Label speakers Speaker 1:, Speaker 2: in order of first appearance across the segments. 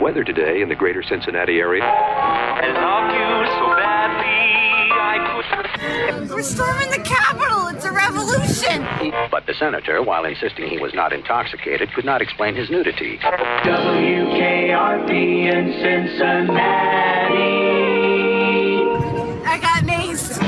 Speaker 1: Weather today in the greater Cincinnati area.
Speaker 2: We're storming the Capitol. It's a revolution.
Speaker 1: But the senator, while insisting he was not intoxicated, could not explain his nudity.
Speaker 3: WKRP in Cincinnati.
Speaker 2: I got maced.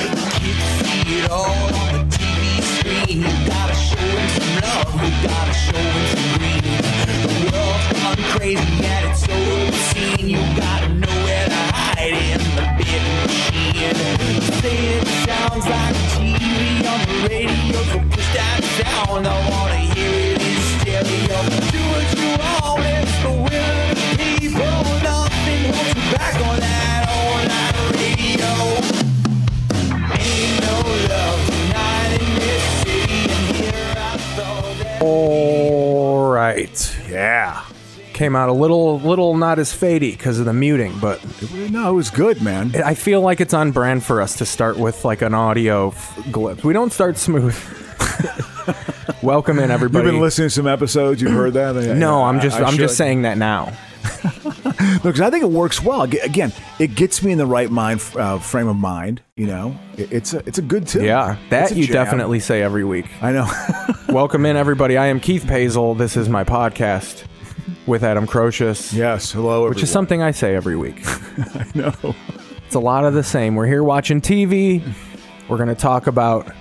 Speaker 4: it all on the TV screen. We gotta show it some love, we gotta show it some green. The world's gone crazy and it's so obscene. You gotta know where to hide in the big machine. Say it sounds like TV on the radio, so push that down. I wanna hear it in stereo. Do what you want, it's the will of the people. Nothing holds you back on that online radio. Ain't no love tonight in this city, and here I thought that.
Speaker 5: All right. Yeah. Came out a little, little not as fadey because of the muting, but
Speaker 6: No, it was good, man.
Speaker 5: I feel like it's on brand for us to start with like an audio f- glitch. We don't start smooth. Welcome in everybody.
Speaker 6: You've been listening to some episodes. You've heard that.
Speaker 5: No, I'm just,
Speaker 6: I- I
Speaker 5: I'm just
Speaker 6: should.
Speaker 5: saying that now.
Speaker 6: No, because I think it works well. Ag- Again, it gets me in the right mind uh, frame of mind. You know, It- it's a, it's a good tip.
Speaker 5: Yeah,
Speaker 6: It's
Speaker 5: that
Speaker 6: a
Speaker 5: you
Speaker 6: jab.
Speaker 5: definitely say every week.
Speaker 6: I know.
Speaker 5: Welcome in everybody. I am Keith Pazel. This is my podcast with Adam Crocius,
Speaker 6: yes. Hello,
Speaker 5: which is something I say every week.
Speaker 6: everyone. No.
Speaker 5: It's a lot of the same. We're here watching TV. We're going to talk about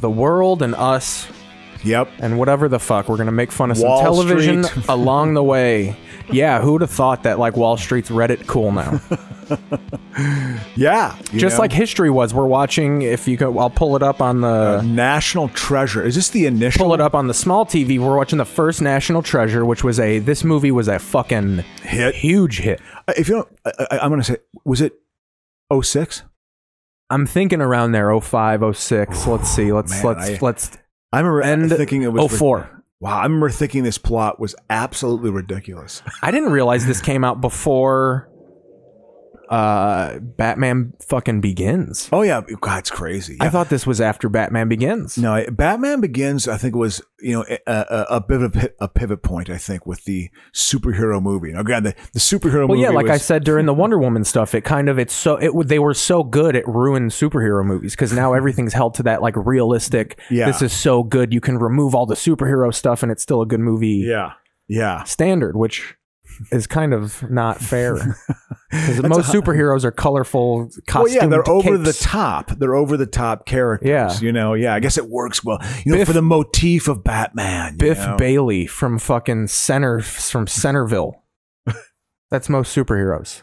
Speaker 5: the world and us
Speaker 6: Yep.
Speaker 5: and whatever the fuck. We're going to make fun of
Speaker 6: Wall
Speaker 5: some television
Speaker 6: Street.
Speaker 5: along the way. Yeah, who'd have thought that like Wall Street's Reddit cool now?
Speaker 6: Yeah. you
Speaker 5: Just
Speaker 6: know?
Speaker 5: like history was. We're watching if you go I'll pull it up on the
Speaker 6: Uh, National Treasure. Is this the initial?
Speaker 5: pull it up on the small TV. We're watching the first National Treasure, which was a this movie was a fucking
Speaker 6: Hit.
Speaker 5: huge hit.
Speaker 6: Uh, If you don't, I, I, I'm going to say, was it 06?
Speaker 5: I'm thinking around there 05, 06. Let's see. Let's
Speaker 6: Man,
Speaker 5: let's
Speaker 6: I-
Speaker 5: let's
Speaker 6: I remember
Speaker 5: end
Speaker 6: thinking it was rid-
Speaker 5: 04.
Speaker 6: Wow, I remember thinking this plot was absolutely ridiculous.
Speaker 5: I didn't realize this came out before uh Batman fucking begins.
Speaker 6: Oh yeah, God, it's crazy.
Speaker 5: I thought this was after Batman begins.
Speaker 6: No, I- Batman Begins, I think was you know a, a, a bit of a pi- a pivot point. I think with the superhero movie. Now, granted, the, the superhero
Speaker 5: Well,
Speaker 6: movie.
Speaker 5: yeah, like I
Speaker 6: was-
Speaker 5: said during the Wonder Woman stuff, it kind of it's so it would- they were so good at ruined superhero movies because now everything's held to that like realistic.
Speaker 6: Yeah.
Speaker 5: this is so good you can remove all the superhero stuff and it's still a good movie
Speaker 6: Yeah, yeah,
Speaker 5: standard, which is kind of not fair because
Speaker 6: That's
Speaker 5: most
Speaker 6: a-
Speaker 5: superheroes are colorful
Speaker 6: well,
Speaker 5: costumes.
Speaker 6: yeah, they're over the top. They're over the top characters.
Speaker 5: Yeah.
Speaker 6: you know, yeah. I guess it works well. You know,
Speaker 5: Biff-
Speaker 6: for the motif of Batman. you
Speaker 5: Biff
Speaker 6: know?
Speaker 5: Bailey from fucking center from Centerville. That's most superheroes.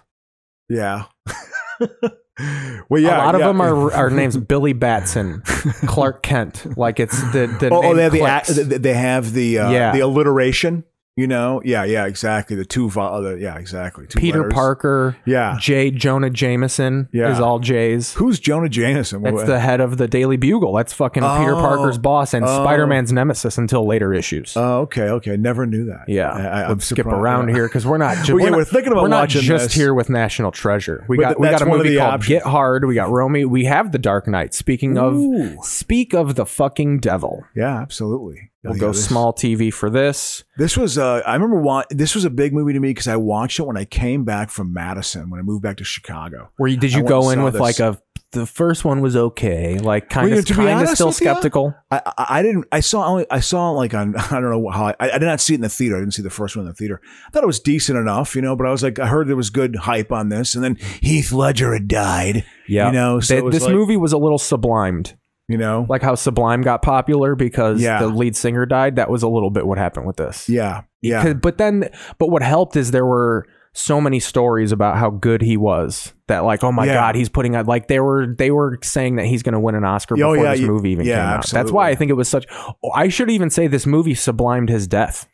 Speaker 6: Yeah. well, yeah,
Speaker 5: a lot of
Speaker 6: yeah.
Speaker 5: them are are names Billy Batson, Clark Kent. Like it's the the
Speaker 6: Oh, oh,
Speaker 5: name
Speaker 6: they have the
Speaker 5: clicks.
Speaker 6: ac- th- they have the uh,
Speaker 5: Yeah.
Speaker 6: the alliteration. You know, yeah, yeah, exactly. The two vo- other, yeah, exactly. Two
Speaker 5: Peter
Speaker 6: letters.
Speaker 5: Parker,
Speaker 6: Yeah.
Speaker 5: J. Jonah Jameson
Speaker 6: Yeah.
Speaker 5: is all J's.
Speaker 6: Who's Jonah Jameson?
Speaker 5: That's the head of the Daily Bugle. That's fucking Peter
Speaker 6: Oh.
Speaker 5: Parker's boss and
Speaker 6: Oh.
Speaker 5: Spider Man's nemesis until later issues.
Speaker 6: Oh, okay, okay. Never knew that.
Speaker 5: yeah,
Speaker 6: I, I,
Speaker 5: we'll
Speaker 6: I'm
Speaker 5: skip
Speaker 6: surprised.
Speaker 5: around here because we're not. Just,
Speaker 6: Well, yeah,
Speaker 5: we're, not-
Speaker 6: we're thinking about
Speaker 5: we're not
Speaker 6: watching
Speaker 5: just
Speaker 6: this.
Speaker 5: here with National Treasure. We
Speaker 6: But
Speaker 5: got
Speaker 6: th-
Speaker 5: we got
Speaker 6: that's
Speaker 5: a
Speaker 6: one of
Speaker 5: movie
Speaker 6: the
Speaker 5: called
Speaker 6: options.
Speaker 5: Get Hard. We got Romy. We have The Dark Knight. Speaking
Speaker 6: Ooh.
Speaker 5: of, speak of the fucking devil.
Speaker 6: Yeah, absolutely.
Speaker 5: We'll
Speaker 6: Yeah,
Speaker 5: go
Speaker 6: this-
Speaker 5: small TV for this.
Speaker 6: This was uh, I remember wa- this was a big movie to me because I watched it when I came back from Madison when I moved back to Chicago.
Speaker 5: Where you, did you
Speaker 6: I went
Speaker 5: go
Speaker 6: and
Speaker 5: in
Speaker 6: saw
Speaker 5: with
Speaker 6: this.
Speaker 5: like a? The first one was okay, like kind
Speaker 6: Well,
Speaker 5: of
Speaker 6: to be
Speaker 5: kind of
Speaker 6: honest
Speaker 5: still
Speaker 6: with ya,
Speaker 5: skeptical.
Speaker 6: I, I I didn't I saw only I saw like on I don't know how I, I did not see it in the theater I didn't see the first one in the theater I thought it was decent enough you know but I was like I heard there was good hype on this and then Heath Ledger had died
Speaker 5: Yeah,
Speaker 6: you know so
Speaker 5: Th-
Speaker 6: it was
Speaker 5: this
Speaker 6: like,
Speaker 5: movie was a little sublimed,
Speaker 6: you know
Speaker 5: like how Sublime got popular because
Speaker 6: Yeah.
Speaker 5: the lead singer died. That was a little bit what happened with this.
Speaker 6: yeah yeah
Speaker 5: 'Cause- but then, but what helped is there were so many stories about how good he was that like, oh my
Speaker 6: Yeah.
Speaker 5: god, he's putting out like they were they were saying that he's going to win an Oscar
Speaker 6: Yeah, oh,
Speaker 5: before
Speaker 6: yeah,
Speaker 5: this
Speaker 6: you-
Speaker 5: movie even
Speaker 6: yeah,
Speaker 5: came out. That's why I
Speaker 6: absolutely.
Speaker 5: think it was such. oh, I should even say this movie sublimed his death.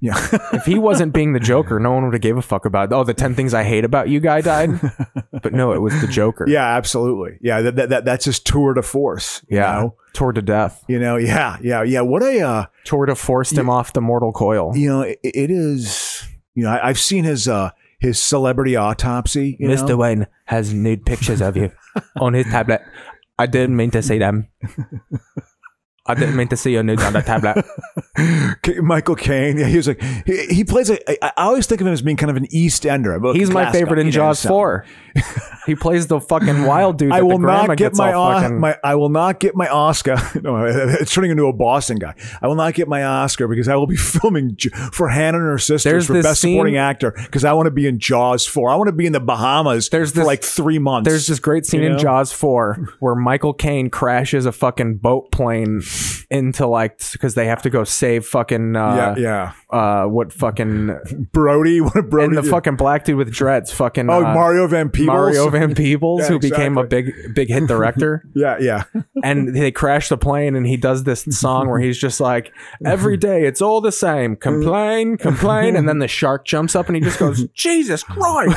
Speaker 6: yeah
Speaker 5: If he wasn't being the Joker, no one would have gave a fuck about. Oh, the ten things I hate about you guy died. but no, it was the Joker.
Speaker 6: yeah absolutely yeah that, that, that that's his tour de force you
Speaker 5: yeah,
Speaker 6: know?
Speaker 5: tore to death.
Speaker 6: You know, yeah, yeah, yeah. What a, uh,
Speaker 5: Torta forced him off the mortal coil.
Speaker 6: you know, it, it is. You know, I, I've seen his uh his celebrity autopsy. You
Speaker 5: Mr.
Speaker 6: know?
Speaker 5: Wayne has nude pictures of you on his tablet. I didn't mean to see them. I didn't mean to see your nudes on the tablet.
Speaker 6: K- Michael Caine. Yeah, he was like he, he plays. A, I, I always think of him as being kind of an East Ender. I'm like,
Speaker 5: He's my
Speaker 6: class guy,
Speaker 5: favorite in
Speaker 6: you know,
Speaker 5: Jaws
Speaker 6: so.
Speaker 5: Four. He plays the fucking wild dude.
Speaker 6: I
Speaker 5: that
Speaker 6: will
Speaker 5: the grandma
Speaker 6: not get
Speaker 5: gets
Speaker 6: my,
Speaker 5: all
Speaker 6: Os-
Speaker 5: fucking,
Speaker 6: my I will not get my Oscar. No, it's turning into a Boston guy. I will not get my Oscar because I will be filming J- for Hannah and her sisters
Speaker 5: There's
Speaker 6: for
Speaker 5: this
Speaker 6: best supporting
Speaker 5: scene-
Speaker 6: actor because I want to be in Jaws four. I want to be in the Bahamas
Speaker 5: There's
Speaker 6: for
Speaker 5: this-
Speaker 6: like three months.
Speaker 5: There's this great scene
Speaker 6: You know?
Speaker 5: in Jaws 4 where Michael Caine crashes a fucking boat plane into like because they have to go save fucking
Speaker 6: yeah,
Speaker 5: uh,
Speaker 6: yeah.
Speaker 5: uh what fucking
Speaker 6: Brody, what did Brody?
Speaker 5: and the
Speaker 6: do?
Speaker 5: fucking black dude with dreads fucking
Speaker 6: oh
Speaker 5: uh,
Speaker 6: Mario Van Peebles.
Speaker 5: Mario Van Peebles
Speaker 6: Yeah,
Speaker 5: who became a
Speaker 6: exactly.
Speaker 5: big big hit director
Speaker 6: Yeah, yeah.
Speaker 5: and they crash the plane and he does this song where he's just like every day it's all the same complain complain and then the shark jumps up and he just goes Jesus Christ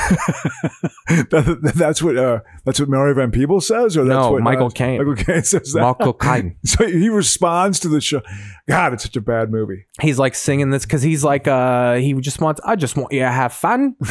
Speaker 6: That- that's what uh, that's what Mario Van Peebles says, or that's
Speaker 5: No,
Speaker 6: what
Speaker 5: Michael
Speaker 6: uh,
Speaker 5: Caine.
Speaker 6: Michael Caine says that.
Speaker 5: Michael Caine
Speaker 6: So he responds to the show. God, it's such a bad movie.
Speaker 5: he's like singing this because he's like uh he just wants I just want you to have fun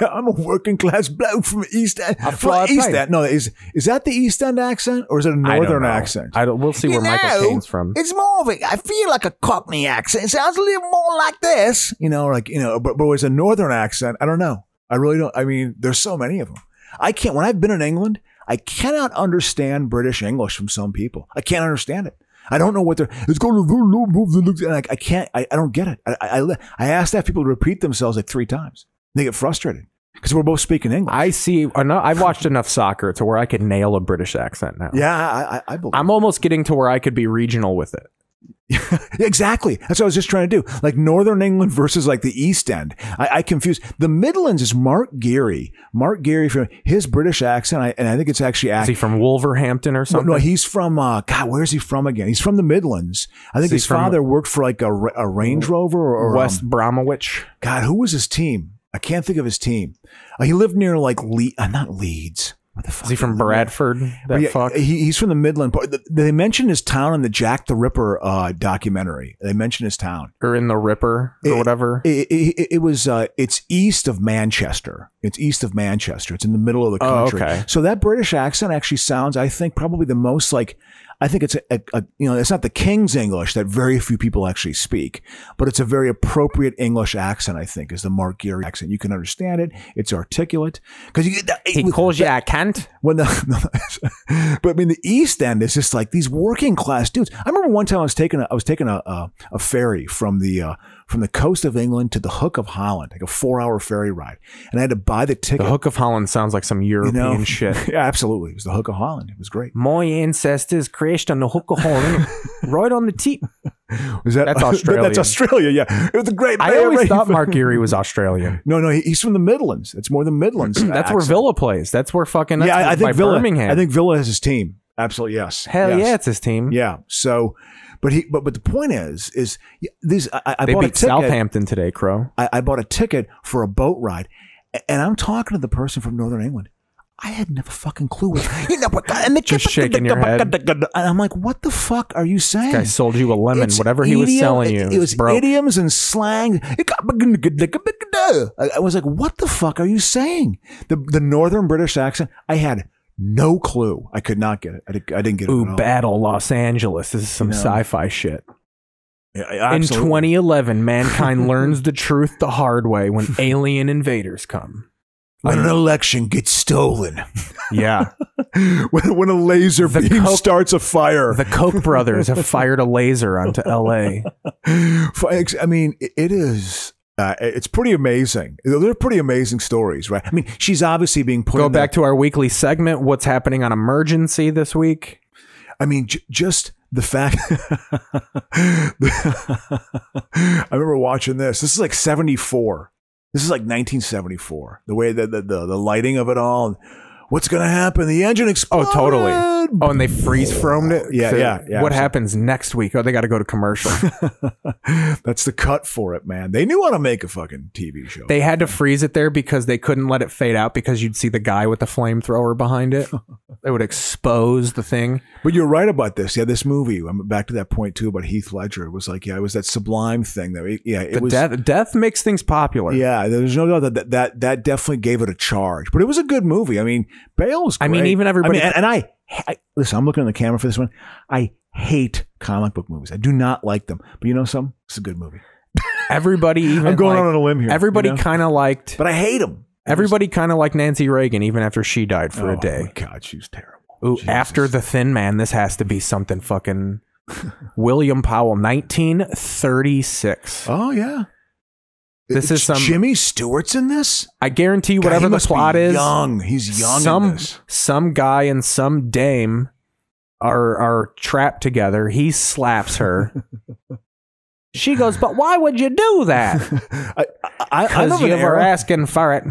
Speaker 6: I'm a working class bloke from East End.
Speaker 5: I
Speaker 6: From
Speaker 5: fly a
Speaker 6: East
Speaker 5: plane.
Speaker 6: End. No, is is that the East End accent or is it a
Speaker 5: I don't
Speaker 6: northern
Speaker 5: know.
Speaker 6: accent?
Speaker 5: I don't, we'll see where Michael Caine's from
Speaker 6: It's more of a, I feel like a Cockney accent. It sounds a little more like this, you know, like, you know, but, but it's a Northern accent. I don't know. I really don't. I mean, there's so many of them. I can't, when I've been in England, I cannot understand British English from some people. I can't understand it. I don't know what they're, it's going to, and I, I can't, I, I don't get it. I, I, I- I asked that people to repeat themselves like three times. They get frustrated because we're both speaking English.
Speaker 5: I see enough, I've watched enough soccer to where I could nail a British accent now
Speaker 6: yeah, I, I, I believe.
Speaker 5: I'm almost getting to where I could be regional with it
Speaker 6: Exactly. That's what I was just trying to do. Like Northern England versus like the East End. I, I confuse the Midlands is Mark Geary. Mark Geary from his British accent, I, and I think it's actually
Speaker 5: is he
Speaker 6: ac-
Speaker 5: from Wolverhampton or something
Speaker 6: No, he's from uh, God. Where's he from again? He's from the Midlands. I think
Speaker 5: Is he
Speaker 6: his
Speaker 5: from- Oh,
Speaker 6: father worked for like a, Ra- a Range Rover or, or,
Speaker 5: West
Speaker 6: um,
Speaker 5: Bromwich
Speaker 6: God, who was his team? I can't think of his team. Uh, he lived near like Le- uh, not Leeds. What the fuck?
Speaker 5: Is he from Bradford? That
Speaker 6: But yeah,
Speaker 5: fuck.
Speaker 6: He, he's from the Midland. part. Th- They mentioned his town in the Jack the Ripper uh, documentary. They mentioned his town.
Speaker 5: or in the Ripper or
Speaker 6: It-
Speaker 5: whatever.
Speaker 6: It, it, it was. Uh, it's east of Manchester. It's east of Manchester. It's in the middle of the
Speaker 5: Oh,
Speaker 6: country.
Speaker 5: okay.
Speaker 6: So that British accent actually sounds, I think, probably the most like. I think it's a, a, a you know it's not the King's English that very few people actually speak, but it's a very appropriate English accent. I think is the Mark Geary accent. You can understand it. It's articulate because you get that.
Speaker 5: he
Speaker 6: with-
Speaker 5: calls you a cunt.
Speaker 6: when the, but I mean, the East End is just like these working class dudes. I remember one time I was taking a, I was taking a, a, a ferry from the, uh, from the coast of England to the Hook of Holland, like a four hour ferry ride. And I had to buy the
Speaker 5: The
Speaker 6: ticket.
Speaker 5: Hook of Holland sounds like some
Speaker 6: you
Speaker 5: European
Speaker 6: know?
Speaker 5: shit.
Speaker 6: yeah, absolutely. It was the Hook of Holland. It was great.
Speaker 5: My ancestors crashed on the Hook of Holland, right on the tip.
Speaker 6: Is that,
Speaker 5: Mm. That's
Speaker 6: that's
Speaker 5: Australian.
Speaker 6: Australia. Yeah. It was a great.
Speaker 5: I
Speaker 6: Mayor
Speaker 5: always
Speaker 6: Ray-
Speaker 5: thought Mark Geary was Australian.
Speaker 6: No, no, he- he's from the Midlands. It's more than Midlands.
Speaker 5: That's where
Speaker 6: accent.
Speaker 5: Villa plays. That's where fucking. That's
Speaker 6: yeah, I, I
Speaker 5: by
Speaker 6: think Villa.
Speaker 5: Birmingham.
Speaker 6: I think Villa has his team. Absolutely. Yes.
Speaker 5: Hell
Speaker 6: Yes.
Speaker 5: yeah, it's his team.
Speaker 6: Yeah. So, but he, but but the point is, is these. I, I
Speaker 5: they
Speaker 6: bought a
Speaker 5: beat
Speaker 6: ticket.
Speaker 5: Southampton today, Crow.
Speaker 6: I, I bought a ticket for a boat ride, a- and I'm talking to the person from Northern England. I had never fucking clue. What, you know, what- and the-
Speaker 5: Just shaking your head.
Speaker 6: And I'm like, what the fuck are you saying?
Speaker 5: Guy sold you a lemon,
Speaker 6: It's
Speaker 5: whatever he was
Speaker 6: idiom-
Speaker 5: selling you.
Speaker 6: It, it was
Speaker 5: broke.
Speaker 6: idioms and slang. I I was like, "What the fuck are you saying?" The the northern British accent. I had no clue. I could not get it. I, did, I didn't get it.
Speaker 5: Ooh,
Speaker 6: at all.
Speaker 5: battle Los Angeles. This is some
Speaker 6: No.
Speaker 5: sci-fi shit.
Speaker 6: Yeah, I- absolutely.
Speaker 5: In 2011, mankind learns the truth the hard way when alien invaders come.
Speaker 6: when an election gets stolen,
Speaker 5: Yeah.
Speaker 6: when, when a laser
Speaker 5: The
Speaker 6: beam
Speaker 5: Coke-
Speaker 6: starts a fire.
Speaker 5: The Koch brothers have fired a laser onto LA.
Speaker 6: For- I mean, it- it is. Uh, it's pretty amazing. They're pretty amazing stories, right? I mean, she's obviously being put.
Speaker 5: Go
Speaker 6: in the-
Speaker 5: back to our weekly segment. What's happening on emergency this week?
Speaker 6: I mean, j- just the fact. I remember watching this. This is like '74. This is like 1974. The way that the, the the lighting of it all. And what's going to happen? The engine explodes.
Speaker 5: totally. Oh, and they freeze framed it?
Speaker 6: Yeah,
Speaker 5: So
Speaker 6: yeah, yeah.
Speaker 5: What happens next week? Oh, they got to go to commercial.
Speaker 6: That's the cut for it, man. They knew how to make a fucking TV show.
Speaker 5: they had to freeze it there because they couldn't let it fade out because you'd see the guy with the flamethrower behind it. it would expose the thing.
Speaker 6: But you're right about this. Yeah, this movie. I'm back to that point too about Heath Ledger. It was like, yeah, it was that sublime thing that we, yeah, it
Speaker 5: The
Speaker 6: was
Speaker 5: death death makes things popular.
Speaker 6: Yeah, there's no doubt that, that that that definitely gave it a charge. But it was a good movie. I mean, Bale was.
Speaker 5: I
Speaker 6: Great.
Speaker 5: mean, even everybody-
Speaker 6: I mean, and, and I, I listen. I'm looking in the camera for this one. I hate comic book movies. I do not like them. But you know, some it's a good movie.
Speaker 5: Everybody even
Speaker 6: I'm going
Speaker 5: like-
Speaker 6: out on a limb here.
Speaker 5: Everybody
Speaker 6: you know?
Speaker 5: kind of liked
Speaker 6: but I hate them
Speaker 5: everybody kind of liked Nancy Reagan even after she died for
Speaker 6: Oh,
Speaker 5: a day.
Speaker 6: God, she's terrible.
Speaker 5: Oh Ooh,
Speaker 6: Jesus.
Speaker 5: after the Thin Man, this has to be something fucking William Powell, 1936.
Speaker 6: Oh yeah.
Speaker 5: This is some-
Speaker 6: Jimmy Stewart's in this.
Speaker 5: I guarantee you,
Speaker 6: God,
Speaker 5: whatever
Speaker 6: he
Speaker 5: the
Speaker 6: must be
Speaker 5: plot is,
Speaker 6: young. He's young. in
Speaker 5: some
Speaker 6: this.
Speaker 5: some guy and some dame are are trapped together. He slaps her. she goes, "But why would you do that?
Speaker 6: I, I, I, I
Speaker 5: Because
Speaker 6: love an
Speaker 5: you were
Speaker 6: era.
Speaker 5: asking for it."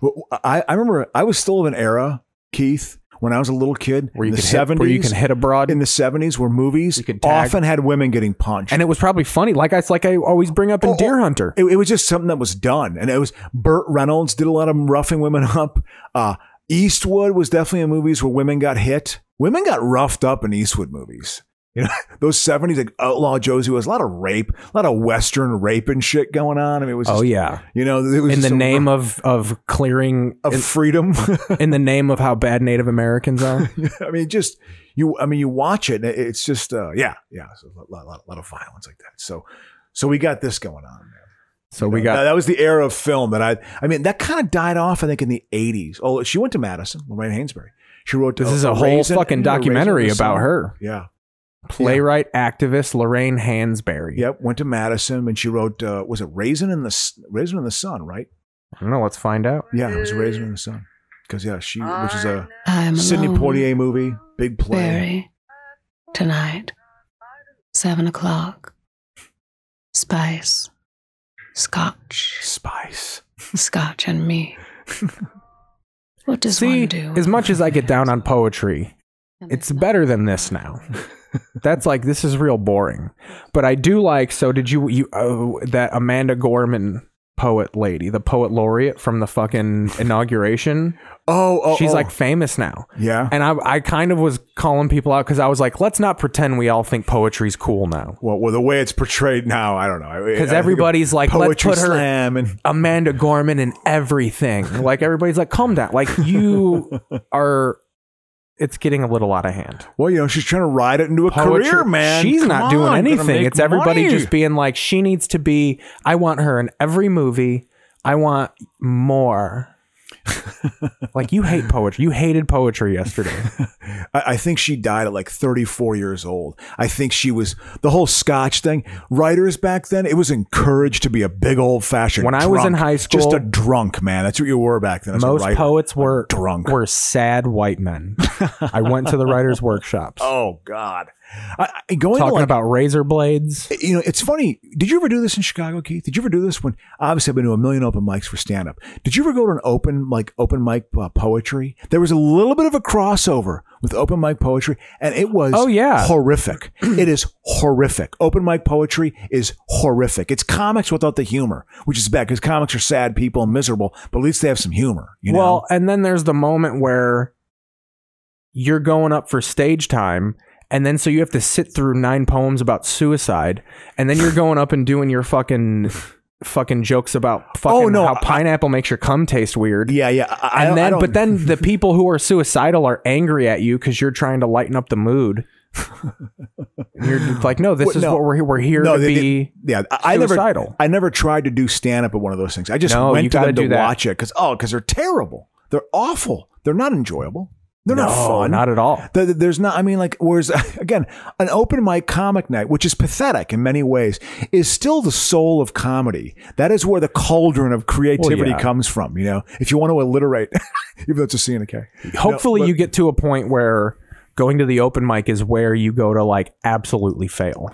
Speaker 6: Well, I, I remember I was still of an era, Keith, when I was a little kid
Speaker 5: Where you
Speaker 6: in the
Speaker 5: could hit, where you can hit abroad,
Speaker 6: in the seventies, where movies
Speaker 5: You could tag.
Speaker 6: often had women getting punched,
Speaker 5: and it was probably funny. Like I like I always bring up in
Speaker 6: Oh, oh,
Speaker 5: Deer Hunter.
Speaker 6: it, it was just something that was done. And it was Burt Reynolds did a lot of roughing women up. Uh, Eastwood was definitely in movies where women got hit. Women got roughed up in Eastwood movies. You know, those seventies like Outlaw Josie was a lot of rape, a lot of Western rape and shit going on. I mean, it was
Speaker 5: oh
Speaker 6: just-
Speaker 5: yeah,
Speaker 6: you know, it was
Speaker 5: in
Speaker 6: just
Speaker 5: the
Speaker 6: a-
Speaker 5: name of of clearing,
Speaker 6: of freedom.
Speaker 5: in the name of how bad Native Americans are.
Speaker 6: I mean, just you. I mean, you watch it. and it- It's just, uh, yeah, yeah. So a lot, lot, lot of violence like that. So, so we got this going on.
Speaker 5: So we
Speaker 6: That,
Speaker 5: got
Speaker 6: that was the era of film that I. I mean, that kind of died off. I think in the '80s. Oh, she went to Madison, Lorraine Hainsbury. She wrote.
Speaker 5: this
Speaker 6: uh,
Speaker 5: is a whole
Speaker 6: Raisin-
Speaker 5: fucking
Speaker 6: isn't it a Raisin
Speaker 5: documentary
Speaker 6: in the
Speaker 5: about
Speaker 6: Sun?
Speaker 5: her,
Speaker 6: Yeah.
Speaker 5: playwright, activist Lorraine Hansberry.
Speaker 6: Yep. Went to Madison and she wrote. Uh, was it Raisin in the S- Raisin in the Sun? Right.
Speaker 5: I don't know. Let's find out.
Speaker 6: Yeah, it was Raisin in the Sun. Because yeah, she which is a
Speaker 7: I'm
Speaker 6: Sidney
Speaker 7: alone,
Speaker 6: Poitier movie, big play.
Speaker 7: Barry, tonight, seven o'clock. Spice, scotch,
Speaker 6: Spice.
Speaker 7: scotch, and me. What does
Speaker 5: See,
Speaker 7: one do?
Speaker 5: as much as I get down on poetry,
Speaker 7: And
Speaker 5: it's
Speaker 7: not-
Speaker 5: better than this now. That's like this is real boring, but I do like. So did you you oh, that Amanda Gorman poet lady, the poet laureate from the fucking inauguration?
Speaker 6: Oh, oh.
Speaker 5: She's
Speaker 6: oh.
Speaker 5: like famous now.
Speaker 6: yeah.
Speaker 5: And I, I kind of was calling people out because I was like, let's not pretend we all think poetry's cool now.
Speaker 6: Well, well, the way it's portrayed now, I don't know. I- I think of
Speaker 5: everybody's like, let's
Speaker 6: poetry
Speaker 5: put her-
Speaker 6: slam and
Speaker 5: Amanda Gorman and everything. Like, everybody's like, calm down. Like, you are, it's getting a little out of hand.
Speaker 6: well, you know, she's trying to ride it into a career, man.
Speaker 5: She's
Speaker 6: Come
Speaker 5: not
Speaker 6: on,
Speaker 5: doing
Speaker 6: gonna
Speaker 5: anything.
Speaker 6: make
Speaker 5: It's everybody
Speaker 6: money.
Speaker 5: just being like, she needs to be, I want her in every movie. I want more. like, you hate poetry. You hated poetry yesterday.
Speaker 6: I, I think she died at like 34 years old. I think she was the whole Scotch thing. Writers back then, it was encouraged to be a big old fashioned.
Speaker 5: When I was in high school-
Speaker 6: just a drunk man. That's what you were back then. as a
Speaker 5: Most
Speaker 6: writer.
Speaker 5: poets were
Speaker 6: drunk.
Speaker 5: were sad white men. I went to the writers' workshops
Speaker 6: Oh God, I, I, going to
Speaker 5: talking
Speaker 6: like,
Speaker 5: about razor blades.
Speaker 6: you know, it's funny. Did you ever do this in Chicago, Keith? Did you ever do this when obviously I've been to a million open mics for stand up. Did you ever go to an open like open mic uh, poetry? There was a little bit of a crossover with open mic poetry and it was
Speaker 5: Oh, yeah.
Speaker 6: horrific. it is horrific. Open mic poetry is horrific. It's comics without the humor, which is bad cuz comics are sad people and miserable, but at least they have some humor, you
Speaker 5: well,
Speaker 6: know.
Speaker 5: and then there's the moment where you're going up for stage time, and then so you have to sit through nine poems about suicide, and then you're going up and doing your fucking fucking jokes about fucking
Speaker 6: Oh, no,
Speaker 5: how
Speaker 6: I-
Speaker 5: pineapple makes your cum taste weird.
Speaker 6: Yeah, yeah. I, I
Speaker 5: And
Speaker 6: don't- I
Speaker 5: then,
Speaker 6: don't-
Speaker 5: but then the people who are suicidal are angry at you because you're trying to lighten up the mood. And you're like, no, this
Speaker 6: Well,
Speaker 5: is
Speaker 6: no.
Speaker 5: what we're here. We're here
Speaker 6: No,
Speaker 5: to
Speaker 6: they- they-
Speaker 5: be.
Speaker 6: yeah, I, I
Speaker 5: suicidal.
Speaker 6: never, I never tried to do stand up at one of those things. I just
Speaker 5: No, you
Speaker 6: went to
Speaker 5: gotta
Speaker 6: them
Speaker 5: do
Speaker 6: to
Speaker 5: that.
Speaker 6: watch it because oh, because they're terrible. They're awful. They're not enjoyable. They're not
Speaker 5: No,
Speaker 6: fun.
Speaker 5: Not at all.
Speaker 6: There- There's not. I mean, like, whereas again, an open mic comic night, which is pathetic in many ways, is still the soul of comedy. That is where the cauldron of creativity
Speaker 5: yeah.
Speaker 6: comes from. You know, if you want to alliterate, even though it's a C and a K.
Speaker 5: Hopefully,
Speaker 6: but-
Speaker 5: you get to a point where going to the open mic is where you go to like absolutely fail.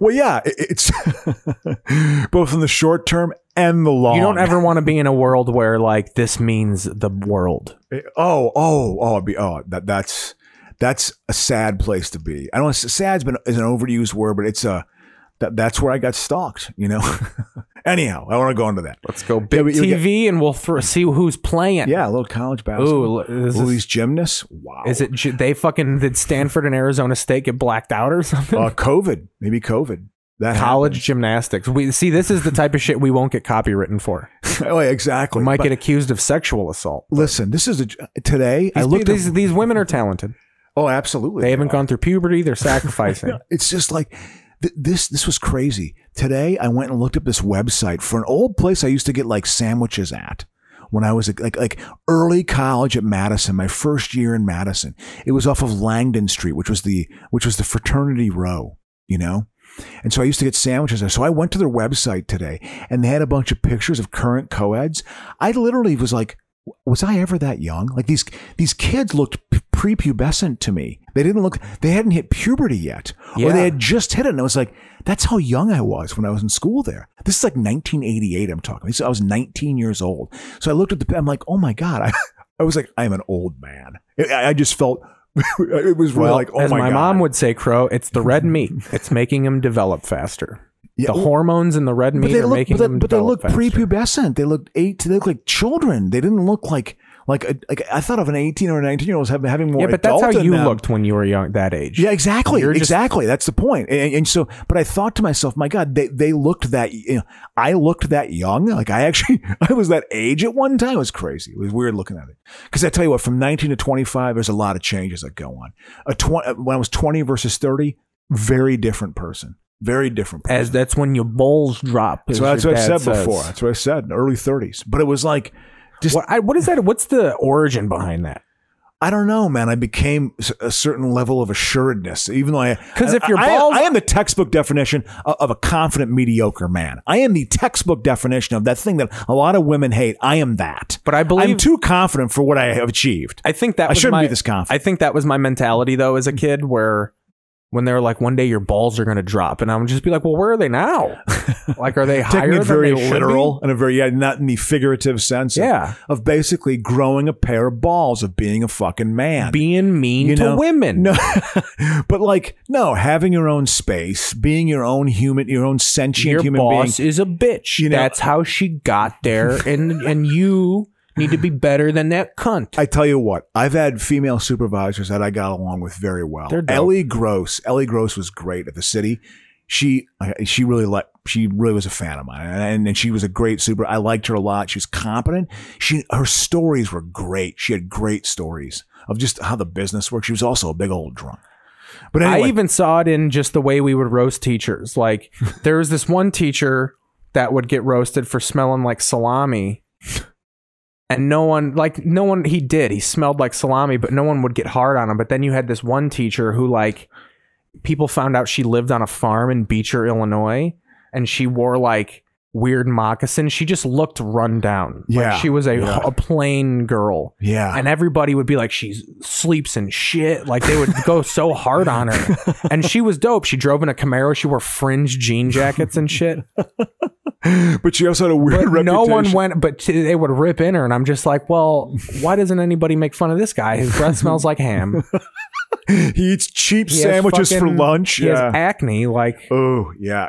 Speaker 6: Well, yeah, it- it's both in the short term and the long.
Speaker 5: You don't ever want to be in a world where like this means the world.
Speaker 6: Oh, oh, oh, I'd be, oh, that, that's, that's a sad place to be. I don't, sad's been, is an overused word, but it's a, that, that's where I got stalked, you know? Anyhow, I want to go into that.
Speaker 5: Let's go
Speaker 6: Yeah,
Speaker 5: big
Speaker 6: but you'll get-
Speaker 5: TV and we'll throw, see who's playing.
Speaker 6: Yeah, a little college basketball.
Speaker 5: Ooh, is,
Speaker 6: Ooh,
Speaker 5: is,
Speaker 6: these gymnasts. Wow.
Speaker 5: is it j- they fucking did Stanford and Arizona State get blacked out or something?
Speaker 6: uh, COVID? Maybe COVID. That
Speaker 5: College
Speaker 6: happens.
Speaker 5: gymnastics. We see this is the type of shit we won't get copywritten for.
Speaker 6: oh, yeah, exactly.
Speaker 5: We might
Speaker 6: But
Speaker 5: get accused of sexual assault.
Speaker 6: listen, this is a, today. I
Speaker 5: These,
Speaker 6: looked.
Speaker 5: pe- these,
Speaker 6: up,
Speaker 5: these women are talented.
Speaker 6: oh, absolutely.
Speaker 5: They haven't
Speaker 6: are.
Speaker 5: gone through puberty. They're sacrificing.
Speaker 6: It's just like th- this. This was crazy. Today, I went and looked up this website for an old place I used to get like sandwiches at when I was like like early college at Madison. My first year in Madison, it was off of Langdon Street, which was the which was the fraternity row. You know. And so I used to get sandwiches there. So I went to their website today and they had a bunch of pictures of current co-eds. I literally was like, was I ever that young? Like these these kids looked p- prepubescent to me. They didn't look they hadn't hit puberty yet. Or
Speaker 5: Yeah.
Speaker 6: they had just hit it. And I was like, that's how young I was when I was in school there. This is like 1988 I'm talking. This- I was 19 years old. So I looked at the I'm like, "Oh my god." I, I was like, "I'm an old man." I, I just felt it was really
Speaker 5: Well,
Speaker 6: like, "Oh
Speaker 5: as
Speaker 6: my,
Speaker 5: my,
Speaker 6: god."
Speaker 5: mom would say, Crow, it's the red meat. It's making them develop faster.
Speaker 6: Yeah,
Speaker 5: the
Speaker 6: well-
Speaker 5: hormones in the red meat are making
Speaker 6: but they,
Speaker 5: them
Speaker 6: but they
Speaker 5: develop
Speaker 6: looked
Speaker 5: faster.
Speaker 6: prepubescent. They looked eight. They looked like children. They didn't look like like a, like I thought of an eighteen or a nineteen year old as having, having more.
Speaker 5: Yeah, but that's
Speaker 6: adult
Speaker 5: how
Speaker 6: in
Speaker 5: you
Speaker 6: them.
Speaker 5: looked when you were young, that age.
Speaker 6: Yeah, exactly,
Speaker 5: You're just-
Speaker 6: exactly. That's the point. And, and so, but I thought to myself, my God, they they looked that. You know, I looked that young. Like I actually, I was that age at one time. It was crazy. It was weird looking at it. Because I tell you what, from nineteen to twenty five, there's a lot of changes that go on. A twenty when I was twenty versus thirty, very different person. Very different. Person.
Speaker 5: As that's when your balls drop.
Speaker 6: That's
Speaker 5: as
Speaker 6: what, that's
Speaker 5: your
Speaker 6: what I
Speaker 5: dad
Speaker 6: said
Speaker 5: says.
Speaker 6: before. That's what I said in the early 30s. But it was like, just
Speaker 5: What, I, what is that? What's the origin behind that?
Speaker 6: I don't know, man. I became s- a certain level of assuredness, even though I
Speaker 5: 'Cause if your
Speaker 6: I- I-
Speaker 5: balls-
Speaker 6: I, am the textbook definition o- of a confident mediocre man. I am the textbook definition of that thing that a lot of women hate. I am that.
Speaker 5: But I believe-
Speaker 6: I'm too confident for what I have achieved.
Speaker 5: I think that
Speaker 6: I
Speaker 5: was
Speaker 6: shouldn't
Speaker 5: my,
Speaker 6: be this confident.
Speaker 5: I think that was my mentality though as a kid, where when they were like, one day your balls are going to drop, and I would just be like, well, where are they now? like, are they higher
Speaker 6: Taking
Speaker 5: than
Speaker 6: it very
Speaker 5: they should be?
Speaker 6: literal and a very yeah, not in the figurative sense. of-
Speaker 5: Yeah.
Speaker 6: Of, basically growing a pair of balls of being a fucking man.
Speaker 5: Being mean
Speaker 6: You
Speaker 5: to
Speaker 6: know?
Speaker 5: women.
Speaker 6: No, but like no, having your own space, being your own human, your own sentient
Speaker 5: your
Speaker 6: human
Speaker 5: boss
Speaker 6: being.
Speaker 5: is a bitch.
Speaker 6: You know-
Speaker 5: That's how she got there, and and you need to be better than that cunt.
Speaker 6: I tell you what, I've had female supervisors that I got along with very well.
Speaker 5: They're dope.
Speaker 6: Ellie Gross. Ellie Gross was great at the city. She she really let she really was a fan of mine, and, and she was a great super. I liked her a lot. She was competent. She her stories were great. She had great stories of just how the business worked. She was also a big old drunk. But anyway,
Speaker 5: I even saw it in just the way we would roast teachers. Like there was this one teacher that would get roasted for smelling like salami. And no one like no one he did. He smelled like salami, but no one would get hard on him. But then you had this one teacher who like people found out she lived on a farm in Beecher, Illinois, and she wore like weird moccasins. She just looked run down.
Speaker 6: Yeah,
Speaker 5: Like she was a,
Speaker 6: yeah.
Speaker 5: a plain girl
Speaker 6: yeah,
Speaker 5: and everybody would be like she sleeps and shit like they would go so hard on her and she was dope she drove in a camaro she wore fringe jean jackets and shit
Speaker 6: but she also had a weird
Speaker 5: but
Speaker 6: reputation.
Speaker 5: no one went but t- they would rip in her and i'm just like well why doesn't anybody make fun of this guy his breath smells like ham
Speaker 6: he eats cheap
Speaker 5: He has
Speaker 6: sandwiches for
Speaker 5: fucking-
Speaker 6: lunch.
Speaker 5: he has acne like
Speaker 6: Oh yeah,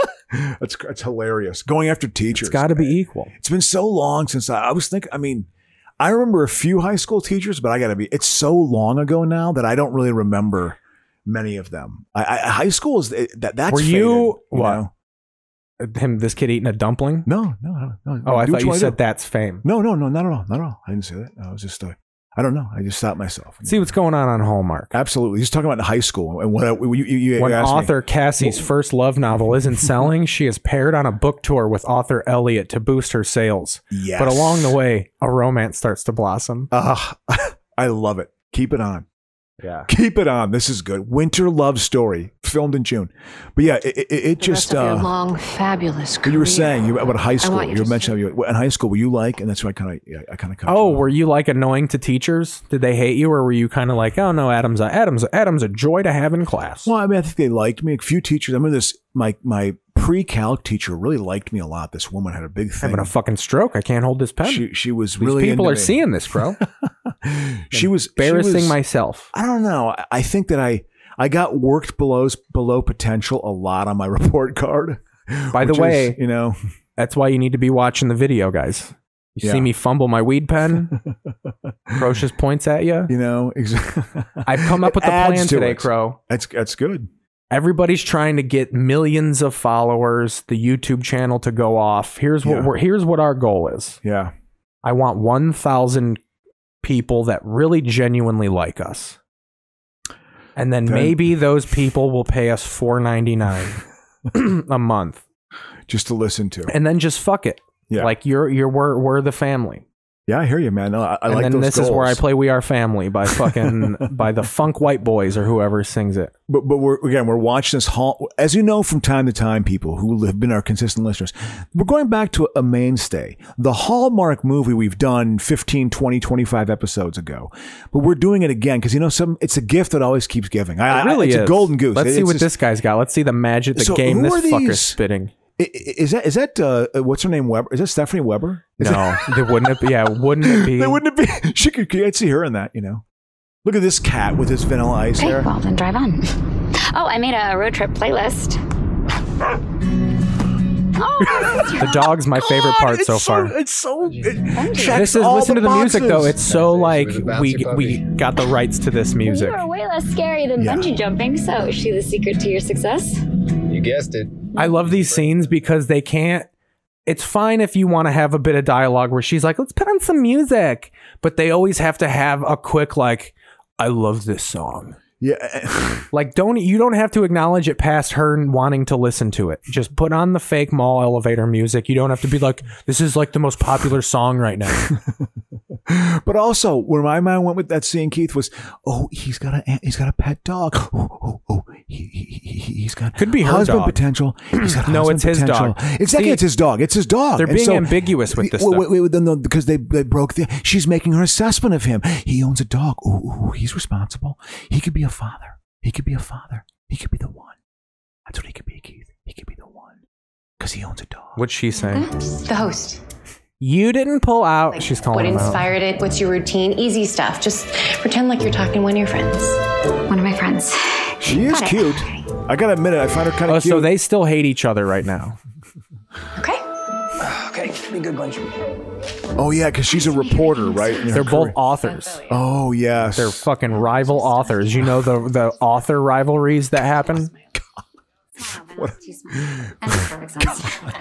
Speaker 6: that's that's hilarious. Going after teachers.
Speaker 5: it's got to be equal
Speaker 6: It's been so long since I, I was thinking. I mean, I remember a few high school teachers, but I got to be. It's so long ago now that I don't really remember many of them. I, I high school is that that's
Speaker 5: Were
Speaker 6: faded,
Speaker 5: you- what?
Speaker 6: know?
Speaker 5: him this kid eating a dumpling
Speaker 6: No, no, no, no.
Speaker 5: oh i thought
Speaker 6: Do what
Speaker 5: you
Speaker 6: wanna
Speaker 5: said
Speaker 6: do.
Speaker 5: that's fame
Speaker 6: No, no, no, not at all, not at all. I didn't say that. I was just. Uh, I don't know. I just stopped myself.
Speaker 5: see what's going on on hallmark
Speaker 6: Absolutely. Just talking about high school and what I, you, you, you
Speaker 5: when
Speaker 6: asked me.
Speaker 5: author Cassie's first love novel isn't selling, she is paired on a book tour with author Elliot to boost her sales.
Speaker 6: Yes.
Speaker 5: But along the way, a romance starts to blossom.
Speaker 6: Uh, I love it. Keep it on.
Speaker 5: Yeah.
Speaker 6: Keep it on. This is good. Winter love story filmed in June. But yeah, it, it, it
Speaker 7: The rest
Speaker 6: just.
Speaker 7: of your
Speaker 6: Uh,
Speaker 7: long, fabulous
Speaker 6: but you
Speaker 7: career.
Speaker 6: were saying you, about high school.
Speaker 7: want you
Speaker 6: You,
Speaker 7: to
Speaker 6: mentioned
Speaker 7: see-
Speaker 6: how you, in high school. Were you like, and that's why I kind of, I kind of.
Speaker 5: Oh, were you like annoying to teachers? Did they hate you, or were you kind of like, oh no, Adam's a Adam's a, Adam's a joy to have in class?
Speaker 6: Well, I mean, I think they liked me. A few teachers. I remember this. My my pre calc teacher really liked me a lot. This woman had a big thing.
Speaker 5: Having a fucking stroke. I can't hold this pen.
Speaker 6: she she was
Speaker 5: These
Speaker 6: really.
Speaker 5: people
Speaker 6: into
Speaker 5: are
Speaker 6: me.
Speaker 5: seeing this, bro.
Speaker 6: She was she
Speaker 5: Embarrassing
Speaker 6: was-
Speaker 5: myself.
Speaker 6: I don't know. I- I think that I I got worked below below potential a lot on my report card.
Speaker 5: By the
Speaker 6: which is,
Speaker 5: way,
Speaker 6: you know,
Speaker 5: That's why you need to be watching the video, guys. You see
Speaker 6: Yeah.
Speaker 5: me fumble my weed pen, Crocious points at you.
Speaker 6: You know, exactly.
Speaker 5: I've come up with a plan today, Crow.
Speaker 6: That's that's good.
Speaker 5: Everybody's trying to get millions of followers, the YouTube channel to go off. Here's what
Speaker 6: Yeah.
Speaker 5: we're here's what our goal is.
Speaker 6: Yeah,
Speaker 5: I want 1,000 people that really genuinely like us. And then
Speaker 6: Then-
Speaker 5: maybe those people will pay us 4.99 a month.
Speaker 6: just to listen to.
Speaker 5: And then just fuck it.
Speaker 6: Yeah.
Speaker 5: Like you're you're we're, we're the family.
Speaker 6: yeah, I hear you, man. No, I, I
Speaker 5: and
Speaker 6: like
Speaker 5: then
Speaker 6: those
Speaker 5: this is where I
Speaker 6: goals.
Speaker 5: play We Are Family by fucking by the Funk White Boys or whoever sings it.
Speaker 6: But but we're again we're watching this hall as you know from time to time people who have been our consistent listeners. We're going back to a mainstay, the Hallmark movie we've done 15, 20, 25 episodes ago. But we're doing it again cuz you know some it's a gift that always keeps giving. I,
Speaker 5: It
Speaker 6: I,
Speaker 5: really
Speaker 6: Uh, it's
Speaker 5: is.
Speaker 6: a golden goose.
Speaker 5: Let's
Speaker 6: It-
Speaker 5: see
Speaker 6: it's
Speaker 5: what
Speaker 6: just-
Speaker 5: this guy's got. Let's see the magic, the
Speaker 6: So
Speaker 5: game
Speaker 6: who
Speaker 5: this
Speaker 6: are
Speaker 5: fucker's
Speaker 6: these-
Speaker 5: spitting.
Speaker 6: i- i- Is that is that uh, what's her name Weber? Is that Stephanie Weber? Is
Speaker 5: No, they wouldn't it be? Yeah, wouldn't it be?
Speaker 6: That, wouldn't it be? She could I'd see her in that, you know. Look at this cat with his vanilla ice
Speaker 8: Okay,
Speaker 6: hair.
Speaker 8: well then drive on. Oh, I made a road trip playlist. Oh, this is
Speaker 5: the dog's my favorite
Speaker 6: God,
Speaker 5: part
Speaker 6: it's
Speaker 5: so far.
Speaker 6: It's so it checks
Speaker 5: this is
Speaker 6: all
Speaker 5: listen
Speaker 6: the
Speaker 5: to the music though.
Speaker 6: boxes.
Speaker 5: It's so like
Speaker 9: Nice, nice.
Speaker 5: we
Speaker 9: It was a
Speaker 5: we got the rights to this
Speaker 8: Well,
Speaker 5: music.
Speaker 8: You are way less scary than
Speaker 6: Yeah.
Speaker 8: bungee jumping, so is she the secret to your success?
Speaker 9: You guessed it.
Speaker 5: I love these scenes because they can't. It's fine if you want to have a bit of dialogue where she's like, "Let's put on some music," but they always have to have a quick like, "I love this song."
Speaker 6: yeah.
Speaker 5: Like, don't you don't have to acknowledge it past her wanting to listen to it. Just put on the fake mall elevator music. You don't have to be like, "This is like the most popular song right now."
Speaker 6: But also, where my mind went with that scene, Keith was, oh, he's got a he's got a pet dog. Oh, oh, oh he, he, he- he's got
Speaker 5: Could be her
Speaker 6: husband
Speaker 5: dog.
Speaker 6: potential. He's got
Speaker 5: No,
Speaker 6: husband
Speaker 5: it's his
Speaker 6: potential.
Speaker 5: dog.
Speaker 6: Exactly,
Speaker 5: See,
Speaker 6: it's his dog. It's his dog.
Speaker 5: They're
Speaker 6: And
Speaker 5: being
Speaker 6: so-
Speaker 5: ambiguous with this
Speaker 6: Wait,
Speaker 5: stuff.
Speaker 6: wait, wait, no, because they they broke the. She's making her assessment of him. He owns a dog. Ooh, ooh, he's responsible. He could be a father. He could be a father. He could be the one. That's what he could be, Keith. He could be the one because he owns a dog.
Speaker 5: What's she saying?
Speaker 10: The host.
Speaker 5: You didn't pull out. She's
Speaker 10: What
Speaker 5: calling him out.
Speaker 10: inspired it? What's your routine? Easy stuff. Just pretend like you're talking to one of your friends.
Speaker 8: One of my friends.
Speaker 6: She is
Speaker 8: Got it.
Speaker 6: cute. I gotta admit it. I find her kind of
Speaker 5: Oh,
Speaker 6: cute.
Speaker 5: so they still hate each other right now.
Speaker 10: Okay.
Speaker 6: oh yeah, because she's a reporter, right? In her
Speaker 5: They're both
Speaker 6: career.
Speaker 5: authors.
Speaker 6: Oh yes.
Speaker 5: They're fucking rival authors. You know the the author rivalries that happen.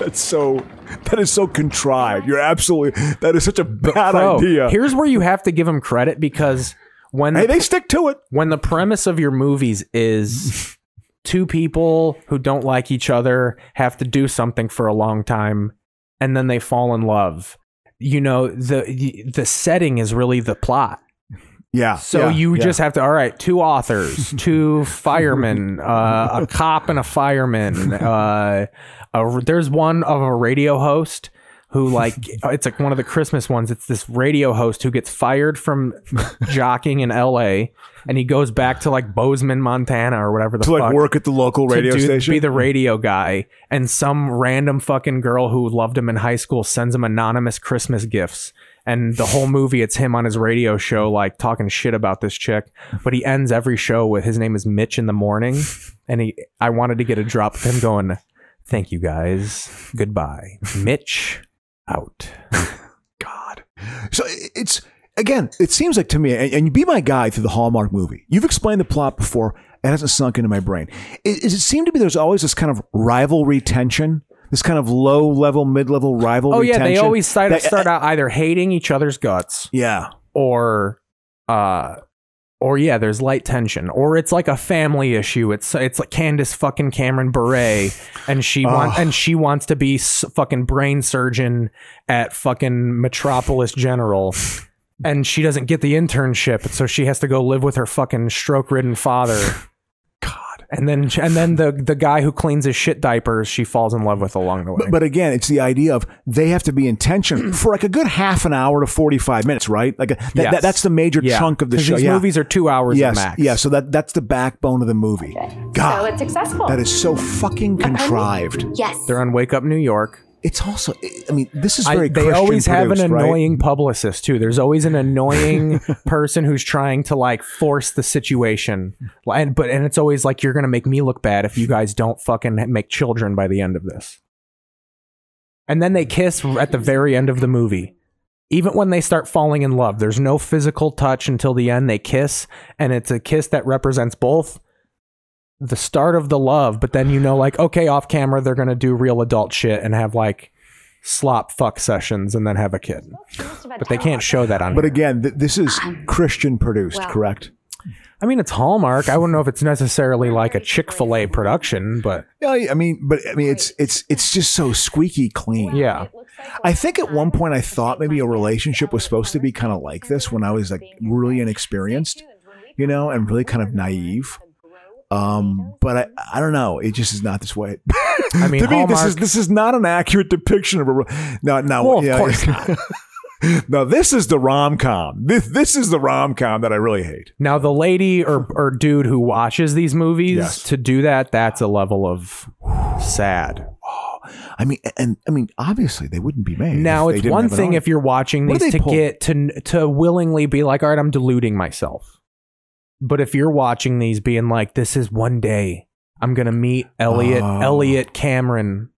Speaker 6: That's so. That is so contrived. You're absolutely. That is such a bad
Speaker 5: Bro,
Speaker 6: idea.
Speaker 5: Here's where you have to give them credit because when
Speaker 6: hey, they stick to it.
Speaker 5: when the premise of your movies is two people who don't like each other have to do something for a long time and then they fall in love. You know the the setting is really the plot.
Speaker 6: Yeah.
Speaker 5: So
Speaker 6: yeah,
Speaker 5: you
Speaker 6: yeah.
Speaker 5: just have to, all right, two authors, two firemen, uh, a cop and a fireman. Uh, a, there's one of a radio host who like uh, it's like one of the Christmas ones. It's this radio host who gets fired from jockeying in L.A. and he goes back to like Bozeman, Montana, or whatever the
Speaker 6: to like
Speaker 5: fuck
Speaker 6: work at the local radio
Speaker 5: to do-
Speaker 6: station.
Speaker 5: be the radio guy, and some random fucking girl who loved him in high school sends him anonymous Christmas gifts. And the whole movie, it's him on his radio show, like talking shit about this chick. But he ends every show with his name is Mitch in the morning, and he. I wanted to get a drop of him going, "Thank you guys, goodbye, Mitch, out."
Speaker 6: God. So i- it's again. It seems like to me, and, and you be my guide through the Hallmark movie. You've explained the plot before. It hasn't sunk into my brain. It, it seemed to me there's always this kind of rivalry tension. This kind of low level, mid level rivalry.
Speaker 5: Oh yeah,
Speaker 6: tension
Speaker 5: they always start,
Speaker 6: that- uh,
Speaker 5: start out either hating each other's guts
Speaker 6: Yeah,
Speaker 5: or uh or yeah, there's light tension, or it's like a family issue. It's it's like Candace fucking Cameron Bure, and she wants
Speaker 6: Ugh.
Speaker 5: and she wants to be s- fucking brain surgeon at fucking Metropolis General, and she doesn't get the internship, so she has to go live with her fucking stroke ridden father. God, and then and then the the guy who cleans his shit diapers, she falls in love with along the way.
Speaker 6: But, but again, it's the idea of they have to be in tension for like a good half an hour to 45 minutes, right? Like a, that,
Speaker 5: Yes.
Speaker 6: that- that's the major
Speaker 5: Yeah.
Speaker 6: chunk of the
Speaker 5: 'Cause
Speaker 6: show.
Speaker 5: These
Speaker 6: yeah.
Speaker 5: movies are two hours
Speaker 6: yes.
Speaker 5: at max.
Speaker 6: Yeah. So that, that's the backbone of the movie. God,
Speaker 8: So it's successful.
Speaker 6: that is so fucking contrived.
Speaker 8: yes.
Speaker 5: they're on Wake Up New York.
Speaker 6: It's also, I mean, this is
Speaker 5: I-
Speaker 6: very
Speaker 5: they
Speaker 6: Christian
Speaker 5: always have an
Speaker 6: produced, right?
Speaker 5: annoying publicist too. There's always an annoying person who's trying to like force the situation, and but and it's always like you're gonna make me look bad if you guys don't fucking make children by the end of this. and then they kiss at the very end of the movie. Even when they start falling in love, there's no physical touch until the end. They kiss, and it's a kiss that represents both the start of the love, but then you know, like, okay, off camera, they're going to do real adult shit and have like slop fuck sessions and then have a kid. But they can't show that on.
Speaker 6: But
Speaker 5: here.
Speaker 6: again, th- this is Christian produced, correct?
Speaker 5: I mean, it's Hallmark. I wouldn't know if it's necessarily like a Chick fil A production, but
Speaker 6: Yeah, I mean, but I mean, it's it's it's just so squeaky clean.
Speaker 5: yeah.
Speaker 6: I think at one point I thought maybe a relationship was supposed to be kind of like this when I was like really inexperienced, you know, and really kind of naive. Um, but I I don't know. It just is not this way.
Speaker 5: I mean,
Speaker 6: to me, this
Speaker 5: Hallmark-
Speaker 6: is this is not an accurate depiction of a. re- No, no,
Speaker 5: Well, of
Speaker 6: yeah,
Speaker 5: course
Speaker 6: no, this is the rom com. This this is the rom com that I really hate.
Speaker 5: Now, the lady or, or dude who watches these movies
Speaker 6: Yes.
Speaker 5: to do that, that's a level of sad.
Speaker 6: I mean, and I mean, obviously they wouldn't be made.
Speaker 5: Now,
Speaker 6: if they
Speaker 5: it's
Speaker 6: didn't
Speaker 5: one
Speaker 6: have an
Speaker 5: thing
Speaker 6: audience.
Speaker 5: if you're watching
Speaker 6: What do
Speaker 5: these
Speaker 6: they
Speaker 5: to
Speaker 6: pull?
Speaker 5: get to to willingly be like, all right, I'm deluding myself. But if you're watching these being like, this is one day I'm gonna meet Elliot
Speaker 6: Oh.
Speaker 5: Elliot Cameron,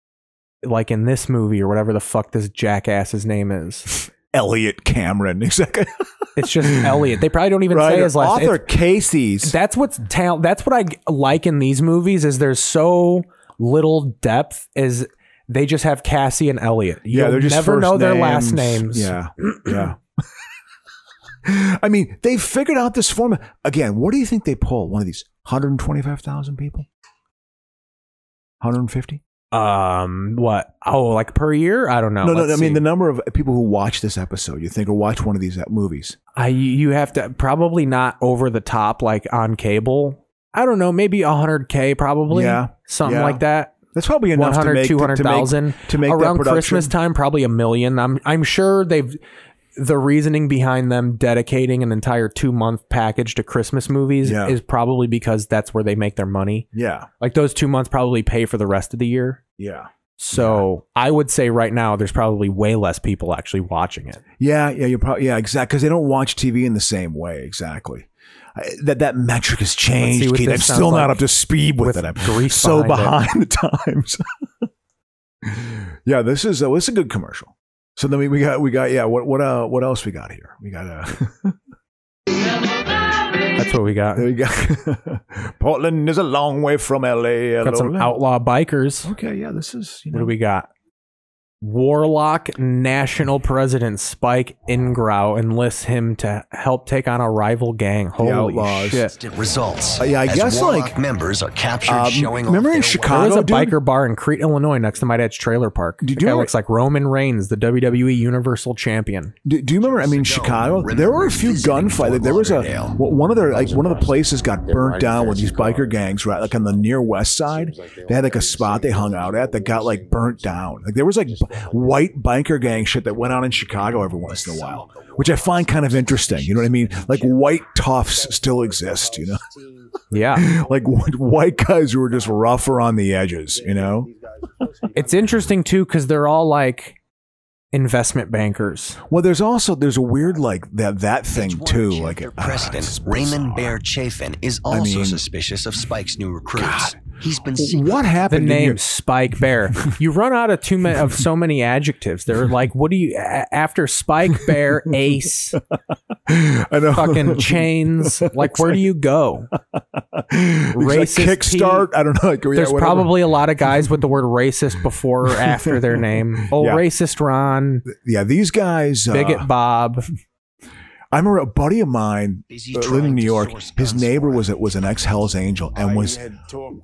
Speaker 5: like in this movie or whatever the fuck this jackass's name is.
Speaker 6: Elliot Cameron, exactly.
Speaker 5: It's just Elliot. They probably don't even
Speaker 6: right?
Speaker 5: say his last
Speaker 6: Author
Speaker 5: it's-
Speaker 6: Casey's.
Speaker 5: That's what's talent. That's what I g- like in these movies is there's so little depth. Is they just have Cassie and Elliot. You'll
Speaker 6: yeah, they're just
Speaker 5: never
Speaker 6: first
Speaker 5: know their
Speaker 6: names.
Speaker 5: last names.
Speaker 6: Yeah, yeah. I mean, they figured out this format again. What do you think they pull? One of these 125,000 people, 150?
Speaker 5: Um. What? Oh, like per year? I don't know.
Speaker 6: no, no.
Speaker 5: Let's
Speaker 6: I mean,
Speaker 5: see.
Speaker 6: the number of people who watch this episode, you think, or watch one of these uh, movies.
Speaker 5: I you have to probably not over the top like on cable. I don't know. Maybe hundred k probably.
Speaker 6: Yeah,
Speaker 5: Something
Speaker 6: yeah.
Speaker 5: like that.
Speaker 6: That's probably enough to
Speaker 5: 100,
Speaker 6: make to- to make-
Speaker 5: 200,000
Speaker 6: to make that
Speaker 5: around
Speaker 6: production.
Speaker 5: Christmas time, probably a million. I'm I'm sure they've the reasoning behind them dedicating an entire two month package to Christmas movies
Speaker 6: Yeah.
Speaker 5: is probably because that's where they make their money.
Speaker 6: Yeah,
Speaker 5: Like those two months probably pay for the rest of the year.
Speaker 6: yeah,
Speaker 5: So I would say right now there's probably way less people actually watching it.
Speaker 6: yeah, yeah. You're probably yeah, exactly. Because they don't watch TV in the same way. Exactly. I, that that metric has changed.
Speaker 5: what
Speaker 6: Keith.
Speaker 5: this
Speaker 6: I'm
Speaker 5: sounds
Speaker 6: still not
Speaker 5: like
Speaker 6: up to speed with,
Speaker 5: with
Speaker 6: it. I'm
Speaker 5: grease
Speaker 6: so
Speaker 5: behind
Speaker 6: behind the times. yeah, this is a, this is a good commercial. So then we, we got we got yeah. What what uh what else we got here? We got uh
Speaker 5: That's what we got.
Speaker 6: there we go. Portland is a long way from L.A.
Speaker 5: Got some
Speaker 6: Hello.
Speaker 5: outlaw bikers.
Speaker 6: Okay, yeah, this is you
Speaker 5: What
Speaker 6: know,
Speaker 5: do we got? Warlock National President Spike Ingrau enlists him to help take on a rival gang. Holy
Speaker 6: outlaws.
Speaker 5: shit.
Speaker 9: Instant results.
Speaker 6: Uh, yeah, I
Speaker 9: as
Speaker 6: guess,
Speaker 9: Warlock
Speaker 6: like,
Speaker 9: members are captured
Speaker 6: um,
Speaker 9: showing off
Speaker 6: remember in
Speaker 9: their
Speaker 6: Chicago-
Speaker 5: There is a
Speaker 6: dude.
Speaker 5: biker bar in Crete, Illinois, next to my dad's trailer park.
Speaker 6: Did
Speaker 5: The
Speaker 6: you
Speaker 5: guy
Speaker 6: ever-
Speaker 5: looks like Roman Reigns, the WWE Universal Champion.
Speaker 6: Do, do you remember? I mean,
Speaker 9: Years ago,
Speaker 6: Chicago.
Speaker 9: remember
Speaker 6: There were a few
Speaker 9: visiting
Speaker 6: gunfights.
Speaker 9: Fort
Speaker 6: There was a
Speaker 9: Lauderdale.
Speaker 6: well, one of their like one of the places got burnt down with these biker gangs, right? Like on the near west side, they had like a spot they hung out at that got like burnt down. Like there was like b- white biker gang shit that went on in Chicago every once in a while, which I find kind of interesting. You know what I mean? Like white toughs still exist. You know,
Speaker 5: Yeah.
Speaker 6: like wh- white guys who were just rougher on the edges. You know,
Speaker 5: it's interesting, too, because they're all like investment bankers.
Speaker 6: well, there's also there's a weird like that that thing
Speaker 9: One
Speaker 6: too.
Speaker 9: chapter
Speaker 6: Like ah, it's
Speaker 9: President
Speaker 6: bizarre.
Speaker 9: Raymond Bear Chafin is also
Speaker 6: mean-
Speaker 9: suspicious of Spike's new recruits. He's been secretly
Speaker 6: What
Speaker 5: The
Speaker 6: happened? to
Speaker 5: name
Speaker 6: you?
Speaker 5: Spike Bear. You run out of too many of so many adjectives. They're like, what do you a- after Spike Bear, Ace,
Speaker 6: I know.
Speaker 5: fucking chains? Like, where do you go?
Speaker 6: racist
Speaker 5: Racist
Speaker 6: kickstart. I don't know. Like, yeah,
Speaker 5: There's
Speaker 6: whatever.
Speaker 5: probably a lot of guys with the word racist before or after their name. Oh,
Speaker 6: Yeah.
Speaker 5: racist Ron,
Speaker 6: yeah. These guys. Uh,
Speaker 5: bigot Bob.
Speaker 6: I remember a buddy of mine
Speaker 9: Busy
Speaker 6: uh, living
Speaker 9: trying
Speaker 6: in New
Speaker 9: to
Speaker 6: York.
Speaker 9: source
Speaker 6: His
Speaker 9: guns
Speaker 6: neighbor
Speaker 9: for
Speaker 6: was was an ex Hell's Angel and was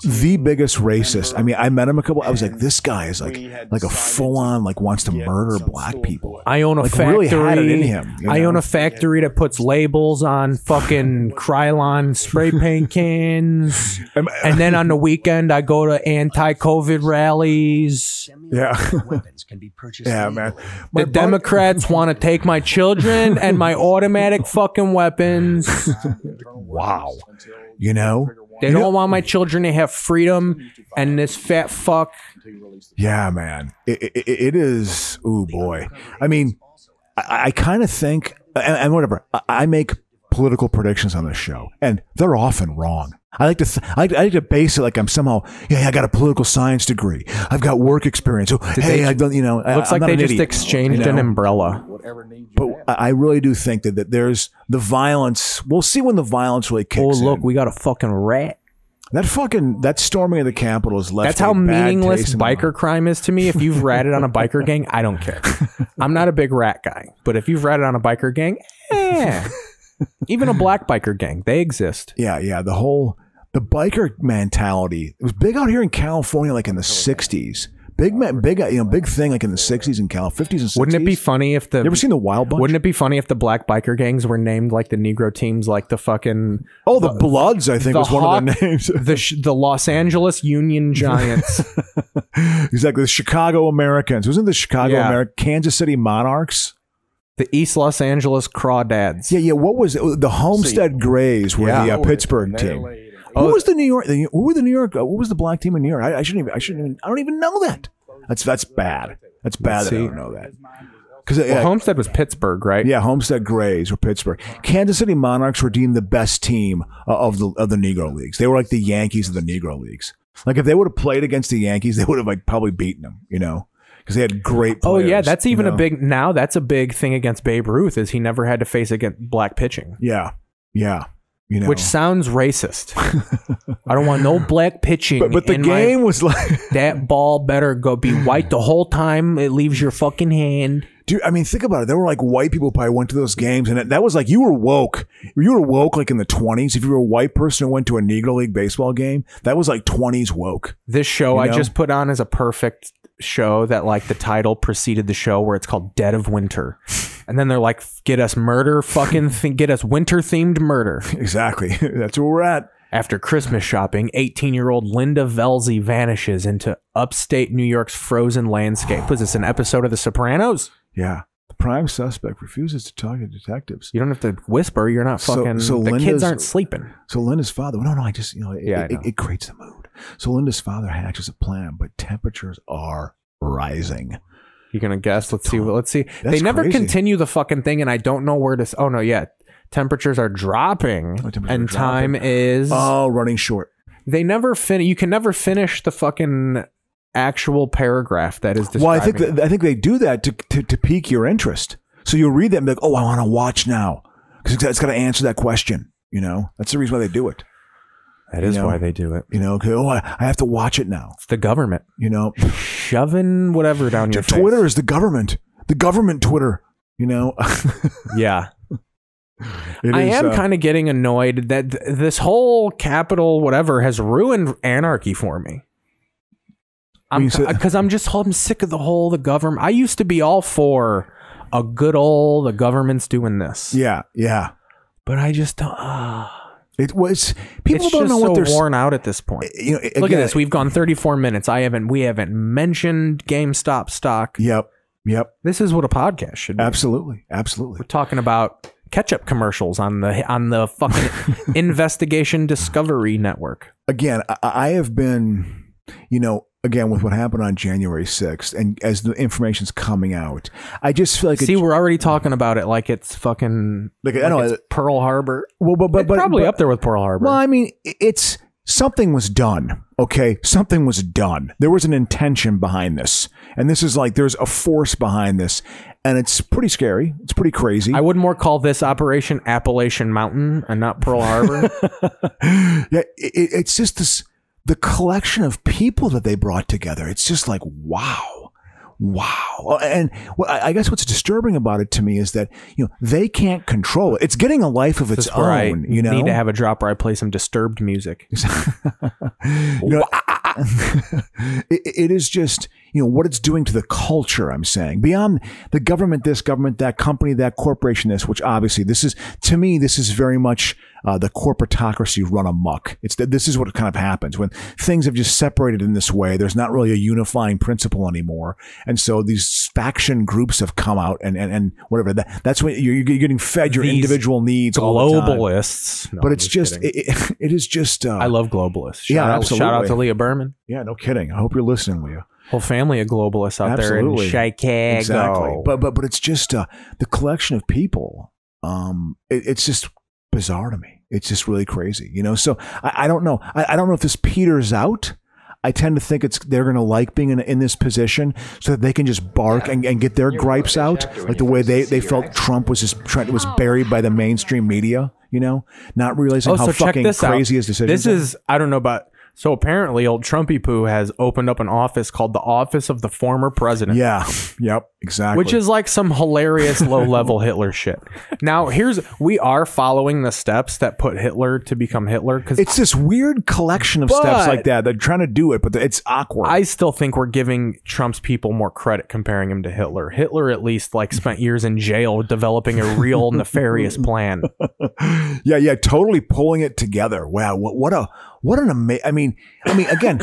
Speaker 6: the biggest racist. I mean, I met him a couple. I was like, this guy is like like a full on like wants to murder black people.
Speaker 5: I own a
Speaker 6: Like, really
Speaker 5: factory.
Speaker 6: had it in him, you
Speaker 5: I
Speaker 6: know?
Speaker 5: own a factory that puts labels on fucking Krylon spray paint cans.
Speaker 6: Am-
Speaker 5: and then on the weekend, I go to anti-COVID rallies.
Speaker 6: Yeah.
Speaker 9: weapons can be purchased.
Speaker 6: Yeah, man.
Speaker 5: The
Speaker 6: bud-
Speaker 5: Democrats want to take my children and my automatic fucking weapons.
Speaker 6: Wow. You know.
Speaker 5: They
Speaker 6: You know-
Speaker 5: don't want my children to have freedom. And this fat fuck
Speaker 6: Yeah, man. It, it, it- it is. Ooh, boy. I mean, I, I kind of think, and, and whatever, I, I make political predictions on this show, and they're often wrong. I like to th- I, I like to base it like I'm somehow yeah I got a political science degree I've got work experience oh, hey
Speaker 5: they-
Speaker 6: I don't you know I-
Speaker 5: Looks
Speaker 6: Uh,
Speaker 5: like
Speaker 6: I'm not
Speaker 5: they
Speaker 6: an
Speaker 5: just
Speaker 6: idiot,
Speaker 5: exchanged
Speaker 6: you know?
Speaker 5: an umbrella.
Speaker 6: but I I really do think that, that there's the violence we'll see when the violence really kicks
Speaker 5: Oh, look,
Speaker 6: in.
Speaker 5: we got a fucking rat.
Speaker 6: that fucking that storming of the Capitol is left
Speaker 5: That's
Speaker 6: a
Speaker 5: how
Speaker 6: bad taste
Speaker 5: meaningless
Speaker 6: in my
Speaker 5: biker crime is to me. If you've ratted on a biker gang, I don't care. I'm not a big rat guy, but if you've ratted on a biker gang, eh. Even a black biker gang, they exist.
Speaker 6: Yeah, yeah. The whole the biker mentality. It was big out here in California, like in the sixties. Big man, big you know, big thing like in the sixties and Cal, fifties and 60s
Speaker 5: Wouldn't it be funny if the
Speaker 6: You ever seen the Wild Bunch?
Speaker 5: Wouldn't it be funny if the black biker gangs were named like the Negro teams, like the fucking
Speaker 6: oh, the, Bloods, I think, was one of
Speaker 5: Hawk-
Speaker 6: the names.
Speaker 5: the sh- the Los Angeles Union Giants.
Speaker 6: exactly, the Chicago Americans. Wasn't it the Chicago
Speaker 5: Yeah.
Speaker 6: American Kansas City Monarchs?
Speaker 5: the East Los Angeles Crawdads.
Speaker 6: Yeah, yeah. What was it? Oh, the Homestead Grays were
Speaker 5: Yeah.
Speaker 6: the uh, Pittsburgh team. Who was the New York? The, who were the New York? Uh, what was the black team in New York? I, I shouldn't even. I shouldn't even. I don't even know that. That's that's bad. That's bad. That I
Speaker 5: see.
Speaker 6: don't know that. uh, Because
Speaker 5: Well, Homestead was Pittsburgh, right?
Speaker 6: Yeah, Homestead Grays were Pittsburgh. Kansas City Monarchs were deemed the best team uh, of the of the Negro leagues. They were like the Yankees of the Negro leagues. Like if they would have played against the Yankees, they would have like probably beaten them. You know, because they had great.
Speaker 5: Oh
Speaker 6: Players,
Speaker 5: yeah, that's
Speaker 6: you
Speaker 5: even
Speaker 6: know?
Speaker 5: a big now. That's a big thing against Babe Ruth is he never had to face against black pitching,
Speaker 6: Yeah, yeah. You know,
Speaker 5: which sounds racist. I don't want no black pitching.
Speaker 6: but, but the
Speaker 5: in my-
Speaker 6: game was like.
Speaker 5: that ball better go be white the whole time. It leaves your fucking hand.
Speaker 6: Dude, I mean, think about it. There were like white people probably went to those games, and that, that was like you were woke. You were woke like in the twenties. If you were a white person who went to a Negro League baseball game, that was like twenties woke.
Speaker 5: This show
Speaker 6: You
Speaker 5: I
Speaker 6: know?
Speaker 5: just put on is a perfect show that like the title preceded the show where it's called Dead of Winter, and then they're like, get us murder, fucking th- get us winter themed murder.
Speaker 6: Exactly. That's where we're at.
Speaker 5: After Christmas shopping, 18 year old Linda Velzy vanishes into upstate New York's frozen landscape. Was this an episode of The Sopranos?
Speaker 6: Yeah. The prime suspect refuses to talk to detectives.
Speaker 5: You don't have to whisper. You're not
Speaker 6: So-
Speaker 5: fucking.
Speaker 6: so
Speaker 5: the
Speaker 6: Linda's-
Speaker 5: kids aren't sleeping.
Speaker 6: So Linda's father, no, no, I just, you know, it,
Speaker 5: Yeah, I
Speaker 6: it,
Speaker 5: know.
Speaker 6: it creates the mood. So Linda's father hatches a plan, but temperatures are rising.
Speaker 5: You're gonna guess. Let's see. Let's see.
Speaker 6: That's
Speaker 5: they never
Speaker 6: crazy.
Speaker 5: continue the fucking thing, and I don't know where to. s- Oh no, yeah. Temperatures are dropping,
Speaker 6: Oh, temperatures
Speaker 5: and
Speaker 6: are dropping.
Speaker 5: time is.
Speaker 6: Oh, running short.
Speaker 5: they never fin. You can never finish the fucking actual paragraph that is.
Speaker 6: Well, I think
Speaker 5: describing
Speaker 6: that, I think they do that to, to, to pique your interest. So you'll read that and be like, oh, I want to watch now because it's got to answer that question. You know, that's the reason why they do it.
Speaker 5: it. that is
Speaker 6: you know.
Speaker 5: why they do it.
Speaker 6: You know, 'cause, oh, I, I have to watch it now.
Speaker 5: It's the government
Speaker 6: You know,
Speaker 5: shoving whatever down your face.
Speaker 6: Twitter is the government, the government Twitter. You know,
Speaker 5: Yeah.
Speaker 6: It
Speaker 5: I
Speaker 6: is,
Speaker 5: am
Speaker 6: uh,
Speaker 5: kind of getting annoyed that th- this whole capital whatever has ruined anarchy for me. I'm
Speaker 6: mean, so-
Speaker 5: because I'm just I'm sick of the whole the government. I used to be all for a good old the government's doing this,
Speaker 6: Yeah, yeah.
Speaker 5: but I just don't. Uh,
Speaker 6: It was people
Speaker 5: it's
Speaker 6: don't
Speaker 5: just
Speaker 6: know
Speaker 5: so
Speaker 6: what they're s-
Speaker 5: worn out at this point.
Speaker 6: You know,
Speaker 5: Look
Speaker 6: again,
Speaker 5: at this. We've gone 34 minutes. I haven't. We haven't mentioned GameStop stock.
Speaker 6: Yep, yep.
Speaker 5: This is what a podcast should be.
Speaker 6: Absolutely, absolutely.
Speaker 5: We're talking about ketchup commercials on the on the fucking investigation discovery network.
Speaker 6: Again, I, I have been, you know, again with what happened on January sixth, and as the information's coming out, I just feel like
Speaker 5: See,
Speaker 6: it,
Speaker 5: we're already talking about it like it's fucking
Speaker 6: like I know,
Speaker 5: it's Pearl Harbor.
Speaker 6: well, but but,
Speaker 5: It's
Speaker 6: but
Speaker 5: probably
Speaker 6: but-
Speaker 5: up there with Pearl Harbor.
Speaker 6: Well, I mean, i- it's something was done. Okay, something was done. There was an intention behind this, and this is like there's a force behind this, and it's pretty scary. It's pretty crazy.
Speaker 5: I would more call this operation Appalachian Mountain and not Pearl Harbor.
Speaker 6: yeah, it, it- it's just this the collection of people that they brought together. It's just like wow, wow. And well, I I guess what's disturbing about it to me is that you know they can't control it. It's getting a life of its
Speaker 5: That's where I
Speaker 6: own. You know,
Speaker 5: need to have a drop where I play some disturbed music.
Speaker 6: You know, it, it is just you know what it's doing to the culture. I'm saying beyond the government, this government, that company, that corporation, this, which obviously this is to me, this is very much uh, the corporatocracy run amok. It's that this is what kind of happens when things have just separated in this way. There's not really a unifying principle anymore, and so these faction groups have come out and and, and whatever. That, that's when you're, you're getting fed your
Speaker 5: These
Speaker 6: individual needs all the time.
Speaker 5: Globalists, No,
Speaker 6: But
Speaker 5: I'm
Speaker 6: it's just
Speaker 5: kidding.
Speaker 6: it, it, it is just uh,
Speaker 5: I love globalists. Shout
Speaker 6: Yeah,
Speaker 5: out, Shout out
Speaker 6: absolutely.
Speaker 5: to Leah Berman.
Speaker 6: yeah no kidding. I hope you're listening, Leah.
Speaker 5: Whole family of globalists out
Speaker 6: Absolutely.
Speaker 5: there in Chicago.
Speaker 6: Exactly. But but but it's just uh, the collection of people. Um, it, it's just bizarre to me. It's just really crazy, you know. So I, I don't know. I, I don't know if this peters out. I tend to think it's they're going to like being in, in this position so that they can just bark and, and get their gripes out, like the way they, they felt Trump was just trying was buried by the mainstream media, you know, not realizing
Speaker 5: Oh,
Speaker 6: how
Speaker 5: so check
Speaker 6: fucking
Speaker 5: this out.
Speaker 6: crazy his decisions.
Speaker 5: This
Speaker 6: are.
Speaker 5: is I don't know about. So apparently, old Trumpy poo has opened up an office called the Office of the Former President.
Speaker 6: yeah, yep, exactly.
Speaker 5: Which is like some hilarious low level Hitler shit. Now, here's we are following the steps that put Hitler to become Hitler because
Speaker 6: it's this weird collection of steps
Speaker 5: But-
Speaker 6: like that. They're trying to do it, but it's awkward.
Speaker 5: I still think we're giving Trump's people more credit comparing him to Hitler. Hitler at least like spent years in jail developing a real nefarious plan.
Speaker 6: yeah, yeah, totally pulling it together. Wow, what, what a what an amazing. I mean, I mean, again,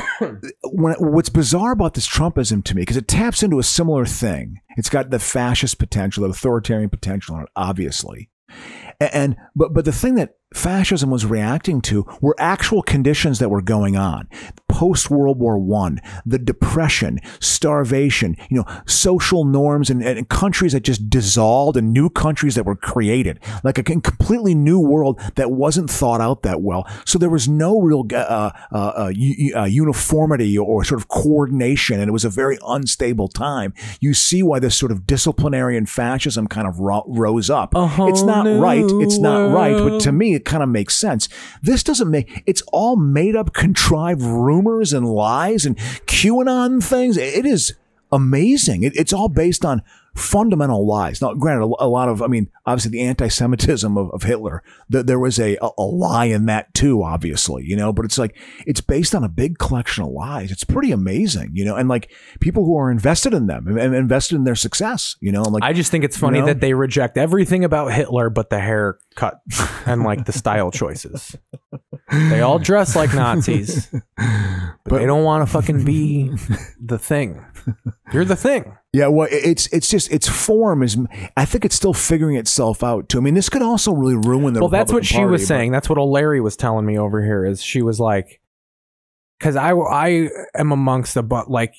Speaker 6: when, what's bizarre about this Trumpism to me because it taps into a similar thing. It's got the fascist potential, the authoritarian potential on it, obviously. A- And but but the thing that fascism was reacting to were actual conditions that were going on post World War One, the depression, starvation, you know, social norms and, and countries that just dissolved and new countries that were created, like a com- completely new world that wasn't thought out that well. So there was no real uh, uh, uh, u- uh, uniformity or sort of coordination, and it was a very unstable time. You see why this sort of disciplinarian fascism kind of ro- rose up. It's not right. It's not right. But to me, it kind of makes sense. This doesn't make. It's all made up, contrived rumors and lies and QAnon things. It is amazing. It, it's all based on fundamental lies. Now, granted, a, a lot of, I mean, obviously the anti-Semitism of, of Hitler, th- there was a, a, a lie in that too, obviously, you know, but it's like, it's based on a big collection of lies. It's pretty amazing, you know, and like people who are invested in them and, and invested in their success, you know, and like,
Speaker 5: I just think it's funny
Speaker 6: You know?
Speaker 5: that they reject everything about Hitler but the haircut and like the style choices. They all dress like Nazis, but, they don't want to fucking be the thing. You're the thing.
Speaker 6: Yeah, well, it- it's it's just its form is. I think it's still figuring itself out too. I mean, this could also really ruin the.
Speaker 5: well that's what
Speaker 6: Republican
Speaker 5: she
Speaker 6: Party,
Speaker 5: was
Speaker 6: but-
Speaker 5: saying that's what old larry was telling me over here is she was like because I, I am amongst the but like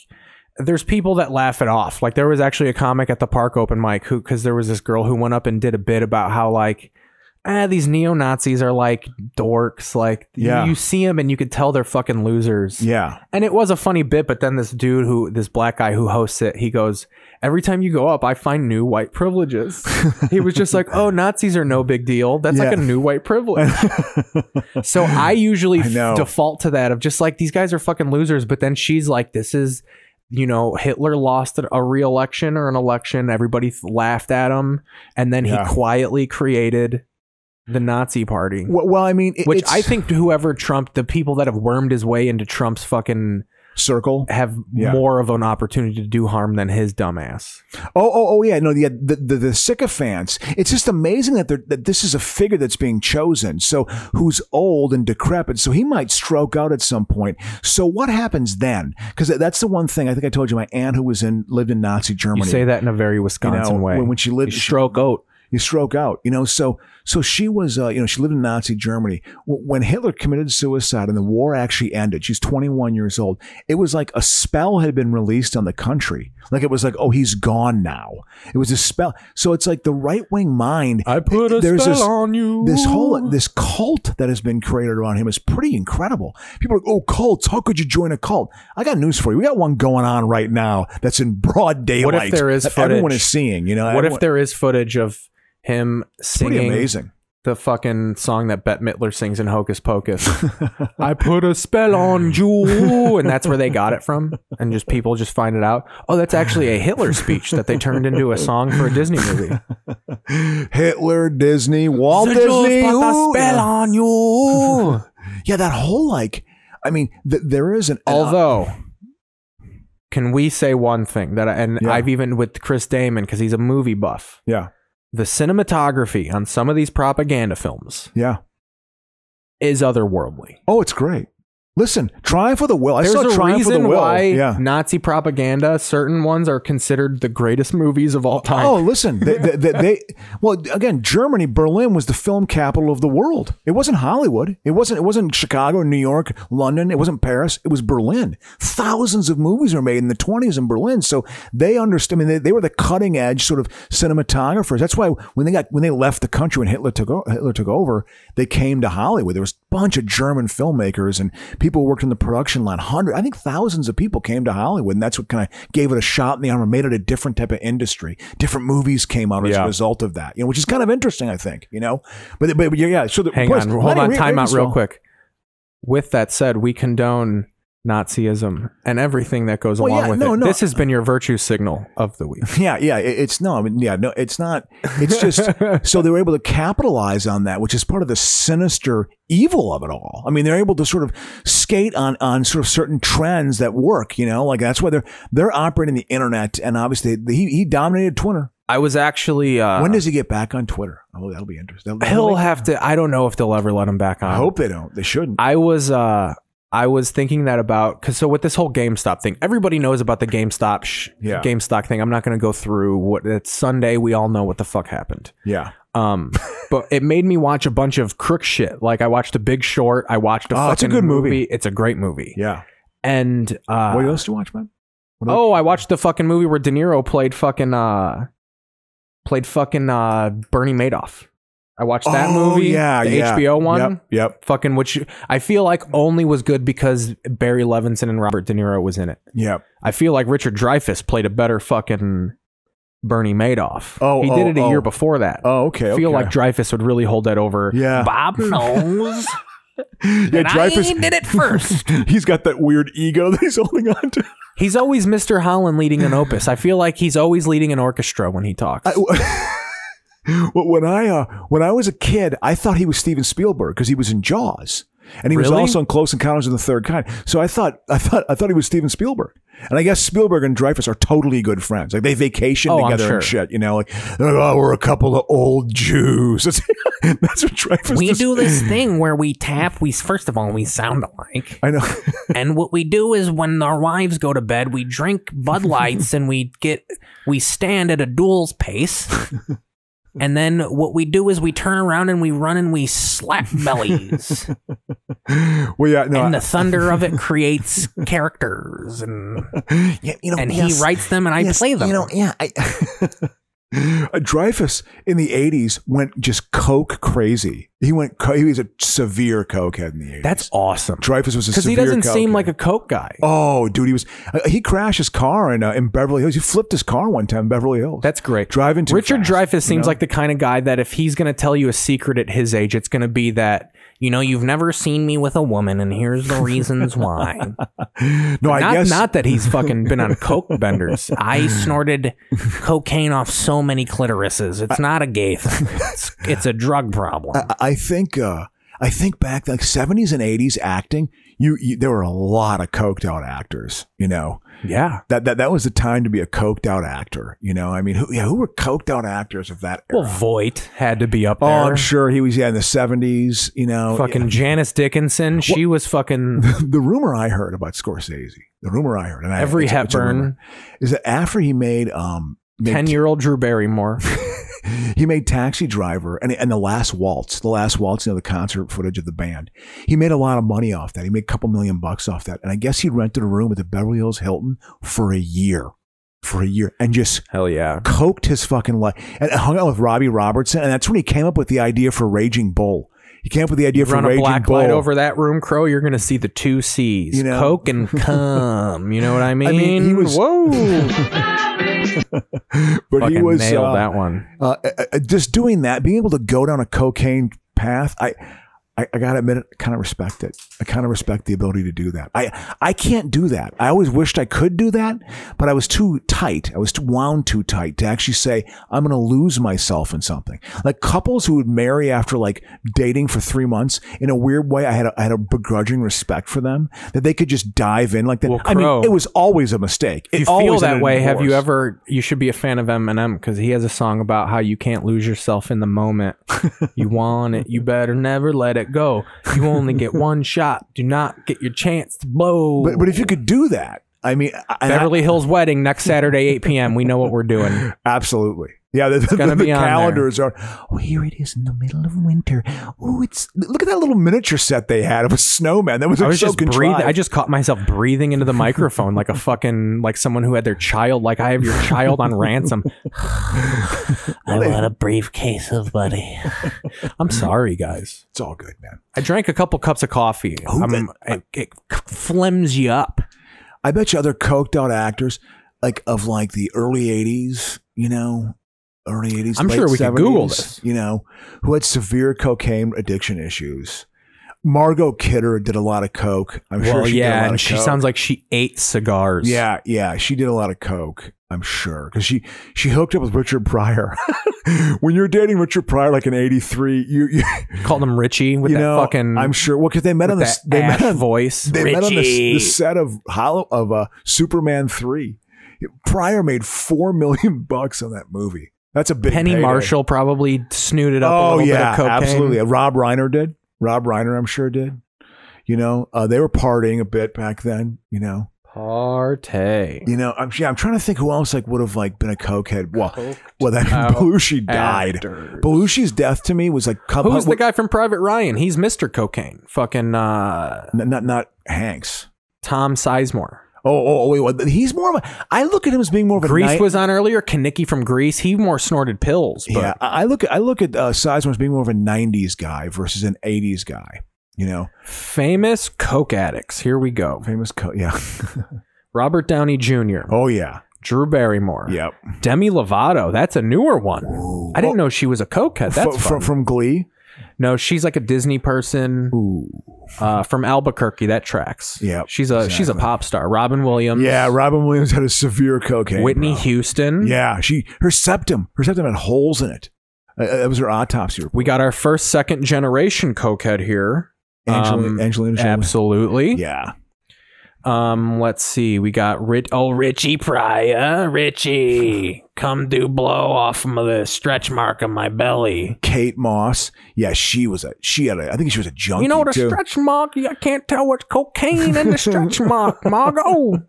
Speaker 5: there's people that laugh it off like there was actually a comic at the park open mic who because there was this girl who went up and did a bit about how like ah these neo-nazis are like dorks like you-
Speaker 6: Yeah.
Speaker 5: you, see them and you could tell they're fucking losers
Speaker 6: Yeah,
Speaker 5: and it was a funny bit, but then this dude who this black guy who hosts it, he goes, Every time you go up, I find new white privileges. he was just like, Oh, Nazis are no big deal. That's like
Speaker 6: Yeah.
Speaker 5: a new white privilege. so I usually
Speaker 6: I know.
Speaker 5: default to that of just like these guys are fucking losers, but then she's like, This is you know, Hitler lost a re-election or an election. Everybody th- laughed at him, and then
Speaker 6: Yeah.
Speaker 5: he quietly created the Nazi Party
Speaker 6: well, well, I mean, it-
Speaker 5: which
Speaker 6: it's
Speaker 5: I think whoever Trump, the people that have wormed his way into Trump's fucking
Speaker 6: circle.
Speaker 5: have
Speaker 6: Yeah.
Speaker 5: more of an opportunity to do harm than his dumbass.
Speaker 6: Oh, oh, oh, yeah. No, the the, the, the sycophants. It's just amazing that they're, that this is a figure that's being chosen. So who's old and decrepit. So he might stroke out at some point. So what happens then? Because that's the one thing I think I told you. My aunt who was in lived in Nazi Germany.
Speaker 5: You say that in a very Wisconsin
Speaker 6: You know,
Speaker 5: way.
Speaker 6: when- when she lived-
Speaker 5: You stroke out.
Speaker 6: you stroke out you know so so she was uh, you know she lived in nazi germany w- when hitler committed suicide and the war actually ended she's 21 years old it was like a spell had been released on the country like it was like oh he's gone now it was a spell so it's like the right-wing mind
Speaker 5: I put a spell on you.
Speaker 6: this whole this cult that has been created around him is pretty incredible people are like oh cults how could you join a cult i got news for you we got one going on right now that's in broad daylight
Speaker 5: What if there is
Speaker 6: that
Speaker 5: footage?
Speaker 6: E-, everyone is seeing you know
Speaker 5: What
Speaker 6: everyone-
Speaker 5: if there is footage of him
Speaker 6: pretty
Speaker 5: singing
Speaker 6: amazing
Speaker 5: the fucking song that Bette Midler sings in Hocus Pocus? I put a spell on you, and that's where they got it from. And just people just find it out. Oh, that's actually a Hitler speech that they turned into a song for a Disney movie.
Speaker 6: Hitler, Disney, Walt Disney. who- yeah.
Speaker 5: on you.
Speaker 6: Yeah, that whole like, I mean, th- there is an an- uh,
Speaker 5: Although, can we say one thing that, I, and
Speaker 6: Yeah.
Speaker 5: I've even with Chris Damon because he's a movie buff.
Speaker 6: yeah,
Speaker 5: The cinematography on some of these propaganda films
Speaker 6: yeah.
Speaker 5: is otherworldly.
Speaker 6: Oh, it's great. Listen, Triumph for the Will. I
Speaker 5: There's
Speaker 6: saw
Speaker 5: a
Speaker 6: Triumph of
Speaker 5: reason
Speaker 6: the Will.
Speaker 5: why
Speaker 6: yeah.
Speaker 5: Nazi propaganda, certain ones are considered the greatest movies of all time.
Speaker 6: Oh, listen, they, they, they, they- well again, Germany, Berlin was the film capital of the world. It wasn't Hollywood. It wasn't. It wasn't Chicago, New York, London. It wasn't Paris. It was Berlin. Thousands of movies were made in the twenties in Berlin. So they understood. I mean, they, they were the cutting edge sort of cinematographers. That's why when they got when they left the country when Hitler took o- Hitler took over, they came to Hollywood. There was a bunch of German filmmakers and people who worked in the production line. Hundred, I think, thousands of people came to Hollywood, and that's what kind of gave it a shot in the arm, and made it a different type of industry. Different movies came out as
Speaker 5: Yeah.
Speaker 6: a result of that, you know, which is kind of interesting, I think. You know, but but, but yeah, yeah, so the
Speaker 5: Hang
Speaker 6: plus,
Speaker 5: on, hold
Speaker 6: Lenny
Speaker 5: on,
Speaker 6: Ra-
Speaker 5: time out real
Speaker 6: Ravenswell-
Speaker 5: quick. With that said, we condone Nazism and everything that goes
Speaker 6: Well,
Speaker 5: along
Speaker 6: yeah,
Speaker 5: with
Speaker 6: no,
Speaker 5: it.
Speaker 6: no.
Speaker 5: This has been your virtue signal of the week.
Speaker 6: Yeah, yeah, it- it's no, I mean, yeah, no, it's not. It's just so they were able to capitalize on that, which is part of the sinister evil of it all. I mean, they're able to sort of skate on on sort of certain trends that work. You know, like that's why they're they're operating the internet, and obviously he he dominated Twitter.
Speaker 5: I was actually. Uh,
Speaker 6: when does he get back on Twitter? Oh, that'll be interesting. That'll-
Speaker 5: he'll have to? I don't know if they'll ever let him back on.
Speaker 6: I hope they don't. They shouldn't.
Speaker 5: I was uh I was thinking that about cuz so with this whole GameStop thing, everybody knows about the GameStop sh-
Speaker 6: Yeah.
Speaker 5: GameStop thing. I'm not going to go through what it's Sunday, we all know what the fuck happened.
Speaker 6: yeah.
Speaker 5: Um but it made me watch a bunch of crook shit. Like I watched The Big Short, I watched a
Speaker 6: Oh,
Speaker 5: fucking
Speaker 6: it's a good movie.
Speaker 5: It's a great movie.
Speaker 6: Yeah.
Speaker 5: And uh
Speaker 6: what else do you watch, man? What else?
Speaker 5: Oh, I watched the fucking movie where De Niro played fucking uh played fucking uh Bernie Madoff. I watched that
Speaker 6: Oh,
Speaker 5: movie,
Speaker 6: Yeah,
Speaker 5: the
Speaker 6: yeah.
Speaker 5: HBO one
Speaker 6: Yep, yep.
Speaker 5: fucking which I feel like only was good because Barry Levinson and Robert De Niro was in it.
Speaker 6: Yep.
Speaker 5: I feel like Richard Dreyfuss played a better fucking Bernie Madoff.
Speaker 6: Oh,
Speaker 5: he
Speaker 6: oh,
Speaker 5: did it a
Speaker 6: oh.
Speaker 5: year before that.
Speaker 6: Oh, okay.
Speaker 5: I feel
Speaker 6: okay.
Speaker 5: like Dreyfuss would really hold that over.
Speaker 6: Yeah.
Speaker 5: Bob knows.
Speaker 6: yeah,
Speaker 5: and I did it first.
Speaker 6: he's got that weird ego that he's holding on to.
Speaker 5: he's always Mr. Holland leading an opus. I feel like he's always leading an orchestra when he talks.
Speaker 6: Well, when I uh, when I was a kid, I thought he was Steven Spielberg because he was in Jaws, and he was
Speaker 5: Really?
Speaker 6: also in Close Encounters of the Third Kind. So I thought I thought I thought he was Steven Spielberg, and I guess Spielberg and Dreyfus are totally good friends. Like they vacation
Speaker 5: Oh, I'm
Speaker 6: together and
Speaker 5: sure.
Speaker 6: shit. You know, like oh, we're a couple of old Jews. That's, that's what Dreyfus.
Speaker 5: we
Speaker 6: does.
Speaker 5: do this thing where we tap. We first of all we sound alike.
Speaker 6: I know.
Speaker 5: And what we do is when our wives go to bed, we drink Bud Lights and we get we stand at a duel's pace. And then what we do is we turn around and we run and we slap bellies.
Speaker 6: well, yeah, no.
Speaker 5: and the thunder of it creates characters and
Speaker 6: I- yeah, you know,
Speaker 5: and
Speaker 6: yes.
Speaker 5: he writes them and I
Speaker 6: Yes,
Speaker 5: play them.
Speaker 6: You know, yeah. I, Uh, Dreyfus in the '80s went just coke crazy. He went. Co- he was a severe cokehead in the '80s.
Speaker 5: That's awesome.
Speaker 6: Dreyfus was a
Speaker 5: Because he
Speaker 6: severe
Speaker 5: doesn't seem
Speaker 6: cokehead.
Speaker 5: like a coke guy.
Speaker 6: Oh, dude, he was. Uh, he crashed his car in uh, in Beverly Hills. He flipped his car one time in Beverly Hills.
Speaker 5: That's great.
Speaker 6: Driving too
Speaker 5: Richard
Speaker 6: fast,
Speaker 5: Dreyfuss seems
Speaker 6: you know?
Speaker 5: like the kind of guy that if he's going to tell you a secret at his age, it's going to be that you know you've never seen me with a woman, and here's the reasons why.
Speaker 6: no. I
Speaker 5: not,
Speaker 6: guess
Speaker 5: not that he's fucking been on coke benders. I snorted cocaine off so many clitorises. It's not a gay thing. It's, it's a drug problem.
Speaker 6: I- I think uh, I think back like seventies and eighties acting. You, you there were a lot of coked out actors. You know
Speaker 5: yeah.
Speaker 6: that that that was the time to be a coked out actor. You know, I mean, who yeah, who were coked out actors of that era?
Speaker 5: Well, Voight had to be up
Speaker 6: Oh,
Speaker 5: there.
Speaker 6: I'm sure he was yeah in the 70s. You know,
Speaker 5: Fucking Janice Dickinson. She was fucking
Speaker 6: the rumor I heard about Scorsese. The rumor I heard, and I,
Speaker 5: every
Speaker 6: it's a- it's a
Speaker 5: Hepburn.
Speaker 6: rumor, is that after he made um made-
Speaker 5: Ten year old Drew Barrymore.
Speaker 6: he made Taxi Driver and and the Last Waltz, the Last Waltz, you know, the concert footage of the band. He made a lot of money off that. He made a couple million bucks off that, and I guess he rented a room at the Beverly Hills Hilton for a year, for a year, and just
Speaker 5: Hell yeah.
Speaker 6: coked his fucking life and hung out with Robbie Robertson, and that's when he came up with the idea for Raging Bull. He came up with the idea for
Speaker 5: Run a
Speaker 6: Raging
Speaker 5: black
Speaker 6: Bull.
Speaker 5: light over that room, Crow. You're gonna see the two C's,
Speaker 6: You know?
Speaker 5: Coke and cum. You know what I mean?
Speaker 6: mean, he was-
Speaker 5: whoa.
Speaker 6: but
Speaker 5: Fucking
Speaker 6: he was
Speaker 5: nailed
Speaker 6: uh,
Speaker 5: that one.
Speaker 6: uh, uh, uh, just doing that, being able to go down a cocaine path, I, I, I gotta admit, it, I kind of respect it. I kind of respect the ability to do that. I, I can't do that. I always wished I could do that, but I was too tight. I was too wound too tight to actually say I'm gonna lose myself in something. Like couples who would marry after like dating for three months, in a weird way, I had a, I had a begrudging respect for them that they could just dive in like that.
Speaker 5: Well,
Speaker 6: I mean,
Speaker 5: Crow,
Speaker 6: it was always a mistake. It
Speaker 5: If you feel
Speaker 6: always ended
Speaker 5: that
Speaker 6: in
Speaker 5: way, have you
Speaker 6: divorce.
Speaker 5: ever? You should be a fan of Eminem because he has a song about how you can't lose yourself in the moment. you want it, you better never let it it go. You only get one shot. Do not get your chance to blow.
Speaker 6: But, but if you could do that, I mean, I- and I-
Speaker 5: Beverly Hills Wedding next Saturday, 8 p.m. We know what we're doing.
Speaker 6: absolutely. Yeah, the, the,
Speaker 5: gonna
Speaker 6: the
Speaker 5: be on there.
Speaker 6: calendars are. Oh, here it is in the middle of winter. Oh, it's look at that little miniature set they had of a snowman. That was,
Speaker 5: I
Speaker 6: like,
Speaker 5: was
Speaker 6: so
Speaker 5: just
Speaker 6: contrived.
Speaker 5: breathing. I just caught myself breathing into the microphone like a fucking like someone who had their child. Like I have your child on ransom. I want a briefcase of money. I'm sorry, guys.
Speaker 6: it's all good, man.
Speaker 5: I drank a couple cups of coffee.
Speaker 6: Who
Speaker 5: I'm, it, it flims you up.
Speaker 6: I bet you other coked out actors, like of like the early '80s, you know, early '80s.
Speaker 5: I'm
Speaker 6: late
Speaker 5: sure we could
Speaker 6: 70s,
Speaker 5: Google this.
Speaker 6: You know, who had severe cocaine addiction issues. Margot Kidder did a lot of coke. I'm sure
Speaker 5: well,
Speaker 6: she did a
Speaker 5: yeah,
Speaker 6: lot
Speaker 5: and
Speaker 6: of
Speaker 5: she
Speaker 6: coke.
Speaker 5: sounds like she ate cigars.
Speaker 6: Yeah, yeah, she did a lot of coke. I'm sure because she she hooked up with Richard Pryor. when you're dating Richard Pryor, like in '83, you you,
Speaker 5: called him Richie with
Speaker 6: you
Speaker 5: that
Speaker 6: know,
Speaker 5: fucking.
Speaker 6: I'm sure. Well, because they met
Speaker 5: with
Speaker 6: on the
Speaker 5: that
Speaker 6: s- they met
Speaker 5: ash
Speaker 6: on
Speaker 5: voice.
Speaker 6: They
Speaker 5: Richie.
Speaker 6: met on the, the set of Hollow of uh, Superman three. Pryor made four million bucks on that movie. That's a big
Speaker 5: Penny
Speaker 6: payday.
Speaker 5: Marshall probably snooted up a
Speaker 6: Oh
Speaker 5: little
Speaker 6: yeah,
Speaker 5: bit of cocaine.
Speaker 6: absolutely. Rob Reiner did. Rob Reiner, I'm sure did. You know, uh, they were partying a bit back then. You know,
Speaker 5: Partey.
Speaker 6: you know. I'm yeah, I'm trying to think who else like would have like been a cokehead. Well, well, then
Speaker 5: out
Speaker 6: Belushi died.
Speaker 5: actors.
Speaker 6: Belushi's death to me was like Cub
Speaker 5: Who's
Speaker 6: Hunt-
Speaker 5: the guy from Private Ryan? He's Mr. Cocaine. Fucking uh,
Speaker 6: N- Not not Hanks.
Speaker 5: Tom Sizemore.
Speaker 6: Oh, oh, oh wait, what? He's more of a. I look at him as being more of a
Speaker 5: Grease
Speaker 6: night-
Speaker 5: was on earlier. Kanicki from Grease. He more snorted pills. But
Speaker 6: yeah, I I look at I look at uh, Sizemore as being more of a '90s guy versus an '80s guy. You know,
Speaker 5: Famous coke addicts. Here we go.
Speaker 6: famous. Co- yeah.
Speaker 5: Robert Downey Jr.
Speaker 6: Oh yeah.
Speaker 5: Drew Barrymore.
Speaker 6: Yep.
Speaker 5: Demi Lovato. That's a newer one. I didn't know she was a cokehead. That's
Speaker 6: Fro-
Speaker 5: fun.
Speaker 6: from from Glee.
Speaker 5: no, she's like a Disney person
Speaker 6: Ooh.
Speaker 5: uh, from Albuquerque. That tracks.
Speaker 6: Yep,
Speaker 5: she's a she's a
Speaker 6: exactly.
Speaker 5: pop star. Robin Williams.
Speaker 6: Yeah, Robin Williams had a severe cocaine.
Speaker 5: Whitney
Speaker 6: problem.
Speaker 5: Houston.
Speaker 6: Yeah, she her septum her septum had holes in it. Uh, uh, that was her autopsy report.
Speaker 5: We got our first second generation cokehead here.
Speaker 6: Angela-
Speaker 5: Um,
Speaker 6: Angelina Jolie.
Speaker 5: Absolutely.
Speaker 6: Yeah.
Speaker 5: Um, let's see. We got Rich. Oh, Richie Pryor. Richie, come do blow off of the stretch mark on my belly.
Speaker 6: Kate Moss. Yeah, she was a she had a I think she was a junkie.
Speaker 5: You know the
Speaker 6: too.
Speaker 5: stretch mark? I can't tell what's cocaine in the stretch mark, Margo.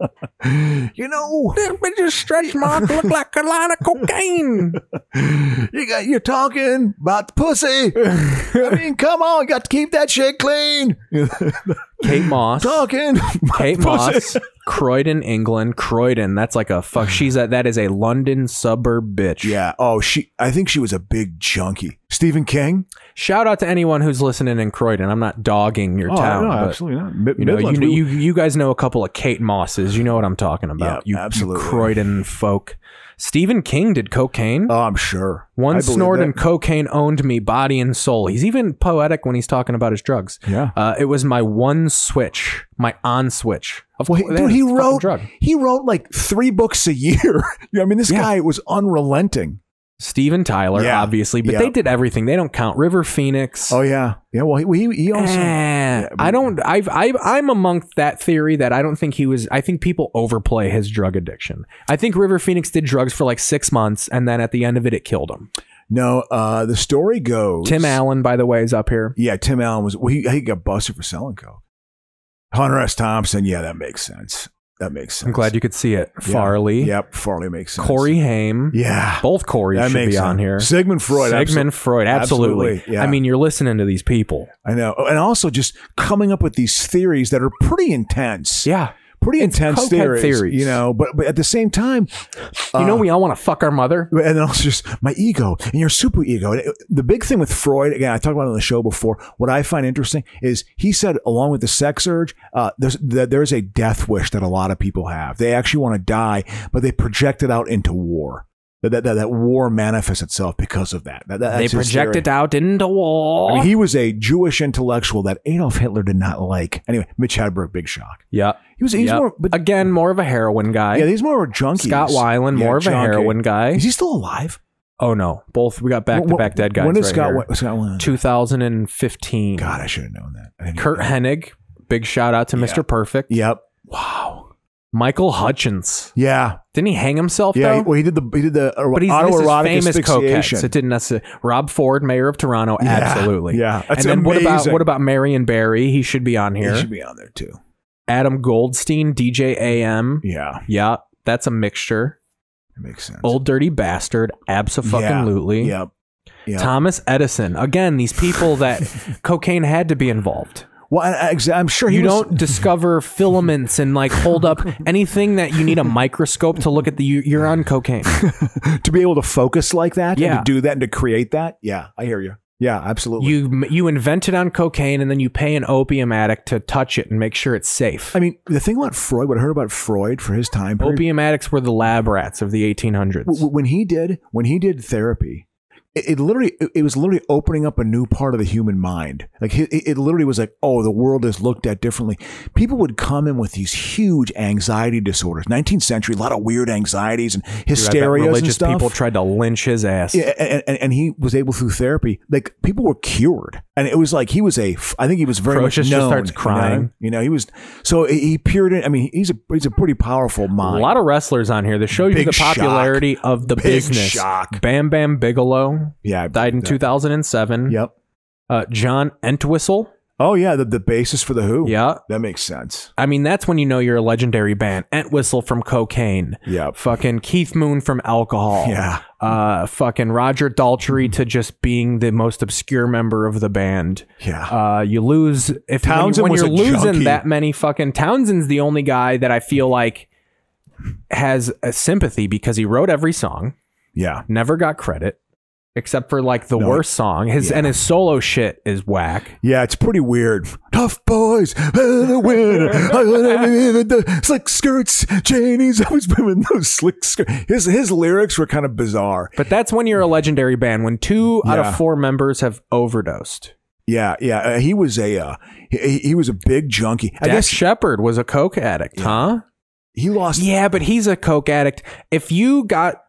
Speaker 6: You know,
Speaker 5: This bitch's stretch mark look like a line of cocaine.
Speaker 6: you got you're talking about the pussy. I mean, come on, you got to keep that shit clean.
Speaker 5: Kate Moss.
Speaker 6: talking. about
Speaker 5: Kate
Speaker 6: pussy.
Speaker 5: Moss, Croydon, England. Croydon, that's like a fuck. She's a, that is a London suburb bitch.
Speaker 6: Yeah. Oh, she. I think she was a big junkie. Stephen King.
Speaker 5: Shout out to anyone who's listening in Croydon. I'm not dogging your town. but,
Speaker 6: not.
Speaker 5: You know, you, you you guys know a couple of Kate Mosses. You know what I'm talking about. you,
Speaker 6: Yeah, absolutely.
Speaker 5: you Croydon folk. Stephen King did cocaine.
Speaker 6: oh, I'm sure. I
Speaker 5: One
Speaker 6: believe
Speaker 5: snort
Speaker 6: that.
Speaker 5: and cocaine owned me body and soul. He's even poetic when he's talking about his drugs.
Speaker 6: Yeah.
Speaker 5: Uh, it was my one switch, my on switch. Of
Speaker 6: Well, he-
Speaker 5: course,
Speaker 6: dude, he wrote.
Speaker 5: drug.
Speaker 6: He wrote like three books a year. You know, I mean, this
Speaker 5: Yeah.
Speaker 6: guy was unrelenting.
Speaker 5: Steven Tyler,
Speaker 6: Yeah.
Speaker 5: obviously, but
Speaker 6: Yeah.
Speaker 5: they did everything. They don't count River Phoenix.
Speaker 6: Oh yeah, yeah. Well, he he, he also.
Speaker 5: Eh,
Speaker 6: Yeah, but-
Speaker 5: I don't. I've, I, I'm amongst that theory that I don't think he was. I think people overplay his drug addiction. I think River Phoenix did drugs for like six months, and then at the end of it, it killed him.
Speaker 6: No, uh, the story goes.
Speaker 5: Tim Allen, by the way, is up here.
Speaker 6: Yeah, Tim Allen was. Well, he, he got busted for selling coke. Hunter S. Thompson. Yeah, that makes sense. That makes sense.
Speaker 5: I'm glad you could see it.
Speaker 6: Yeah.
Speaker 5: Farley,
Speaker 6: Yep, Farley makes sense.
Speaker 5: Corey Haim,
Speaker 6: Yeah.
Speaker 5: both Corey
Speaker 6: That
Speaker 5: should be
Speaker 6: makes
Speaker 5: on
Speaker 6: sense.
Speaker 5: here.
Speaker 6: Sigmund Freud,
Speaker 5: Sigmund
Speaker 6: absol-
Speaker 5: Freud, absolutely.
Speaker 6: absolutely, yeah.
Speaker 5: I mean, you're listening to these people.
Speaker 6: I know. And also just coming up with these theories that are pretty intense.
Speaker 5: Yeah.
Speaker 6: Pretty
Speaker 5: It's
Speaker 6: intense
Speaker 5: cokehead
Speaker 6: theories,
Speaker 5: theories.
Speaker 6: You know, but, but at the same time,
Speaker 5: you
Speaker 6: Uh,
Speaker 5: know, we all want to fuck our mother.
Speaker 6: and also just my ego and your super ego. The big thing with Freud, again, I talked about it on the show before. What I find interesting is he said, along with the sex urge, uh, there's that there's a death wish that a lot of people have. They actually want to die, but they project it out into war. That that, that, that war manifests itself because of that. that, that
Speaker 5: They
Speaker 6: that's his
Speaker 5: project
Speaker 6: theory.
Speaker 5: it out into wall.
Speaker 6: I mean, he was a Jewish intellectual that Adolf Hitler did not like. Anyway, Mitch Hedberg, big shock.
Speaker 5: yeah.
Speaker 6: He was he's
Speaker 5: Yep.
Speaker 6: more, but
Speaker 5: again, more of a heroin guy.
Speaker 6: yeah, he's more of a junkie.
Speaker 5: Scott Weiland, more of a heroin guy.
Speaker 6: Is he still alive?
Speaker 5: Oh no, both we got back to back dead guys.
Speaker 6: When did
Speaker 5: right
Speaker 6: Scott
Speaker 5: here.
Speaker 6: Wi- Scott Weiland?
Speaker 5: 2015.
Speaker 6: God, I should have known that. I didn't-
Speaker 5: Kurt Hennig, big shout out to Mr. Perfect.
Speaker 6: Yep. Wow.
Speaker 5: Michael Hutchins.
Speaker 6: Yeah,
Speaker 5: Didn't he hang himself
Speaker 6: yeah.
Speaker 5: though?
Speaker 6: Well, he did the he did the uh,
Speaker 5: but he's this is
Speaker 6: autoerotic
Speaker 5: famous
Speaker 6: asphyxiation.
Speaker 5: coquettes. It didn't necessarily. Rob Ford, mayor of Toronto,
Speaker 6: Yeah,
Speaker 5: absolutely.
Speaker 6: yeah. That's
Speaker 5: and then what about
Speaker 6: amazing.
Speaker 5: what about Marion Barry? He should be on here.
Speaker 6: He should be on there too.
Speaker 5: Adam Goldstein, DJ AM.
Speaker 6: Yeah,
Speaker 5: Yeah, that's a mixture.
Speaker 6: that makes sense.
Speaker 5: Old dirty bastard, absolutely.
Speaker 6: Yep. Yeah.
Speaker 5: Thomas Edison. Again, these people that cocaine had to be involved.
Speaker 6: Well, I, I, am sure he
Speaker 5: You
Speaker 6: was-
Speaker 5: don't discover filaments and like hold up anything that you need a microscope to look at. The you- you're on cocaine.
Speaker 6: to be able to focus like that
Speaker 5: Yeah.
Speaker 6: and to do that and to create that. Yeah, I hear you. Yeah, absolutely.
Speaker 5: You you invent it on cocaine, and then you pay an opium addict to touch it and make sure it's safe.
Speaker 6: I mean, the thing about Freud, what I heard about Freud for his time period,
Speaker 5: opium addicts were the lab rats of the 1800s.
Speaker 6: w- w- when he did when he did therapy, it, it literally it, it was literally opening up a new part of the human mind. Like it, it literally was like, oh, the world is looked at differently. People would come in with these huge anxiety disorders. 19th century, a lot of weird anxieties and
Speaker 5: Dude, I bet
Speaker 6: hysteria
Speaker 5: religious
Speaker 6: and stuff.
Speaker 5: people tried to lynch his ass.
Speaker 6: Yeah, and, and, and he was able through therapy. Like people were cured, and it was like he was a. I think he was very
Speaker 5: Croesus
Speaker 6: much
Speaker 5: just
Speaker 6: known.
Speaker 5: starts
Speaker 6: you know?
Speaker 5: crying.
Speaker 6: You know, he was so he- he peered in. I mean, he's a he's a pretty powerful
Speaker 5: A
Speaker 6: mind.
Speaker 5: lot of wrestlers on here. They show you
Speaker 6: Big
Speaker 5: the popularity
Speaker 6: shock.
Speaker 5: of the
Speaker 6: Big
Speaker 5: business.
Speaker 6: shock.
Speaker 5: Bam Bam Bigelow
Speaker 6: yeah, I
Speaker 5: died in
Speaker 6: believe that.
Speaker 5: 2007.
Speaker 6: Yep.
Speaker 5: Uh, John Entwistle.
Speaker 6: Oh yeah, the, the basis for the Who.
Speaker 5: Yeah.
Speaker 6: that makes sense.
Speaker 5: I mean, that's when you know you're a legendary band. Entwistle from Cocaine.
Speaker 6: Yep.
Speaker 5: Fucking Keith Moon from Alcohol.
Speaker 6: Yeah.
Speaker 5: Uh, fucking Roger Daltrey to just being the most obscure member of the band.
Speaker 6: Yeah.
Speaker 5: Uh, you lose if when you-
Speaker 6: Townsend
Speaker 5: when,
Speaker 6: was
Speaker 5: you're
Speaker 6: a
Speaker 5: losing
Speaker 6: junkie.
Speaker 5: that many fucking Townsend's the only guy that I feel like has a sympathy because he wrote every song,
Speaker 6: yeah,
Speaker 5: never got credit except for like the
Speaker 6: No,
Speaker 5: worst song. His
Speaker 6: yeah.
Speaker 5: and his solo shit is whack.
Speaker 6: yeah. It's pretty weird. Tough boys, uh, the winner. uh, the slick skirts, Janie's always been with those slick skirts. His his lyrics were kind of bizarre.
Speaker 5: But that's when you're a legendary band when two out
Speaker 6: Yeah.
Speaker 5: of four members have overdosed.
Speaker 6: Yeah, yeah. Uh, he was a uh, he, he was a big junkie. I
Speaker 5: Dax
Speaker 6: guess
Speaker 5: Shepard was a coke addict, huh?
Speaker 6: he lost.
Speaker 5: Yeah, but he's a coke addict. If you got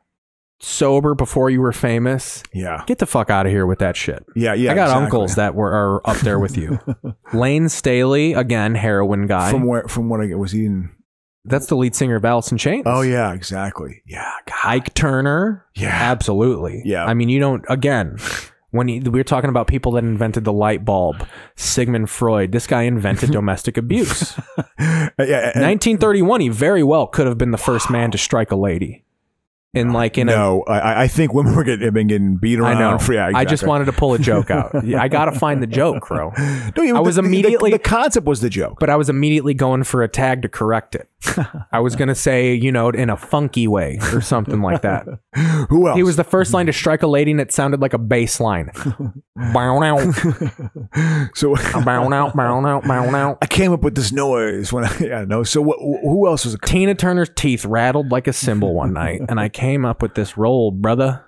Speaker 5: sober before you were famous,
Speaker 6: Yeah,
Speaker 5: get the fuck out of here with that shit.
Speaker 6: yeah, yeah.
Speaker 5: I got
Speaker 6: exactly.
Speaker 5: uncles that were are up there with you. Lane Staley, again, heroin guy.
Speaker 6: from where from what I get was he in?
Speaker 5: That's the lead singer of Alice in Chains.
Speaker 6: Oh yeah, exactly. Yeah, God.
Speaker 5: Ike Turner.
Speaker 6: Yeah.
Speaker 5: Absolutely.
Speaker 6: Yeah.
Speaker 5: I mean, you don't, again, when you, we're talking about people that invented the light bulb, Sigmund Freud, this guy invented domestic abuse.
Speaker 6: Uh, yeah. and-
Speaker 5: 1931, he very well could have been the first man to strike a lady. In like in a
Speaker 6: no, I, I think women were getting have been getting beat
Speaker 5: I
Speaker 6: around.
Speaker 5: know.
Speaker 6: For, yeah,
Speaker 5: I just
Speaker 6: exactly.
Speaker 5: wanted to pull a joke out. Yeah, I got to find the joke, bro.
Speaker 6: No, you-
Speaker 5: I was
Speaker 6: the- the- the-
Speaker 5: immediately-
Speaker 6: the concept was the joke.
Speaker 5: But I was immediately going for a tag to correct it. I was going to say, you know, in a funky way or something like that.
Speaker 6: Who else?
Speaker 5: He was the first line to strike a lady and it sounded like a bass line. bow now,
Speaker 6: so.
Speaker 5: bow now, bow now, bow now.
Speaker 6: I came up with this noise when I, yeah, no. So what? Who else was a?
Speaker 5: Tina Turner's teeth rattled like a cymbal one night and I came up with this role, brother.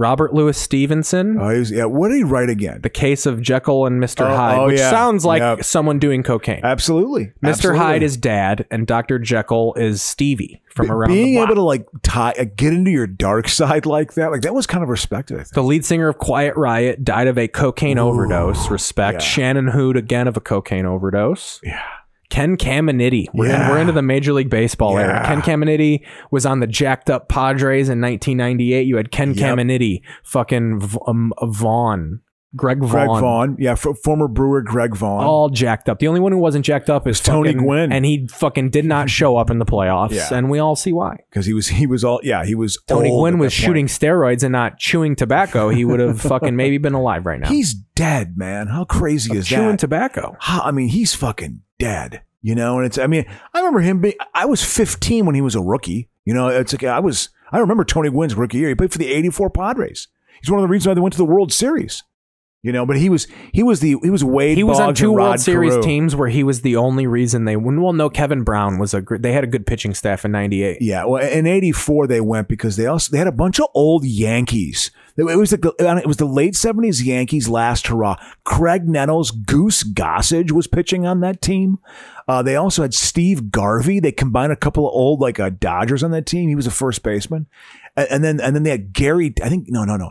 Speaker 5: Robert Louis Stevenson.
Speaker 6: Oh, he was, yeah. What did he write again?
Speaker 5: the case of Jekyll and Mr.
Speaker 6: Oh,
Speaker 5: Hyde,
Speaker 6: oh,
Speaker 5: which
Speaker 6: yeah.
Speaker 5: sounds like
Speaker 6: Yep.
Speaker 5: someone doing cocaine.
Speaker 6: Absolutely,
Speaker 5: Mr.
Speaker 6: Absolutely.
Speaker 5: Hyde is dad, and Dr. Jekyll is Stevie from
Speaker 6: Be-
Speaker 5: around
Speaker 6: being
Speaker 5: the block.
Speaker 6: able to like tie uh, get into your dark side like that like that was kind of respected I think.
Speaker 5: the lead singer of Quiet Riot died of a cocaine overdose. Respect.
Speaker 6: yeah.
Speaker 5: Shannon Hood again of a cocaine overdose.
Speaker 6: Yeah.
Speaker 5: Ken Caminiti. We're, in,
Speaker 6: Yeah.
Speaker 5: we're into the Major League Baseball era.
Speaker 6: Yeah.
Speaker 5: Ken Caminiti was on the jacked up Padres in 1998. You had Ken
Speaker 6: Yep.
Speaker 5: Caminiti, fucking v- um, Vaughn, Greg Vaughn.
Speaker 6: Greg Vaughn yeah for, former brewer Greg Vaughn
Speaker 5: all jacked up. The only one who wasn't jacked up is
Speaker 6: Tony
Speaker 5: fucking-
Speaker 6: Gwynn.
Speaker 5: and he fucking did not show up in the playoffs,
Speaker 6: Yeah.
Speaker 5: and we all see why.
Speaker 6: because he was he was all yeah he was
Speaker 5: Tony
Speaker 6: old
Speaker 5: Gwynn
Speaker 6: at
Speaker 5: was
Speaker 6: that point.
Speaker 5: shooting steroids and not chewing tobacco. He would have fucking maybe been alive right now.
Speaker 6: he's dead man how crazy is
Speaker 5: chewing
Speaker 6: that
Speaker 5: tobacco.
Speaker 6: How- I mean he's fucking dead you know and it's I mean I remember him being I was 15 when he was a rookie you know it's like I was I remember Tony Gwynn's rookie year he played for the 84 Padres he's one of the reasons why they went to the World Series you know but he was he was the he was Wade
Speaker 5: He was on
Speaker 6: Boggs
Speaker 5: two
Speaker 6: and
Speaker 5: World
Speaker 6: Rod
Speaker 5: Series
Speaker 6: Carew.
Speaker 5: teams where he was the only reason they won. Well, no, Kevin Brown was a. gr- They had a good pitching staff in '98.
Speaker 6: Yeah, well, in '84 they went because they also they had a bunch of old Yankees. It was the it was the late '70s Yankees last hurrah. Craig Nettles, Goose Gossage was pitching on that team. Uh, they also had Steve Garvey. They combined a couple of old like uh, Dodgers on that team. He was a first baseman, and, and then and then they had Gary. I think no no no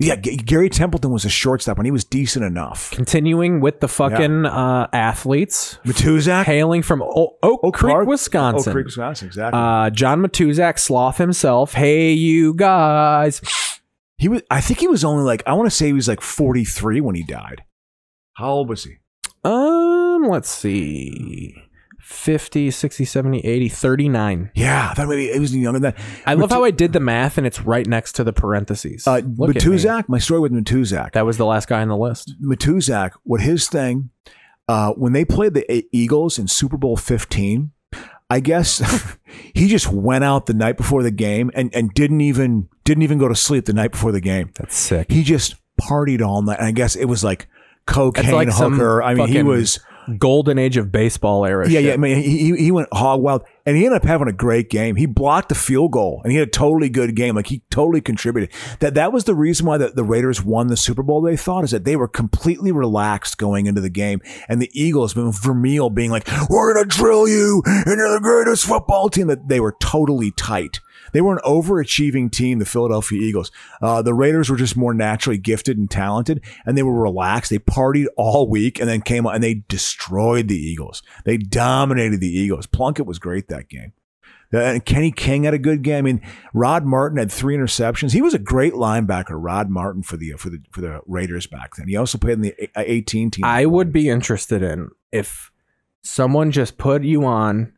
Speaker 6: Yeah, G- Gary Templeton was a shortstop and he was decent enough.
Speaker 5: Continuing with the fucking uh, athletes,
Speaker 6: Matuzak,
Speaker 5: hailing from o- Oak, Creek,
Speaker 6: Park-
Speaker 5: Wisconsin.
Speaker 6: Oak Creek, Wisconsin, exactly.
Speaker 5: Uh, John Matuzak, Sloth himself. Hey, you guys.
Speaker 6: he was. I think he was only like I want to say he was like 43 when he died. How old was he?
Speaker 5: Um, let's see. 50, 60, 70, 80, 39.
Speaker 6: Yeah, I thought maybe he was younger than that.
Speaker 5: I love
Speaker 6: Matu-
Speaker 5: how I did the math and it's right next to the parentheses.
Speaker 6: uh,
Speaker 5: Look at me.
Speaker 6: Matuzak. My story with Matuzak.
Speaker 5: That was the last guy on the list.
Speaker 6: Matuzak, what his thing, uh, when they played the E- Eagles in Super Bowl 15, I guess he just went out the night before the game and, and didn't even didn't even go to sleep the night before the game.
Speaker 5: That's sick.
Speaker 6: He just partied all night. And I guess it was like cocaine
Speaker 5: like some
Speaker 6: hooker. I mean, he
Speaker 5: fucking
Speaker 6: was
Speaker 5: Golden age of baseball era.
Speaker 6: yeah,
Speaker 5: shit.
Speaker 6: yeah. I mean, he he- he went hog wild, and he ended up having a great game. He blocked the field goal, and he had a totally good game. Like he totally contributed. That that was the reason why the, the Raiders won the Super Bowl. They thought is that they were completely relaxed going into the game, and the Eagles, with Vermeil being like, "We're gonna drill you, and you're the greatest football team." That they were totally tight. They were an overachieving team, the Philadelphia Eagles. Uh, the Raiders were just more naturally gifted and talented, and they were relaxed. They partied all week and then came out and they destroyed the Eagles. They dominated the Eagles. Plunkett was great that game. Uh, And Kenny King had a good game. I mean, Rod Martin had three interceptions. He was a great linebacker, Rod Martin, for the for the for the Raiders back then. He also played in the A- 18 team.
Speaker 5: I would be interested in if someone just put you on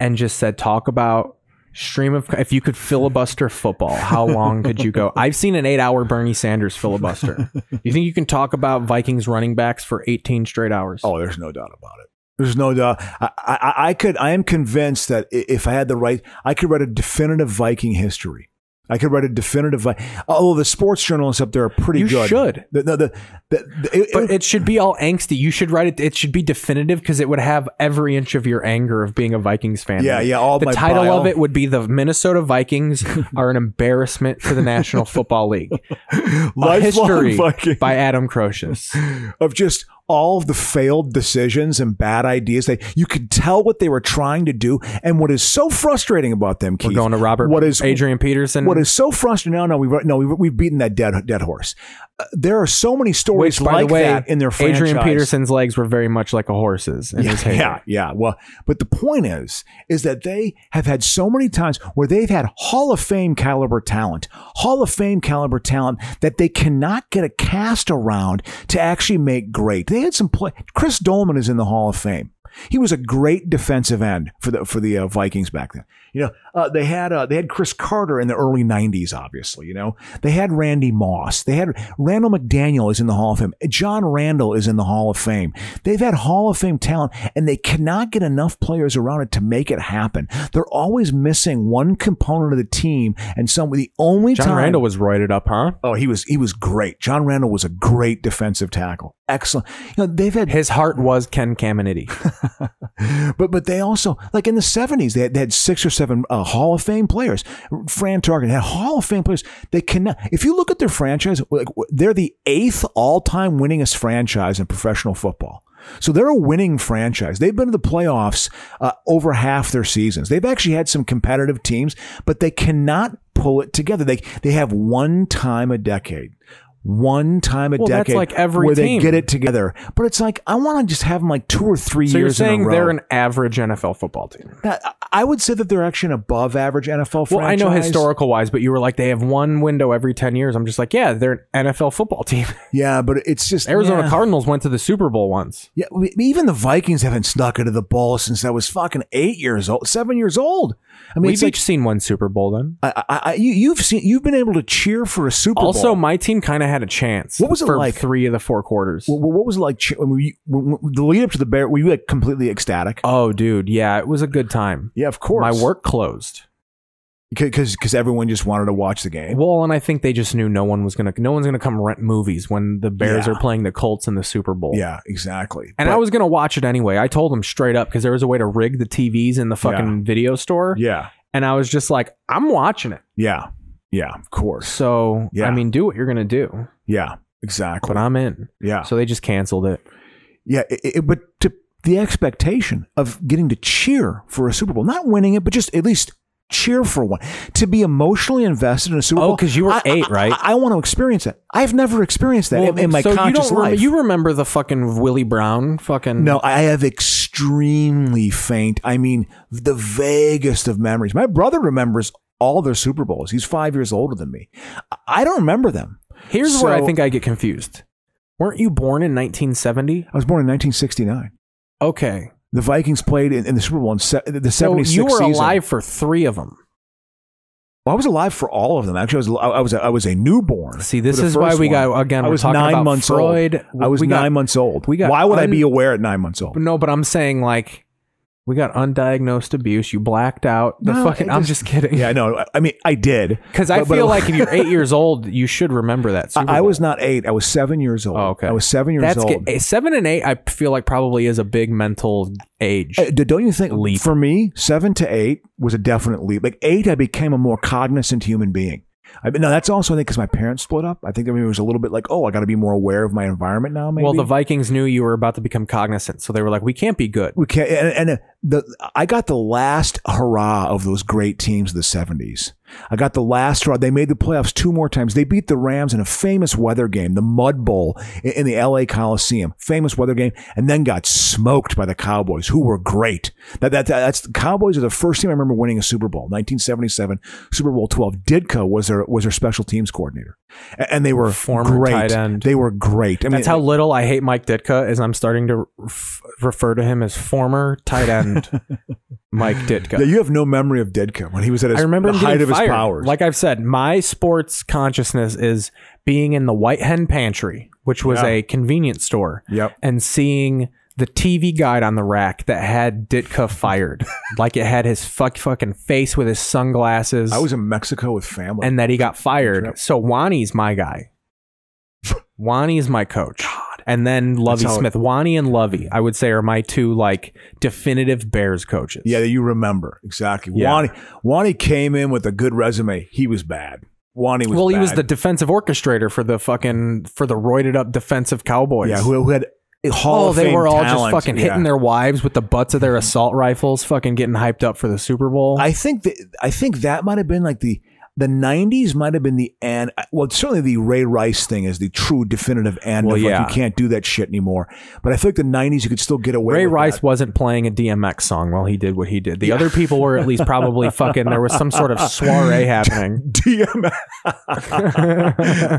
Speaker 5: and just said, talk about stream of, if you could filibuster football, how long could you go? I've seen an eight hour Bernie Sanders filibuster. you think you can talk about Vikings running backs for 18 straight hours?
Speaker 6: Oh, there's no doubt about it. There's no doubt. I, I, I could. I am convinced that i- if I had the right, I could write a definitive Viking history. I could write a definitive. Vi- Although the sports journalists up there are pretty
Speaker 5: You
Speaker 6: good.
Speaker 5: should.
Speaker 6: The, the, the, the- it-
Speaker 5: But it should be all angsty. You should write it. It should be definitive because it would have every inch of your anger of being a Vikings fan.
Speaker 6: Yeah, yeah, all
Speaker 5: the
Speaker 6: my
Speaker 5: title
Speaker 6: bile.
Speaker 5: of it would be the Minnesota Vikings are an embarrassment to the National Football League. A
Speaker 6: lifelong
Speaker 5: history
Speaker 6: Viking
Speaker 5: by Adam Crotius.
Speaker 6: of just all of the failed decisions and bad ideas. They you could tell what they were trying to do, and what is so frustrating about them. Keith,
Speaker 5: We're going to Robert.
Speaker 6: What is
Speaker 5: Adrian Peterson?
Speaker 6: What is so frustrating? No, no, we've no, we've, we've beaten that dead dead horse. Uh, there are so many stories
Speaker 5: Which, by
Speaker 6: like
Speaker 5: the way,
Speaker 6: that in their franchise.
Speaker 5: Adrian Peterson's legs were very much like a horse's. In his
Speaker 6: Yeah,
Speaker 5: heyday.
Speaker 6: yeah, yeah. Well, but the point is, is that they have had so many times where they've had Hall of Fame caliber talent, Hall of Fame caliber talent that they cannot get a cast around to actually make great. They had some play. Chris Dolman is in the Hall of Fame. He was a great defensive end for the for the uh, Vikings back then. You know, uh, they had uh, they had Chris Carter in the early '90s. Obviously, you know, they had Randy Moss. They had Randall McDaniel is in the Hall of Fame. John Randall is in the Hall of Fame. They've had Hall of Fame talent, and they cannot get enough players around it to make it happen. They're always missing one component of the team, and some the only
Speaker 5: John
Speaker 6: time
Speaker 5: Randall was roided up, huh?
Speaker 6: Oh, he was he was great. John Randall was a great defensive tackle. Excellent. You know, they've had
Speaker 5: His heart was Ken Caminiti.
Speaker 6: But but they also like in the seventies they, had- they had six or seven uh, Hall of Fame players. Fran Tarkin had Hall of Fame players. They cannot. If you look at their franchise, like they're the eighth all time winningest franchise in professional football. So they're a winning franchise. They've been to the playoffs uh, over half their seasons. They've actually had some competitive teams, but they cannot pull it together. They they have one time a decade. One time a
Speaker 5: Well, that's
Speaker 6: decade
Speaker 5: like every
Speaker 6: where
Speaker 5: team.
Speaker 6: they get it together, but it's like I want to just have them like two or three
Speaker 5: so you're
Speaker 6: years. in a
Speaker 5: saying
Speaker 6: row.
Speaker 5: they're an average NFL football team?
Speaker 6: Now, I- I would say that they're actually an above average NFL franchise.
Speaker 5: Well, I know historical wise, but you were like they have one window every ten years. I'm just like, yeah, they're an NFL football team.
Speaker 6: Yeah, but it's just
Speaker 5: Arizona
Speaker 6: yeah.
Speaker 5: Cardinals went to the Super Bowl once.
Speaker 6: Yeah, we- even the Vikings haven't snuck into the ball since I was fucking eight years old, seven years old. I mean,
Speaker 5: We've
Speaker 6: it's
Speaker 5: each
Speaker 6: like,
Speaker 5: seen one Super Bowl then.
Speaker 6: I, I, I, you, you've seen, you've been able to cheer for a Super
Speaker 5: Also,
Speaker 6: Bowl.
Speaker 5: my team kind of had a chance.
Speaker 6: What was it
Speaker 5: for
Speaker 6: like?
Speaker 5: Three of the four quarters.
Speaker 6: Wh- wh- what was it like che- when we, when, when- the lead up to the bear? Were you like completely ecstatic?
Speaker 5: oh, dude, yeah, it was a good time.
Speaker 6: yeah, of course.
Speaker 5: My work closed.
Speaker 6: because because everyone just wanted to watch the game.
Speaker 5: Well, and I think they just knew no one was gonna, no one's gonna come rent movies when the Bears
Speaker 6: Yeah.
Speaker 5: are playing the Colts in the Super Bowl.
Speaker 6: yeah, exactly.
Speaker 5: And
Speaker 6: But-
Speaker 5: I was gonna watch it anyway. I told them straight up because there was a way to rig the TVs in the fucking video store.
Speaker 6: yeah,
Speaker 5: And I was just like, I'm watching it.
Speaker 6: yeah, yeah. Of course.
Speaker 5: So
Speaker 6: Yeah.
Speaker 5: I mean, do what you're gonna do.
Speaker 6: Yeah, exactly.
Speaker 5: But I'm in.
Speaker 6: Yeah.
Speaker 5: So they just canceled it.
Speaker 6: Yeah, i i but to the expectation of getting to cheer for a Super Bowl, not winning it, but just at least cheer for one, to be emotionally invested in a Super
Speaker 5: Oh,
Speaker 6: Bowl.
Speaker 5: 'cause you were
Speaker 6: I-
Speaker 5: eight,
Speaker 6: I-
Speaker 5: right?
Speaker 6: I, want to experience it. I've never experienced that
Speaker 5: Well,
Speaker 6: in, in my
Speaker 5: so
Speaker 6: conscious
Speaker 5: you don't rem-
Speaker 6: life.
Speaker 5: you remember the fucking Willie Brown fucking
Speaker 6: No, I have extremely faint. I mean, the vaguest of memories. My brother remembers all their Super Bowls. He's five years older than me. I- I don't remember them.
Speaker 5: Here's where I
Speaker 6: So-
Speaker 5: think I get confused. Weren't you born in 1970?
Speaker 6: I was born in 1969.
Speaker 5: Okay.
Speaker 6: The Vikings played in, in the Super Bowl in se- the 76
Speaker 5: So you were
Speaker 6: season.
Speaker 5: alive for three of them.
Speaker 6: Well, I was alive for all of them. Actually, I was I was a, I was a newborn.
Speaker 5: See, this
Speaker 6: for the
Speaker 5: is why
Speaker 6: first
Speaker 5: we
Speaker 6: one.
Speaker 5: got- again,
Speaker 6: I
Speaker 5: we're
Speaker 6: was
Speaker 5: talking
Speaker 6: nine
Speaker 5: about
Speaker 6: months
Speaker 5: Freud.
Speaker 6: old. I was
Speaker 5: We got-
Speaker 6: nine months old.
Speaker 5: we got
Speaker 6: why would I
Speaker 5: un-
Speaker 6: be aware at nine months old?
Speaker 5: No, but I'm saying like we got undiagnosed abuse. You blacked out. The
Speaker 6: No,
Speaker 5: fucking.
Speaker 6: it
Speaker 5: I'm
Speaker 6: is-
Speaker 5: just kidding.
Speaker 6: Yeah, no. I mean, I did
Speaker 5: Because I
Speaker 6: But- but
Speaker 5: feel
Speaker 6: it-
Speaker 5: like if you're eight years old, you should remember that. Super
Speaker 6: I, I
Speaker 5: Bowl.
Speaker 6: was not eight. I was seven years old.
Speaker 5: Oh, okay.
Speaker 6: I was seven years
Speaker 5: That's
Speaker 6: old.
Speaker 5: ge- eh, seven and eight. I feel like probably is a big mental age.
Speaker 6: Uh, d- don't you think
Speaker 5: Leap.
Speaker 6: for me seven to eight was a definite leap like eight i became a more cognizant human being I mean, no, that's also I think because my parents split up. I think I mean it was a little bit like, oh, I got to be more aware of my environment now. Maybe
Speaker 5: well, the Vikings knew you were about to become cognizant, so they were like, "We can't be good."
Speaker 6: we can't. And, and uh, the I got the last hurrah of those great teams of the seventies. I got the last hurrah. They made the playoffs two more times. They beat the Rams in a famous weather game, the Mud Bowl in, in the L.A. Coliseum, famous weather game, and then got smoked by the Cowboys, who were great. That that that's the Cowboys are the first team I remember winning a Super Bowl, 1977, Super Bowl 12. Didko was their was their special teams coordinator, A- and, they were
Speaker 5: Former
Speaker 6: great.
Speaker 5: tight end.
Speaker 6: They were great. I mean,
Speaker 5: That's how little I hate Mike Ditka is I'm starting to ref- refer to him as former tight end Mike Ditka.
Speaker 6: yeah, you have no memory of Didko when he was at his
Speaker 5: I remember him
Speaker 6: the height
Speaker 5: getting
Speaker 6: of his
Speaker 5: fired.
Speaker 6: powers.
Speaker 5: Like I've said, my sports consciousness is being in the White Hen Pantry, which was
Speaker 6: Yeah.
Speaker 5: a convenience store,
Speaker 6: Yep.
Speaker 5: and seeing the TV guide on the rack that had Ditka fired, like it had his fuck fucking face with his sunglasses,
Speaker 6: I was in Mexico with family.
Speaker 5: and that he got fired.
Speaker 6: Yep.
Speaker 5: So Wani's my guy. Wani's my coach. And then Lovey
Speaker 6: That's how-
Speaker 5: Smith. Wani and Lovey, I would say, are my two like definitive Bears coaches.
Speaker 6: yeah, that you remember exactly.
Speaker 5: Yeah.
Speaker 6: Wani Wani came in with a good resume. He was bad. Wani was
Speaker 5: well, he was
Speaker 6: bad.
Speaker 5: the defensive orchestrator for the fucking for the roided up defensive Cowboys.
Speaker 6: yeah who, who had a Hall
Speaker 5: oh,
Speaker 6: of
Speaker 5: they
Speaker 6: Fame
Speaker 5: were all just
Speaker 6: talent.
Speaker 5: fucking
Speaker 6: Yeah.
Speaker 5: hitting their wives with the butts of their assault rifles, fucking getting hyped up for the Super Bowl.
Speaker 6: I think that I think that might have been like the the '90s might have been the and well certainly the Ray Rice thing is the true definitive end.
Speaker 5: Well,
Speaker 6: of
Speaker 5: yeah.
Speaker 6: like, you can't do that shit anymore. But I feel like the '90s you could still get away.
Speaker 5: Ray
Speaker 6: with
Speaker 5: Rice
Speaker 6: that.
Speaker 5: wasn't playing a DMX song while he did what he did. The other people were at least probably fucking. There was some sort of soiree happening.
Speaker 6: DMX.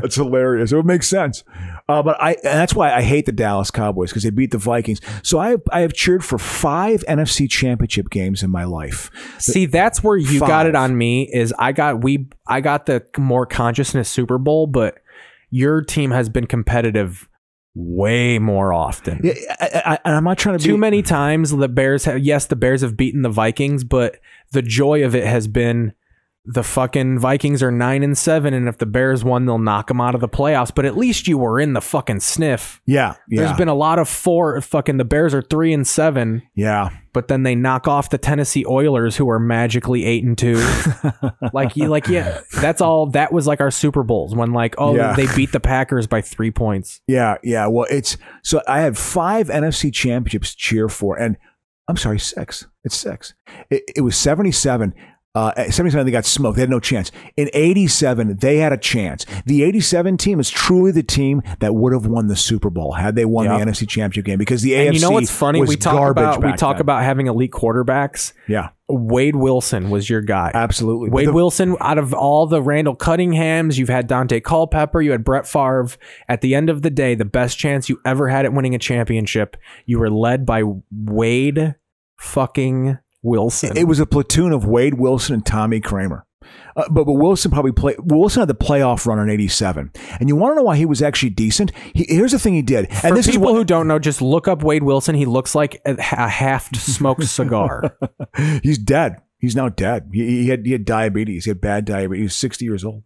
Speaker 6: that's hilarious. It would make sense. Uh, but I and that's why I hate the Dallas Cowboys because they beat the Vikings. So I have, I have cheered for five NFC Championship games in my life.
Speaker 5: See, that's where you got it
Speaker 6: Five.
Speaker 5: on me. Is I got we I got the more consciousness Super Bowl, but your team has been competitive way more often.
Speaker 6: Yeah, I, I, I, am not trying to be
Speaker 5: Too many times the Bears have. Yes, the Bears have beaten the Vikings, but the joy of it has been the fucking Vikings are nine and seven, and if the Bears won, they'll knock them out of the playoffs. But at least you were in the fucking sniff.
Speaker 6: Yeah, yeah,
Speaker 5: There's been a lot of four fucking. The Bears are three and seven
Speaker 6: yeah.
Speaker 5: but then they knock off the Tennessee Oilers, who are magically eight and two. like you, like yeah, that's all. That was like our Super Bowls when like oh
Speaker 6: Yeah.
Speaker 5: they beat the Packers by three points.
Speaker 6: Yeah, yeah. Well, it's so I had five NFC championships to cheer for, and I'm sorry, six. It's six. It, it was 77. Uh, at 77, they got smoked. They had no chance. In 87, they had a chance. The 87 team is truly the team that would have won the Super Bowl had they won
Speaker 5: Yeah.
Speaker 6: the NFC Championship game because the AFC
Speaker 5: and you know what's funny?
Speaker 6: was
Speaker 5: We talk
Speaker 6: garbage
Speaker 5: about we
Speaker 6: back
Speaker 5: talk
Speaker 6: then.
Speaker 5: about having elite quarterbacks.
Speaker 6: yeah,
Speaker 5: Wade Wilson was your guy.
Speaker 6: absolutely. But
Speaker 5: Wade
Speaker 6: the-
Speaker 5: Wilson, out of all the Randall Cunninghams, you've had Dante Culpepper, you had Brett Favre. At the end of the day, the best chance you ever had at winning a championship, you were led by Wade fucking Wilson.
Speaker 6: It was a platoon of Wade Wilson and Tommy Kramer. Uh, but, but Wilson probably played. Wilson had the playoff run in '87, and you want to know why he was actually decent. He, here's the thing he did, and
Speaker 5: For
Speaker 6: this
Speaker 5: people
Speaker 6: is what,
Speaker 5: who don't know, just look up Wade Wilson. He looks like a, a half smoked cigar.
Speaker 6: He's dead. He's now dead. He, he had he had diabetes. He had bad diabetes. He was sixty years old.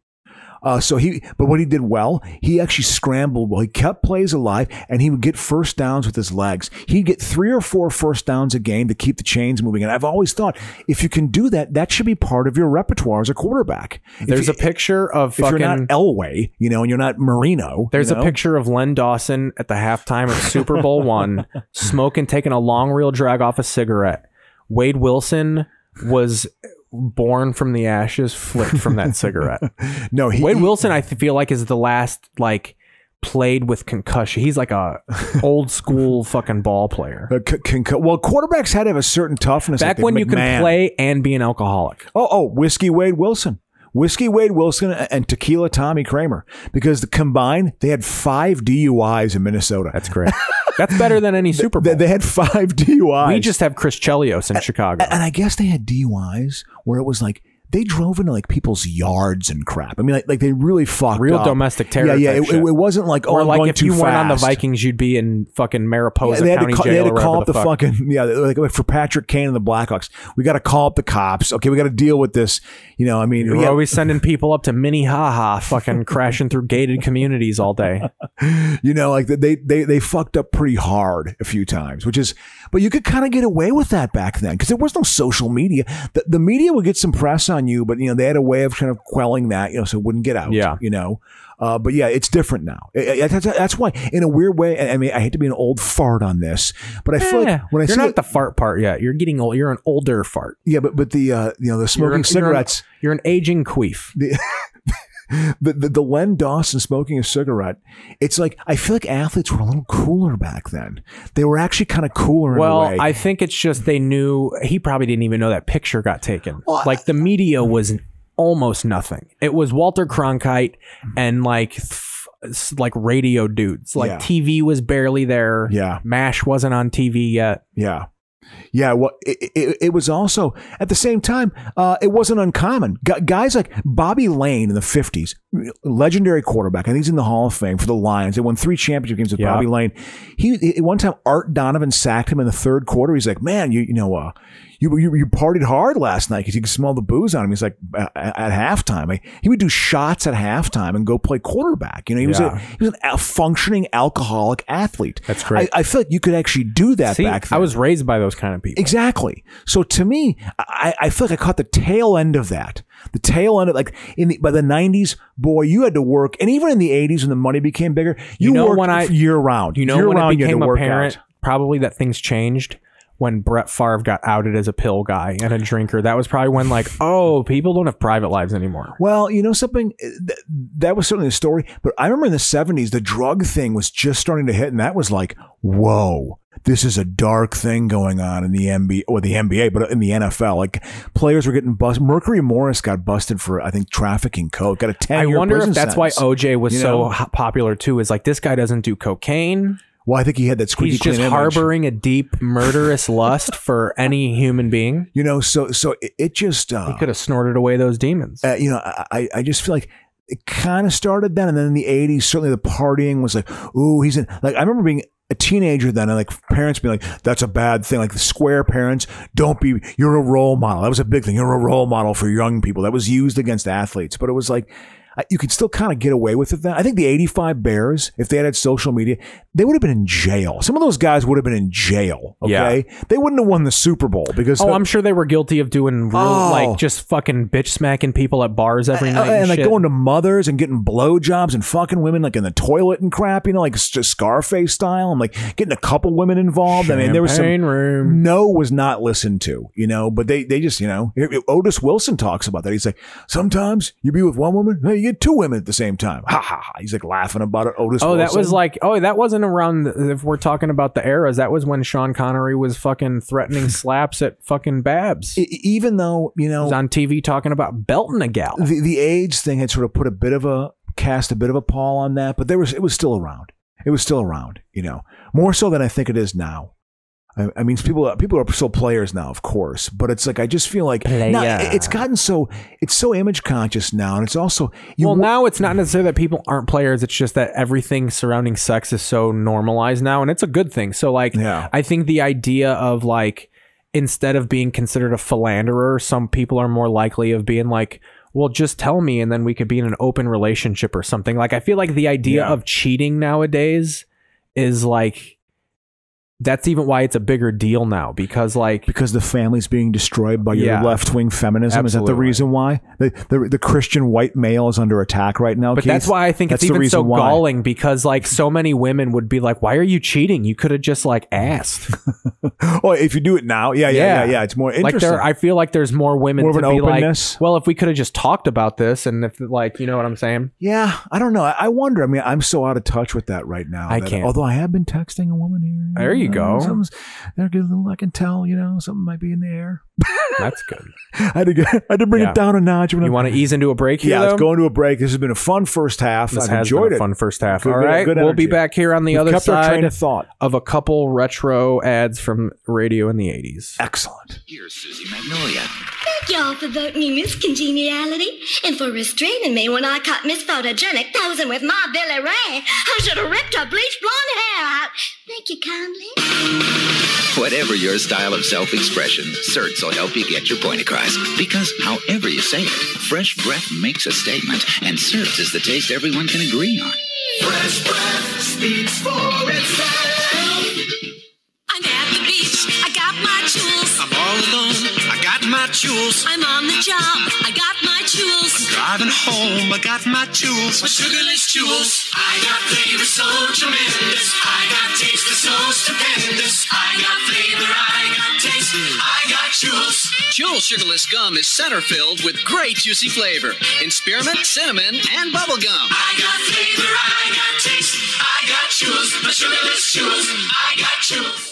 Speaker 6: Uh, so he, but what he did well, he actually scrambled well. He kept plays alive, and he would get first downs with his legs. He'd get three or four first downs a game to keep the chains moving. And I've always thought, if you can do that, that should be part of your repertoire as a quarterback. If
Speaker 5: There's
Speaker 6: you-
Speaker 5: a picture of
Speaker 6: If you're not
Speaker 5: fucking.
Speaker 6: Elway, you know, and you're not Marino,
Speaker 5: There's
Speaker 6: you know?
Speaker 5: a picture of Len Dawson at the halftime of Super Bowl one, smoking, taking a long real drag off a cigarette. Wade Wilson was born from the ashes flicked from that cigarette.
Speaker 6: No, he,
Speaker 5: Wade Wilson, I th- feel like, is the last like played with concussion. He's like a old school fucking ball player.
Speaker 6: uh, c- can, co- well, quarterbacks had to have a certain toughness.
Speaker 5: Back
Speaker 6: like
Speaker 5: when you
Speaker 6: McMahon.
Speaker 5: can play and be an alcoholic.
Speaker 6: Oh, oh, whiskey Wade Wilson, whiskey Wade Wilson, a- and tequila Tommy Kramer, because the combined they had five DUIs in Minnesota.
Speaker 5: That's great. That's better than any Super
Speaker 6: They, Uh,
Speaker 5: Bowl.
Speaker 6: they had five DUIs.
Speaker 5: we just have Chris Chelios in Chicago.
Speaker 6: and I guess they had DUIs where it was like they drove into like people's yards and crap. I mean, like, like they really fucked
Speaker 5: Real
Speaker 6: up.
Speaker 5: domestic terror
Speaker 6: Yeah, yeah.
Speaker 5: type
Speaker 6: It,
Speaker 5: shit.
Speaker 6: it wasn't like oh,
Speaker 5: or
Speaker 6: I'm
Speaker 5: like
Speaker 6: going
Speaker 5: if
Speaker 6: too
Speaker 5: you
Speaker 6: fast.
Speaker 5: weren't on the Vikings, you'd be in fucking
Speaker 6: Yeah,
Speaker 5: Mariposa
Speaker 6: they, had
Speaker 5: Oh, County
Speaker 6: to call,
Speaker 5: jail.
Speaker 6: they had to
Speaker 5: or
Speaker 6: call
Speaker 5: whatever
Speaker 6: up the,
Speaker 5: fuck.
Speaker 6: fucking yeah, like, like for Patrick Kane and the Blackhawks. We got to call up the cops. Okay, we got to deal with this. You know, I mean,
Speaker 5: You're
Speaker 6: yeah,
Speaker 5: always sending people up to Minnehaha, fucking crashing through gated communities all day.
Speaker 6: you know, like they they they fucked up pretty hard a few times, which is, but you could kind of get away with that back then because there was no social media. The, the media would get some press on you, but you know they had a way of kind of quelling that, you know, so it wouldn't get out.
Speaker 5: Yeah.
Speaker 6: you know. Uh, but yeah, it's different now. I- I- that's, that's why, in a weird way, I I mean, I hate to be an old fart on this, but I feel
Speaker 5: Eh,
Speaker 6: like when I
Speaker 5: you're
Speaker 6: see
Speaker 5: not
Speaker 6: it-
Speaker 5: the fart part yet. You're getting old. You're an older fart.
Speaker 6: yeah, but but the uh, you know the
Speaker 5: You're
Speaker 6: smoking
Speaker 5: an- you're an-
Speaker 6: cigarettes.
Speaker 5: You're an, aging queef.
Speaker 6: the, the, the Len Dawson smoking a cigarette, it's like I feel like athletes were a little cooler back then. They were actually kind of cooler
Speaker 5: Well,
Speaker 6: in a way.
Speaker 5: I think it's just they knew he probably didn't even know that picture got taken.
Speaker 6: Well, I-
Speaker 5: like the media was almost nothing. It was Walter Cronkite and like f- s- like radio dudes. Like
Speaker 6: Yeah.
Speaker 5: TV was barely there.
Speaker 6: Yeah.
Speaker 5: Mash wasn't on TV yet.
Speaker 6: yeah. Yeah, well, it, it, it was also at the same time. Uh, it wasn't uncommon. Gu guys like Bobby Lane in the fifties, legendary quarterback. I think he's in the Hall of Fame for the Lions. They won three championship games with
Speaker 5: Yeah.
Speaker 6: Bobby Lane. He, he- one time Art Donovan sacked him in the third quarter. He's like, "Man, you you know, uh, you, you you partied hard last night because you could smell the booze on him." He's like, "At, at halftime, like, he would do shots at halftime and go play quarterback." You know, he was
Speaker 5: Yeah.
Speaker 6: a, he was an, a functioning alcoholic athlete.
Speaker 5: That's great.
Speaker 6: I, I feel like you could actually do that
Speaker 5: See,
Speaker 6: back then.
Speaker 5: I was raised by those kind of people.
Speaker 6: Exactly. So to me, I, I feel like I caught the tail end of that. The tail end of like in the, by the '90s, boy, you had to work, and even in the '80s when the money became bigger, you,
Speaker 5: know
Speaker 6: worked
Speaker 5: when I-
Speaker 6: year round.
Speaker 5: You know
Speaker 6: year
Speaker 5: when
Speaker 6: round
Speaker 5: it
Speaker 6: you had to
Speaker 5: became
Speaker 6: work
Speaker 5: apparent,
Speaker 6: out.
Speaker 5: probably that things changed when Brett Favre got outed as a pill guy and a drinker. That was probably when like, oh, people don't have private lives anymore.
Speaker 6: Well, you know something Eh, Th- that was certainly a story, but I remember in the '70s the drug thing was just starting to hit, and that was like, whoa, this is a dark thing going on in the NBA or the NBA, but in the NFL, like players were getting busted. Mercury Morris got busted for I think trafficking coke, got a ten.
Speaker 5: I wonder if that's why OJ was
Speaker 6: you
Speaker 5: so
Speaker 6: know?
Speaker 5: ho- popular too. Is like this guy doesn't do cocaine.
Speaker 6: Well, I think he had that squeaky
Speaker 5: He's
Speaker 6: clean
Speaker 5: just
Speaker 6: image.
Speaker 5: harboring a deep murderous lust for any human being.
Speaker 6: You know, so so it, it just uh,
Speaker 5: He could have snorted away those demons.
Speaker 6: uh, you know, I I- I just feel like it kind of started then, and then in the '80s, certainly the partying was like, ooh, he's in. Like I remember being a teenager then, and like parents being like, that's a bad thing. Like the square parents, don't be. You're a role model. That was a big thing. You're a role model for young people. That was used against athletes, but it was like. I- You could still kind of get away with it then. I think the 85 Bears, if they had had social media, they would have been in jail. Some of those guys would have been in jail.
Speaker 5: Yeah.
Speaker 6: Okay. They wouldn't have won the Super Bowl because
Speaker 5: Oh,
Speaker 6: the-
Speaker 5: I'm sure they were guilty of doing real,
Speaker 6: Oh.
Speaker 5: like just fucking bitch smacking people at bars every
Speaker 6: Uh,
Speaker 5: night
Speaker 6: and
Speaker 5: and,
Speaker 6: like
Speaker 5: shit.
Speaker 6: going to mothers and getting blowjobs and fucking women like in the toilet and crap, you know, like s- just Scarface style, and like getting a couple women involved. I mean, there was some
Speaker 5: Champagne room.
Speaker 6: no was not listened to, you know, but they they just you know it- it- Otis Wilson talks about that. He's like, sometimes you be with one woman, hey, you get two women at the same time. Ha ha! ha. He's like laughing about it. Otis.
Speaker 5: Oh, that
Speaker 6: Wilson.
Speaker 5: was like, oh, that wasn't around. If we're talking about the eras, that was when Sean Connery was fucking threatening slaps at fucking Babs. He
Speaker 6: E- even though you know
Speaker 5: was on TV talking about belting a gal.
Speaker 6: the the AIDS thing had sort of put a bit of a cast a bit of a pall on that, but there was it was still around. It was still around, you know, more so than I think it is now. I, I mean, people people are still players now, of course, but it's like I just feel like now,
Speaker 5: Player.
Speaker 6: it's gotten so it's so image conscious now, and it's also you
Speaker 5: well,
Speaker 6: wa-
Speaker 5: now it's not necessarily that people aren't players. It's just that everything surrounding sex is so normalized now, and it's a good thing. So, like,
Speaker 6: Yeah.
Speaker 5: I think the idea of like instead of being considered a philanderer, some people are more likely of being like, well, just tell me, and then we could be in an open relationship or something. Like, I feel like the idea
Speaker 6: Yeah.
Speaker 5: of cheating nowadays is like that's even why it's a bigger deal now because like
Speaker 6: because the family's being destroyed by your
Speaker 5: Yeah.
Speaker 6: left wing feminism. Is that the
Speaker 5: Absolutely.
Speaker 6: reason why the, the the Christian white male is under attack right now?
Speaker 5: But
Speaker 6: Keith?
Speaker 5: that's why I think
Speaker 6: That's
Speaker 5: it's
Speaker 6: the
Speaker 5: even
Speaker 6: reason
Speaker 5: so
Speaker 6: why.
Speaker 5: galling because like so many women would be like, "Why are you cheating? You could have just like asked."
Speaker 6: Oh, if you do it now, yeah, yeah, yeah, yeah. It's more
Speaker 5: Like
Speaker 6: interesting.
Speaker 5: there, I feel like there's more women
Speaker 6: More of
Speaker 5: to
Speaker 6: an
Speaker 5: be
Speaker 6: openness.
Speaker 5: like, "Well, if we could have just talked about this, and if like you know what I'm saying."
Speaker 6: yeah, I don't know. I, I wonder. I mean, I'm so out of touch with that right now.
Speaker 5: I
Speaker 6: that-
Speaker 5: can't.
Speaker 6: Although I have been texting a woman here.
Speaker 5: There you go.
Speaker 6: Something's- There, I can tell. You know, something might be in the air.
Speaker 5: That's good.
Speaker 6: I had to, get, I had to bring
Speaker 5: Yeah.
Speaker 6: it down a notch. when
Speaker 5: You
Speaker 6: I-
Speaker 5: want to ease into a break here?
Speaker 6: Yeah,
Speaker 5: though?
Speaker 6: let's go into a break. This has been a fun first half.
Speaker 5: This
Speaker 6: I've
Speaker 5: has
Speaker 6: enjoyed
Speaker 5: been a
Speaker 6: it.
Speaker 5: fun first half.
Speaker 6: Good-
Speaker 5: All
Speaker 6: good-
Speaker 5: right,
Speaker 6: good
Speaker 5: we'll be
Speaker 6: energy.
Speaker 5: back here on the
Speaker 6: We've
Speaker 5: other
Speaker 6: kept our train
Speaker 5: side
Speaker 6: of thought.
Speaker 5: of a couple retro ads from radio in the '80s.
Speaker 6: Excellent.
Speaker 9: Here's Susie Magnolia.
Speaker 11: Thank y'all for voting me Miss Congeniality and for restraining me when I caught Miss Photogenic posing with my Billy Ray. I should have ripped her bleached blonde hair out. Thank you kindly.
Speaker 12: Whatever your style of self expression, certs will help you get your point across. Because however you say it, fresh breath makes a statement, and certs is the taste everyone can agree on.
Speaker 4: Fresh breath speaks for itself.
Speaker 11: I'm at the beach. I got my tools.
Speaker 4: I'm all alone. I got my jewels.
Speaker 11: I'm on the job. I got my tools.
Speaker 4: Driving home. I got my jewels. My sugarless jewels. I got flavor so tremendous. I got taste that's so stupendous. I got flavor. I got taste. I got jewels.
Speaker 13: Jewel Sugarless Gum is center filled with great juicy flavor in spearmint, cinnamon, and bubble gum.
Speaker 4: I got flavor. I got taste. I got jewels. My sugarless jewels. I got jewels.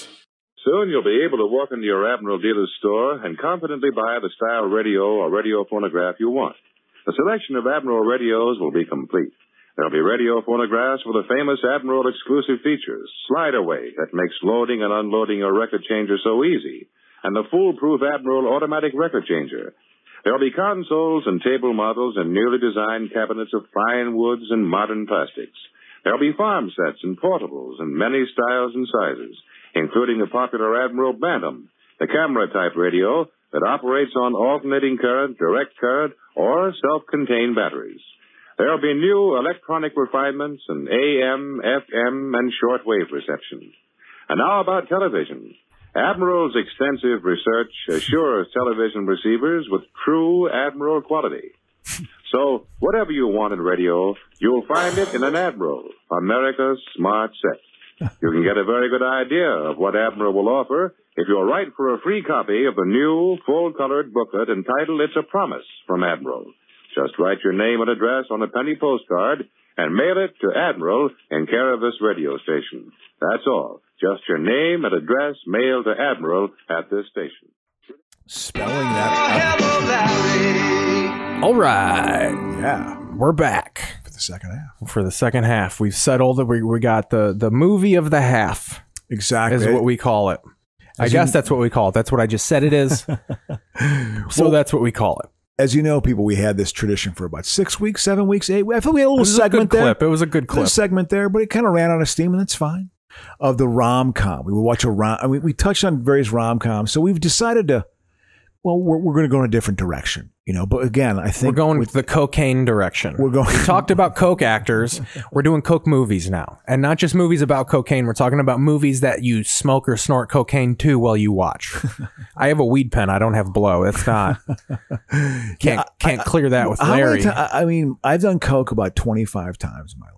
Speaker 14: Soon you'll be able to walk into your Admiral dealer's store and confidently buy the style radio or radio phonograph you want. The selection of Admiral radios will be complete. There'll be radio phonographs with the famous Admiral exclusive features, slide away that makes loading and unloading your record changer so easy, and the foolproof Admiral automatic record changer. There'll be consoles and table models and newly designed cabinets of fine woods and modern plastics. There'll be farm sets and portables in many styles and sizes, including the popular Admiral Bantam, the camera type radio that operates on alternating current, direct current, or self contained batteries. There'll be new electronic refinements in AM, FM, and shortwave reception. And now about television. Admiral's extensive research assures television receivers with true Admiral quality. So, whatever you want in radio, you'll find it in an Admiral, America's Smart Set. You can get a very good idea of what Admiral will offer if you'll write for a free copy of the new full-colored booklet entitled It's a Promise from Admiral. Just write your name and address on a penny postcard and mail it to Admiral in care of this radio station. That's all. Just your name and address mailed to Admiral at this station.
Speaker 6: Spelling that.
Speaker 5: All right.
Speaker 6: Yeah.
Speaker 5: We're back
Speaker 6: for the second half.
Speaker 5: For the second half, we've settled that we we got the the movie of the half.
Speaker 6: Exactly
Speaker 5: is what we call it. I
Speaker 6: As
Speaker 5: guess
Speaker 6: in-
Speaker 5: that's what we call it. That's what I just said it is. so that's what we call it.
Speaker 6: As you know, people, we had this tradition for about six weeks, seven weeks, eight. I feel we had a little
Speaker 5: This is a
Speaker 6: segment
Speaker 5: good
Speaker 6: there.
Speaker 5: clip. It was a good
Speaker 6: Little
Speaker 5: clip.
Speaker 6: segment there, but it kind of ran out of steam, and that's fine. Of the rom com, we would watch a rom. I mean, we touched on various rom coms, so we've decided to. Well, we're, we're going to go in a different direction, you know. But again, I think
Speaker 5: We're going the cocaine direction. We're going. We talked about coke actors. We're doing coke movies now, and not just movies about cocaine. We're talking about movies that you smoke or snort cocaine to while you watch. I have a weed pen. I don't have blow. It's not. Can't can't clear that with
Speaker 6: How many
Speaker 5: Larry.
Speaker 6: ti- I I mean, I've done coke about twenty five times in my life.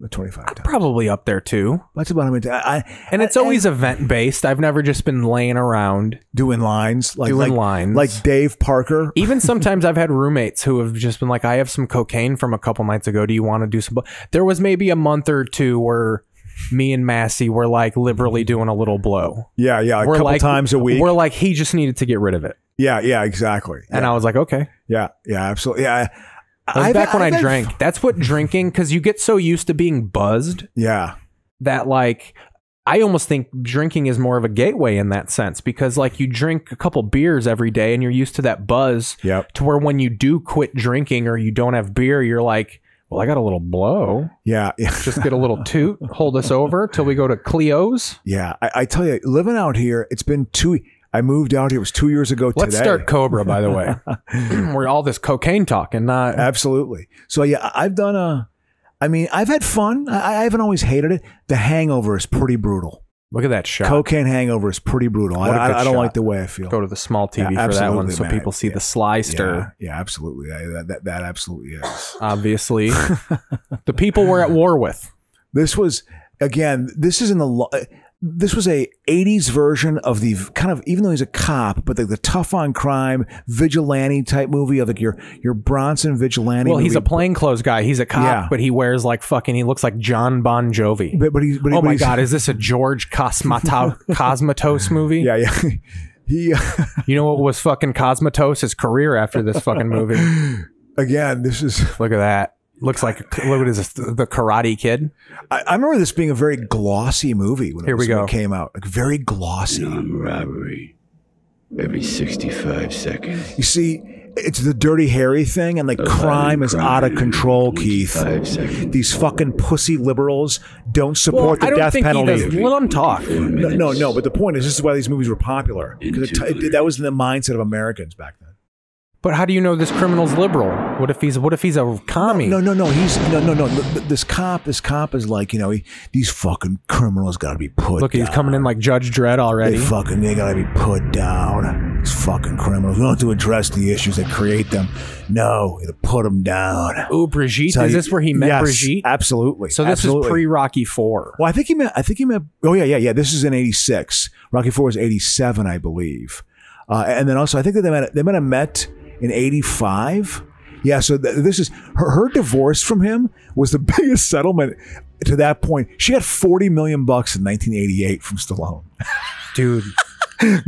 Speaker 6: About Twenty five times.
Speaker 5: Probably up there too.
Speaker 6: That's about how many. ti- I, I,
Speaker 5: And it's always event based. I've never just been laying around
Speaker 6: doing lines, like
Speaker 5: doing
Speaker 6: like,
Speaker 5: lines,
Speaker 6: like Dave Parker.
Speaker 5: Even sometimes I've had roommates who have just been like, I have some cocaine from a couple nights ago. Do you want to do some? bl-" There was maybe a month or two where me and Massey were like liberally doing a little blow.
Speaker 6: Yeah, yeah, a
Speaker 5: We're
Speaker 6: couple
Speaker 5: like-
Speaker 6: times a week.
Speaker 5: We're like, he just needed to get rid of it.
Speaker 6: Yeah, yeah, exactly.
Speaker 5: And I was like, okay.
Speaker 6: Yeah, yeah, absolutely. Yeah,
Speaker 5: That was
Speaker 6: I've-
Speaker 5: back when
Speaker 6: I've
Speaker 5: I
Speaker 6: had-
Speaker 5: drank. That's what drinking, because you get so used to being buzzed
Speaker 6: yeah,
Speaker 5: that like I almost think drinking is more of a gateway in that sense because like you drink a couple beers every day and you're used to that buzz
Speaker 6: Yep.
Speaker 5: to where when you do quit drinking or you don't have beer, you're like, well, I got a little blow.
Speaker 6: yeah, yeah.
Speaker 5: Just get a little toot, hold us over till we go to Cleo's.
Speaker 6: yeah. I, I tell you, living out here, it's been two. I moved out here. It was two years ago
Speaker 5: Let's
Speaker 6: today.
Speaker 5: start Cobra, by the way. We're all this cocaine talk and not
Speaker 6: Absolutely. So yeah, I- I've done a. I mean, I've had fun. I, I haven't always hated it. The Hangover is pretty brutal.
Speaker 5: Look at that shot.
Speaker 6: Cocaine hangover is pretty brutal. I,
Speaker 5: What a
Speaker 6: I,
Speaker 5: good
Speaker 6: I don't
Speaker 5: shot.
Speaker 6: like the way I feel.
Speaker 5: Go to the small TV
Speaker 6: Yeah,
Speaker 5: for that one
Speaker 6: absolutely,
Speaker 5: so
Speaker 6: man.
Speaker 5: people see the sly stir.
Speaker 6: Yeah, yeah absolutely. I, that, that that absolutely is.
Speaker 5: Obviously, the people we're at war with.
Speaker 6: This was again. This is in the. lo- This was a '80s version of the v- kind of even though he's a cop, but the, the tough on crime vigilante type movie of like your your Bronson vigilante.
Speaker 5: well, he's a
Speaker 6: movie.
Speaker 5: plainclothes guy. He's a cop,
Speaker 6: Yeah.
Speaker 5: but he wears like fucking. He looks like John Bon Jovi.
Speaker 6: But, but he's but he-
Speaker 5: oh
Speaker 6: but
Speaker 5: my
Speaker 6: he's-
Speaker 5: god, is this a George Cosmato- Cosmatos movie?
Speaker 6: Yeah, yeah. He,
Speaker 5: you know what was fucking Cosmatos' career after this fucking movie?
Speaker 6: Again, this is
Speaker 5: look at that. Looks like look at this, the Karate Kid.
Speaker 6: I, I remember this being a very glossy movie when,
Speaker 5: Here
Speaker 6: it,
Speaker 5: we
Speaker 6: was- when it
Speaker 5: go.
Speaker 6: came out. Like very glossy.
Speaker 15: Robbery. Every 65 seconds.
Speaker 6: You see, it's the Dirty Harry thing, and like crime is out of control, Keith. These fucking pussy liberals don't support
Speaker 5: Well, I
Speaker 6: the
Speaker 5: don't
Speaker 6: death
Speaker 5: think he
Speaker 6: penalty.
Speaker 5: does. Let him talk.
Speaker 6: No, no, no, but the point is, this is why these movies were popular. 'Cause It, t- it- that was in the mindset of Americans back then.
Speaker 5: But how do you know this criminal's liberal? What if he's what if he's a commie?
Speaker 6: No, no, no. He's no, no, no. Th- th- This cop, this cop is like, you know, he, these fucking criminals got to be put.
Speaker 5: Look,
Speaker 6: down.
Speaker 5: he's coming in like Judge Dredd already.
Speaker 6: They fucking they gotta be put down. These fucking criminals. We don't have to address the issues that create them. No, it'll put them down.
Speaker 5: Ooh, Brigitte.
Speaker 6: Tell
Speaker 5: Is
Speaker 6: you-
Speaker 5: this where he met
Speaker 6: Yes,
Speaker 5: Brigitte?
Speaker 6: Absolutely.
Speaker 5: So this
Speaker 6: absolutely.
Speaker 5: is pre Rocky Four.
Speaker 6: Well, I think he met. I think he met. Oh yeah, yeah, yeah. This is in '86. Rocky Four is '87, I believe. Uh, and then also, I think that they might they might have met in '85. Yeah. So th- this is her, her divorce from him was the biggest settlement to that point. She had 40 million bucks in 1988 from Stallone.
Speaker 5: Dude.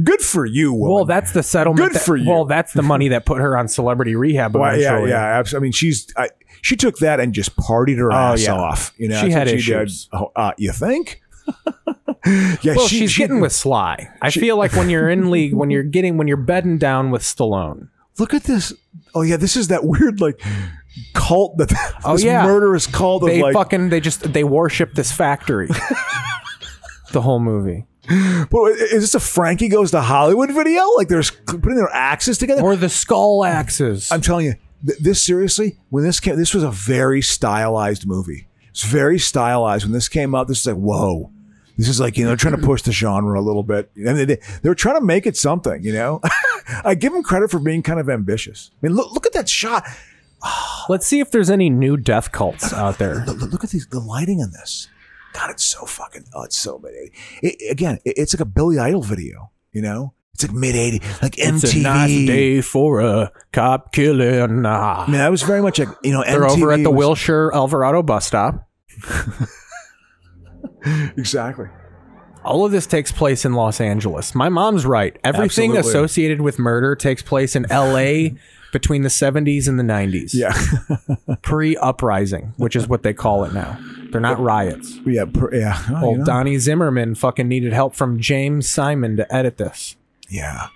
Speaker 6: Good for you. Woman.
Speaker 5: Well, that's the settlement.
Speaker 6: Good
Speaker 5: that-
Speaker 6: for you.
Speaker 5: Well, that's the money that put her on Celebrity Rehab.
Speaker 6: Why,
Speaker 5: Eventually.
Speaker 6: yeah, yeah. Abs- I mean, she's I, she took that and just partied her
Speaker 5: Oh,
Speaker 6: ass
Speaker 5: yeah.
Speaker 6: off. You know,
Speaker 5: She
Speaker 6: that's
Speaker 5: had
Speaker 6: what
Speaker 5: issues.
Speaker 6: Did. Oh, uh, you think? yeah,
Speaker 5: well,
Speaker 6: she-
Speaker 5: she's
Speaker 6: she-
Speaker 5: getting with Sly. I feel like when you're in league, when you're getting, when you're bedding down with Stallone.
Speaker 6: Look at this. Oh yeah, this is that weird like cult that
Speaker 5: Oh
Speaker 6: this
Speaker 5: yeah,
Speaker 6: murderous cult of
Speaker 5: They
Speaker 6: like.
Speaker 5: fucking they just they worship this factory. the whole movie,
Speaker 6: Well, i- is this a Frankie Goes to Hollywood video? Like they're s- putting their axes together,
Speaker 5: or the skull axes?
Speaker 6: I'm telling you, th- this seriously. When this came, this was a very stylized movie. It's very stylized. When this came out, this is like whoa. This is like you know they're trying to push the genre a little bit. And they, they were trying to make it something. You know, I give them credit for being kind of ambitious. I mean, look, look at that shot.
Speaker 5: Let's see if there's any new death cults out there.
Speaker 6: Look, look- look at these, the lighting in this. God, it's so fucking. Oh, it's so mid. It, again, it- it's like a Billy Idol video. You know, it's like mid '80s, like MTV.
Speaker 5: It's a nice day for a cop killer. Nah.
Speaker 6: I mean, that was very much like you know.
Speaker 5: They're over at
Speaker 6: MTV
Speaker 5: the
Speaker 6: was-
Speaker 5: Wilshire Alvarado bus stop.
Speaker 6: Exactly.
Speaker 5: All of this takes place in Los Angeles. My mom's right. Everything
Speaker 6: Absolutely.
Speaker 5: associated with murder takes place in LA between the 70s and the 90s.
Speaker 6: Yeah.
Speaker 5: Pre uprising, which is what they call it now. They're not riots.
Speaker 6: Yeah. Per, yeah. Oh, you
Speaker 5: Old
Speaker 6: know.
Speaker 5: Donnie Zimmerman fucking needed help from James Simon to edit this.
Speaker 6: Yeah.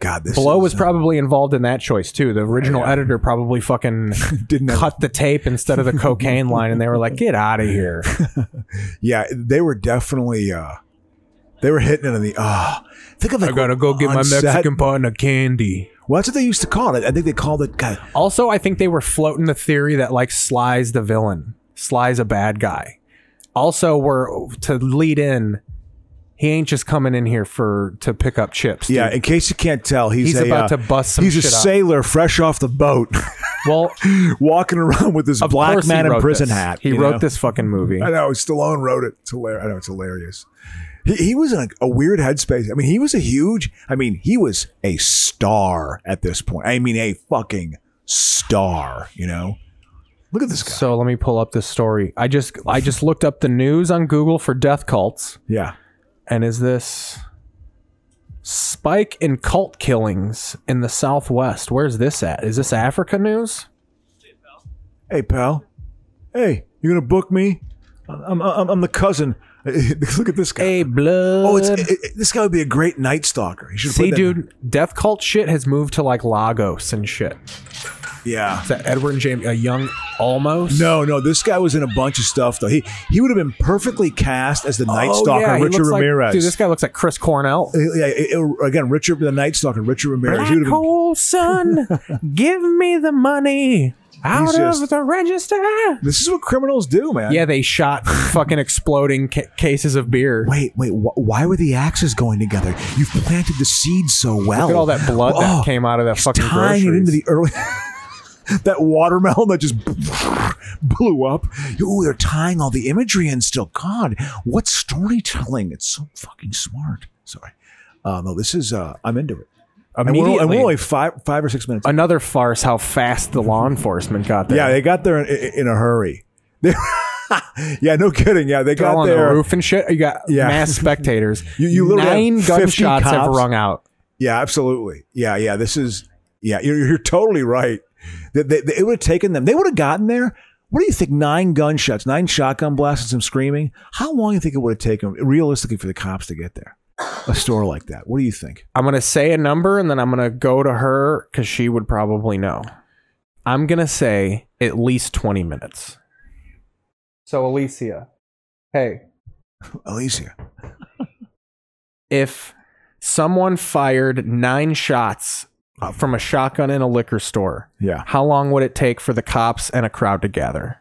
Speaker 6: God, this
Speaker 5: Blow
Speaker 6: is- uh, Oh,
Speaker 5: was probably involved in that choice too. The original editor probably fucking
Speaker 6: uh, Didn't have-
Speaker 5: cut the tape instead of the cocaine line, and they were like, "Get out of here."
Speaker 6: Yeah, they were definitely. uh They were hitting it in the. Ah, think of like.
Speaker 5: I gotta go get my
Speaker 6: on set-
Speaker 5: Mexican partner candy.
Speaker 6: Well, that's what they used to call it. I think they called it. God,
Speaker 5: Also, I think they were floating the theory that like Sly's the villain. Sly's a bad guy. Also, we're to lead in. He ain't just coming in here for to pick up chips. dude.
Speaker 6: yeah. In case you can't tell, he's,
Speaker 5: He's
Speaker 6: a,
Speaker 5: about to
Speaker 6: uh,
Speaker 5: bust some
Speaker 6: He's a
Speaker 5: shit up.
Speaker 6: sailor, fresh off the boat,
Speaker 5: Well,
Speaker 6: walking around with his
Speaker 5: of
Speaker 6: black
Speaker 5: course he
Speaker 6: man in
Speaker 5: wrote
Speaker 6: prison
Speaker 5: this.
Speaker 6: hat.
Speaker 5: He
Speaker 6: you
Speaker 5: wrote
Speaker 6: know?
Speaker 5: this fucking movie.
Speaker 6: I know Stallone wrote it. It's hilarious. I know it's hilarious. He, he was in a, a weird headspace. I mean, he was a huge. I mean, he was a star at this point. I mean, a fucking star. You know, look at this guy.
Speaker 5: So let me pull up this story. I just I just looked up the news on Google for death cults.
Speaker 6: Yeah.
Speaker 5: And is this spike in cult killings in the Southwest? Where's this at? Is this Africa news?
Speaker 6: Hey, pal. Hey, you gonna book me? I'm I'm, I'm the cousin. Look at this guy.
Speaker 5: Hey, blood.
Speaker 6: Oh, it's it, it- this guy would be a great night stalker. He should
Speaker 5: See,
Speaker 6: put that-
Speaker 5: dude, death cult shit has moved to like Lagos and shit.
Speaker 6: Yeah.
Speaker 5: Is that Edward and James, a young almost?
Speaker 6: No, no, this guy was in a bunch of stuff though. He he would have been perfectly cast as the Night
Speaker 5: Oh,
Speaker 6: Stalker,
Speaker 5: yeah, he
Speaker 6: Richard
Speaker 5: looks like-
Speaker 6: Ramirez. Uh,
Speaker 5: dude, this guy looks like Chris Cornell.
Speaker 6: yeah, it- it- again, Richard the Night Stalker, Richard Ramirez.
Speaker 5: Black
Speaker 6: He would have been,
Speaker 5: hole sun, give me the money. Out
Speaker 6: He's
Speaker 5: of
Speaker 6: just-
Speaker 5: the register.
Speaker 6: This is what criminals do, man.
Speaker 5: Yeah, they shot fucking exploding ca- cases of beer.
Speaker 6: Wait, wait. Wh- why were the axes going together? You've planted the seed so well.
Speaker 5: Look at all that blood
Speaker 6: Oh,
Speaker 5: that came out of that fucking
Speaker 6: tying it
Speaker 5: grocery.
Speaker 6: into the early. that watermelon that just blew up. Ooh, they're tying all the imagery in still. God, what storytelling? It's so fucking smart. Sorry. Uh, no, this is. Uh, I'm into it. And we're- And we're,
Speaker 5: Immediately.
Speaker 6: only five, five or six minutes.
Speaker 5: Another farce how fast the law enforcement got there.
Speaker 6: Yeah, they got there in, in a hurry. They- yeah, no kidding. Yeah, they
Speaker 5: They're
Speaker 6: got
Speaker 5: all on
Speaker 6: there.
Speaker 5: the roof and shit. You got
Speaker 6: Yeah.
Speaker 5: mass spectators.
Speaker 6: You, you literally
Speaker 5: Nine
Speaker 6: have 50
Speaker 5: gunshots have
Speaker 6: cops.
Speaker 5: rung out.
Speaker 6: Yeah, absolutely. Yeah, yeah. This is yeah. You're, you're totally right. That they, they- it would have taken them. They would have gotten there. What do you think? Nine gunshots, nine shotgun blasts, and some screaming. How long do you think it would have taken realistically for the cops to get there? A store like that. What do you think?
Speaker 5: I'm gonna say a number and then I'm gonna go to her because she would probably know. I'm gonna say at least 20 minutes. So Alicia, hey,
Speaker 6: Alicia,
Speaker 5: if someone fired nine shots from a shotgun in a liquor store,
Speaker 6: Yeah.
Speaker 5: how long would it take for the cops and a crowd to gather?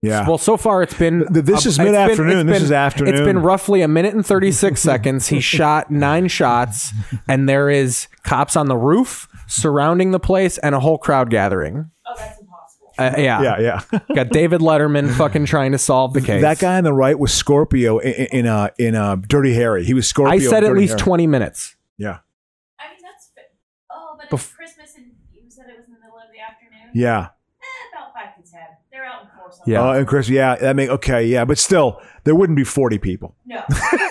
Speaker 6: Yeah.
Speaker 5: Well, so far it's been.
Speaker 6: Th- this is
Speaker 5: it's been- it's
Speaker 6: mid-afternoon. This
Speaker 5: been-
Speaker 6: is afternoon.
Speaker 5: It's been roughly a minute and thirty six seconds. He shot nine shots, and there is cops on the roof surrounding the place and a whole crowd gathering. Oh, that's impossible. yeah,
Speaker 6: Yeah, yeah.
Speaker 5: Got David Letterman fucking trying to solve the case.
Speaker 6: That guy on the right was Scorpio in, in, in uh in uh Dirty Harry. He was Scorpio.
Speaker 5: I
Speaker 6: in
Speaker 5: said at
Speaker 6: Dirty
Speaker 5: least
Speaker 6: Harry.
Speaker 5: twenty minutes.
Speaker 6: Yeah,
Speaker 16: Oh, but
Speaker 5: Bef-
Speaker 16: it's Christmas and you said it was in the middle of the afternoon? Eh,
Speaker 6: yeah,
Speaker 16: about 5 to 10. They're out in force.
Speaker 6: yeah. and Chris, yeah. That make okay, yeah. But still, there wouldn't be forty people.
Speaker 16: No.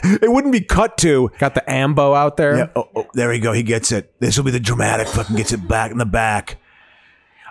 Speaker 6: it wouldn't be cut to.
Speaker 5: Got the ambo out there.
Speaker 6: Yeah. Oh, oh, there we go. He gets it. This will be the dramatic. Fucking gets it back in the back.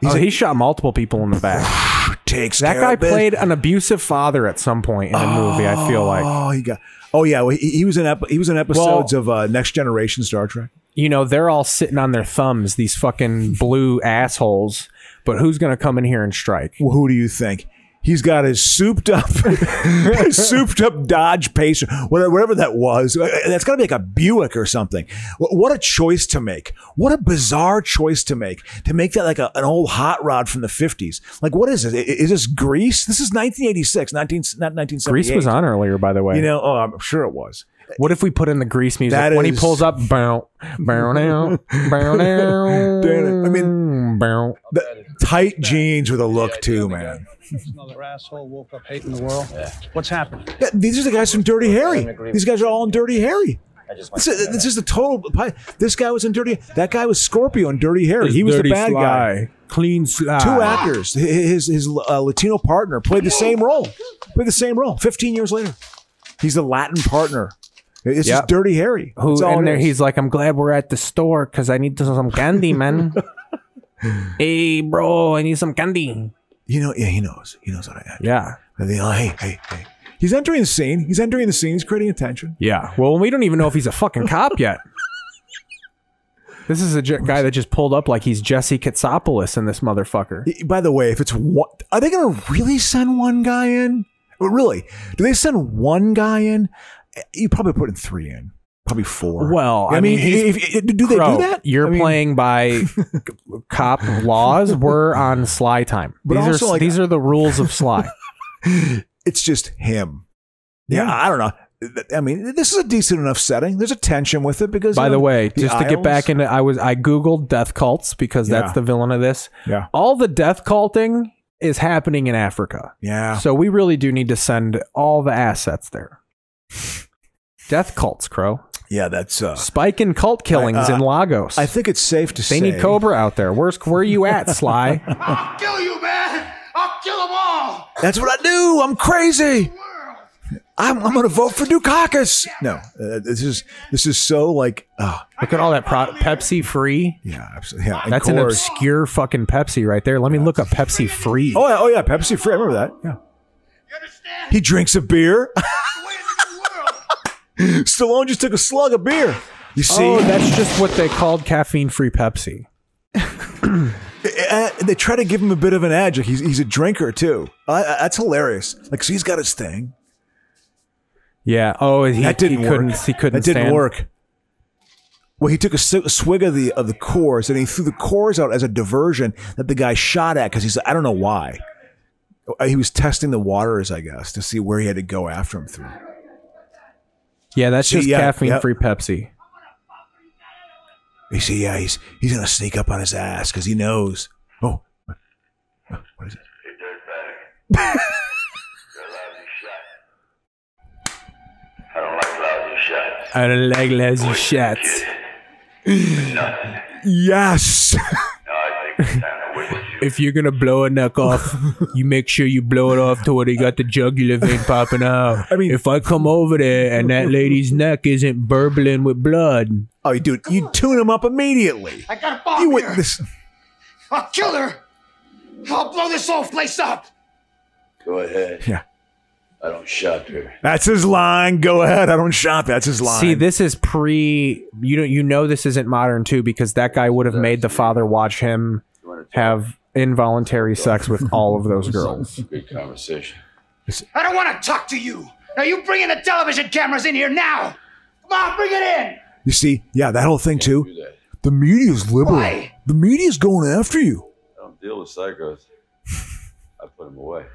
Speaker 5: oh, he shot multiple people in the back.
Speaker 6: Takes
Speaker 5: that
Speaker 6: care
Speaker 5: guy
Speaker 6: of business.
Speaker 5: played an abusive father at some point in the movie. I feel like.
Speaker 6: Oh, he got. Oh yeah. Well, he, he was in. Ep- he was in episodes of uh, Next Generation Star Trek.
Speaker 5: you know, they're all sitting on their thumbs, these fucking blue assholes. But who's going to come in here and strike?
Speaker 6: Well, who do you think? He's got his souped up, his souped up Dodge Pacer, whatever, whatever that was. Uh, That's got to be like a Buick or something. Wh- What a choice to make! What a bizarre choice to make to make that like a, an old hot rod from the fifties. Like, what is this? I- Is this Greece? This is 1986, 19, not 1978.
Speaker 5: Grease was on earlier, by the way.
Speaker 6: You know, oh, I'm sure it was.
Speaker 5: what if we put in the grease music
Speaker 6: That
Speaker 5: when he
Speaker 6: is-
Speaker 5: pulls up? Bow, bow, now, bow, now.
Speaker 6: Damn it. I
Speaker 5: mean, bow.
Speaker 6: The tight jeans with a look too, man.
Speaker 17: Another asshole woke up hating the world. What's happened?
Speaker 6: Yeah, these are the guys from Dirty Harry. These guys are all in Dirty Harry.
Speaker 17: just
Speaker 6: This is, this is the total. pi- This guy was in Dirty. That guy was Scorpio in Dirty Harry. He was the bad guy.
Speaker 5: Clean sly.
Speaker 6: Two actors. Hi- His his uh, Latino partner played the same role. Played the same role. Fifteen years later, he's the Latin partner. It's
Speaker 5: Yep.
Speaker 6: just Dirty Harry.
Speaker 5: Who
Speaker 6: That's all
Speaker 5: in
Speaker 6: it
Speaker 5: there?
Speaker 6: is.
Speaker 5: He's like, I'm glad we're at the store because I need some candy, man. hey, bro, I need some candy.
Speaker 6: You know, yeah, he knows. He knows what I.
Speaker 5: Yeah.
Speaker 6: And they go, hey, hey, hey. He's entering the scene. He's entering the scene. He's creating attention.
Speaker 5: Yeah. Well, we don't even know if he's a fucking cop yet. This is a j- guy that just pulled up like he's Jesse Katsopoulos in this motherfucker.
Speaker 6: By the way, if it's one, are they going to really send one guy in? Well, Really? Do they send one guy in? You probably put in three in, probably four.
Speaker 5: Well, I, mean,
Speaker 6: if, if- do they
Speaker 5: Crow,
Speaker 6: do that?
Speaker 5: You're
Speaker 6: I mean,
Speaker 5: playing by c- cop laws. We're on Sly time.
Speaker 6: But
Speaker 5: these
Speaker 6: also,
Speaker 5: are
Speaker 6: like-
Speaker 5: these are the rules of Sly.
Speaker 6: It's just him. Yeah, I don't know. I mean, this is a decent enough setting. There's a tension with it because.
Speaker 5: By
Speaker 6: you
Speaker 5: the
Speaker 6: know,
Speaker 5: way, just to get
Speaker 6: aisles-
Speaker 5: back into, I was I googled death cults because
Speaker 6: Yeah.
Speaker 5: that's the villain of this.
Speaker 6: Yeah.
Speaker 5: All the death culting is happening in Africa.
Speaker 6: Yeah.
Speaker 5: So we really do need to send all the assets there. Death cults, Crow.
Speaker 6: Yeah, that's uh,
Speaker 5: Spike in cult killings
Speaker 6: I- uh,
Speaker 5: in Lagos.
Speaker 6: I think it's safe to
Speaker 5: they
Speaker 6: say
Speaker 5: need Cobra out there. Where's where are you at, Sly?
Speaker 18: Kill you, man! I'll kill them all!
Speaker 6: That's what I do. I'm crazy. I'm, I'm going to vote for Dukakis. No, uh, this is this is so like. Uh,
Speaker 5: Look at all that pro- Pepsi free.
Speaker 6: Yeah, absolutely. Yeah, and
Speaker 5: That's an
Speaker 6: Coors.
Speaker 5: obscure fucking Pepsi right there. Let me look up Pepsi free.
Speaker 6: Oh yeah, oh yeah, Pepsi free. I remember that. Yeah. He drinks a beer. Stallone just took a slug of beer. You see,
Speaker 5: Oh, that's just what they called caffeine free Pepsi.
Speaker 6: Uh, they try to give him a bit of an edge. Like he's, he's a drinker too. Uh, that's hilarious. Like so, he's got his thing.
Speaker 5: Yeah. Oh, he,
Speaker 6: That didn't
Speaker 5: he couldn't.
Speaker 6: work.
Speaker 5: He couldn't.
Speaker 6: That didn't
Speaker 5: stand-
Speaker 6: work. Well, he took a si- swig of the of the cores and he threw the cores out as a diversion that the guy shot at because he said, "I don't know why." Uh, He was testing the waters, I guess, to see where he had to go after him through.
Speaker 5: Yeah, that's
Speaker 6: See,
Speaker 5: just
Speaker 6: yeah,
Speaker 5: caffeine
Speaker 6: yeah.
Speaker 5: free Pepsi.
Speaker 6: You see, yeah, he's he's gonna sneak up on his ass because he knows. Oh, uh, what is it?
Speaker 5: I don't like lousy shots.
Speaker 6: Yes.
Speaker 5: if you're gonna blow a neck off, you make sure you blow it off to where they got the jugular vein popping out. I mean, if I come over there and that lady's neck isn't burbling with blood,
Speaker 6: oh, you dude, you tune him up immediately.
Speaker 18: I got a bomb
Speaker 6: You
Speaker 18: here.
Speaker 6: wouldn't. This,
Speaker 18: I'll kill her. I'll blow this whole place up.
Speaker 19: Go ahead.
Speaker 6: Yeah.
Speaker 19: I don't shot her.
Speaker 6: that's his line. Go ahead. I don't shop. That's his line.
Speaker 5: See, this is pre. You don't. You know this isn't modern too, because that guy would have made the father watch him have involuntary sex with all of those girls.
Speaker 19: Good conversation.
Speaker 18: I don't want to talk to you. Now you bring in the television cameras in here now. Come on, bring it in.
Speaker 6: You see, yeah, that whole thing too. The media's liberal.
Speaker 18: Why?
Speaker 6: The media's going after you.
Speaker 19: I don't deal with psychos. I put them away.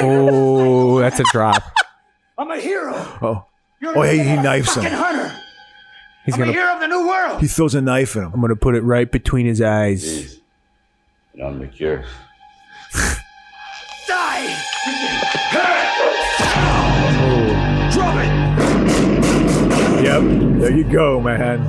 Speaker 5: Oh, that's a drop.
Speaker 18: I'm a hero.
Speaker 6: Oh, oh, hey, he knifes
Speaker 18: Fucking
Speaker 6: him.
Speaker 18: hunter.
Speaker 5: He's
Speaker 18: I'm a hero of the new world.
Speaker 6: He throws a knife at him.
Speaker 5: I'm gonna put it right between his eyes.
Speaker 19: And I'm the cure.
Speaker 18: Die. Drop it.
Speaker 6: Yep, there you go, man.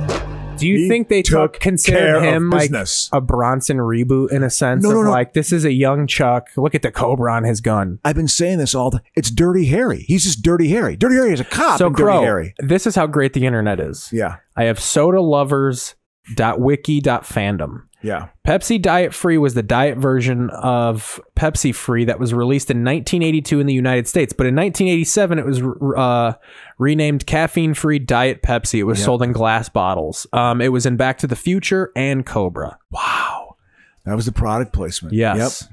Speaker 5: Do you
Speaker 6: He
Speaker 5: think they
Speaker 6: took
Speaker 5: took considered
Speaker 6: care
Speaker 5: him
Speaker 6: of
Speaker 5: like
Speaker 6: business.
Speaker 5: a Bronson reboot in a sense
Speaker 6: No,
Speaker 5: of
Speaker 6: no, no.
Speaker 5: like this is a young Chuck. Look at the cobra on his gun.
Speaker 6: I've been saying this all the. It's Dirty Harry. He's just Dirty Harry. Dirty Harry is a cop.
Speaker 5: so
Speaker 6: in
Speaker 5: Crow,
Speaker 6: Dirty Harry.
Speaker 5: this is how great the internet is.
Speaker 6: Yeah.
Speaker 5: I have soda lovers dot wiki dot fandom.
Speaker 6: Yeah.
Speaker 5: Pepsi Diet Free was the diet version of Pepsi Free that was released in 1982 in the United States, but in 1987 it was uh, renamed Caffeine Free Diet Pepsi. It was
Speaker 6: Yep.
Speaker 5: sold in glass bottles. Um, it was in Back to the Future and Cobra.
Speaker 6: That was the product placement.
Speaker 5: Yes.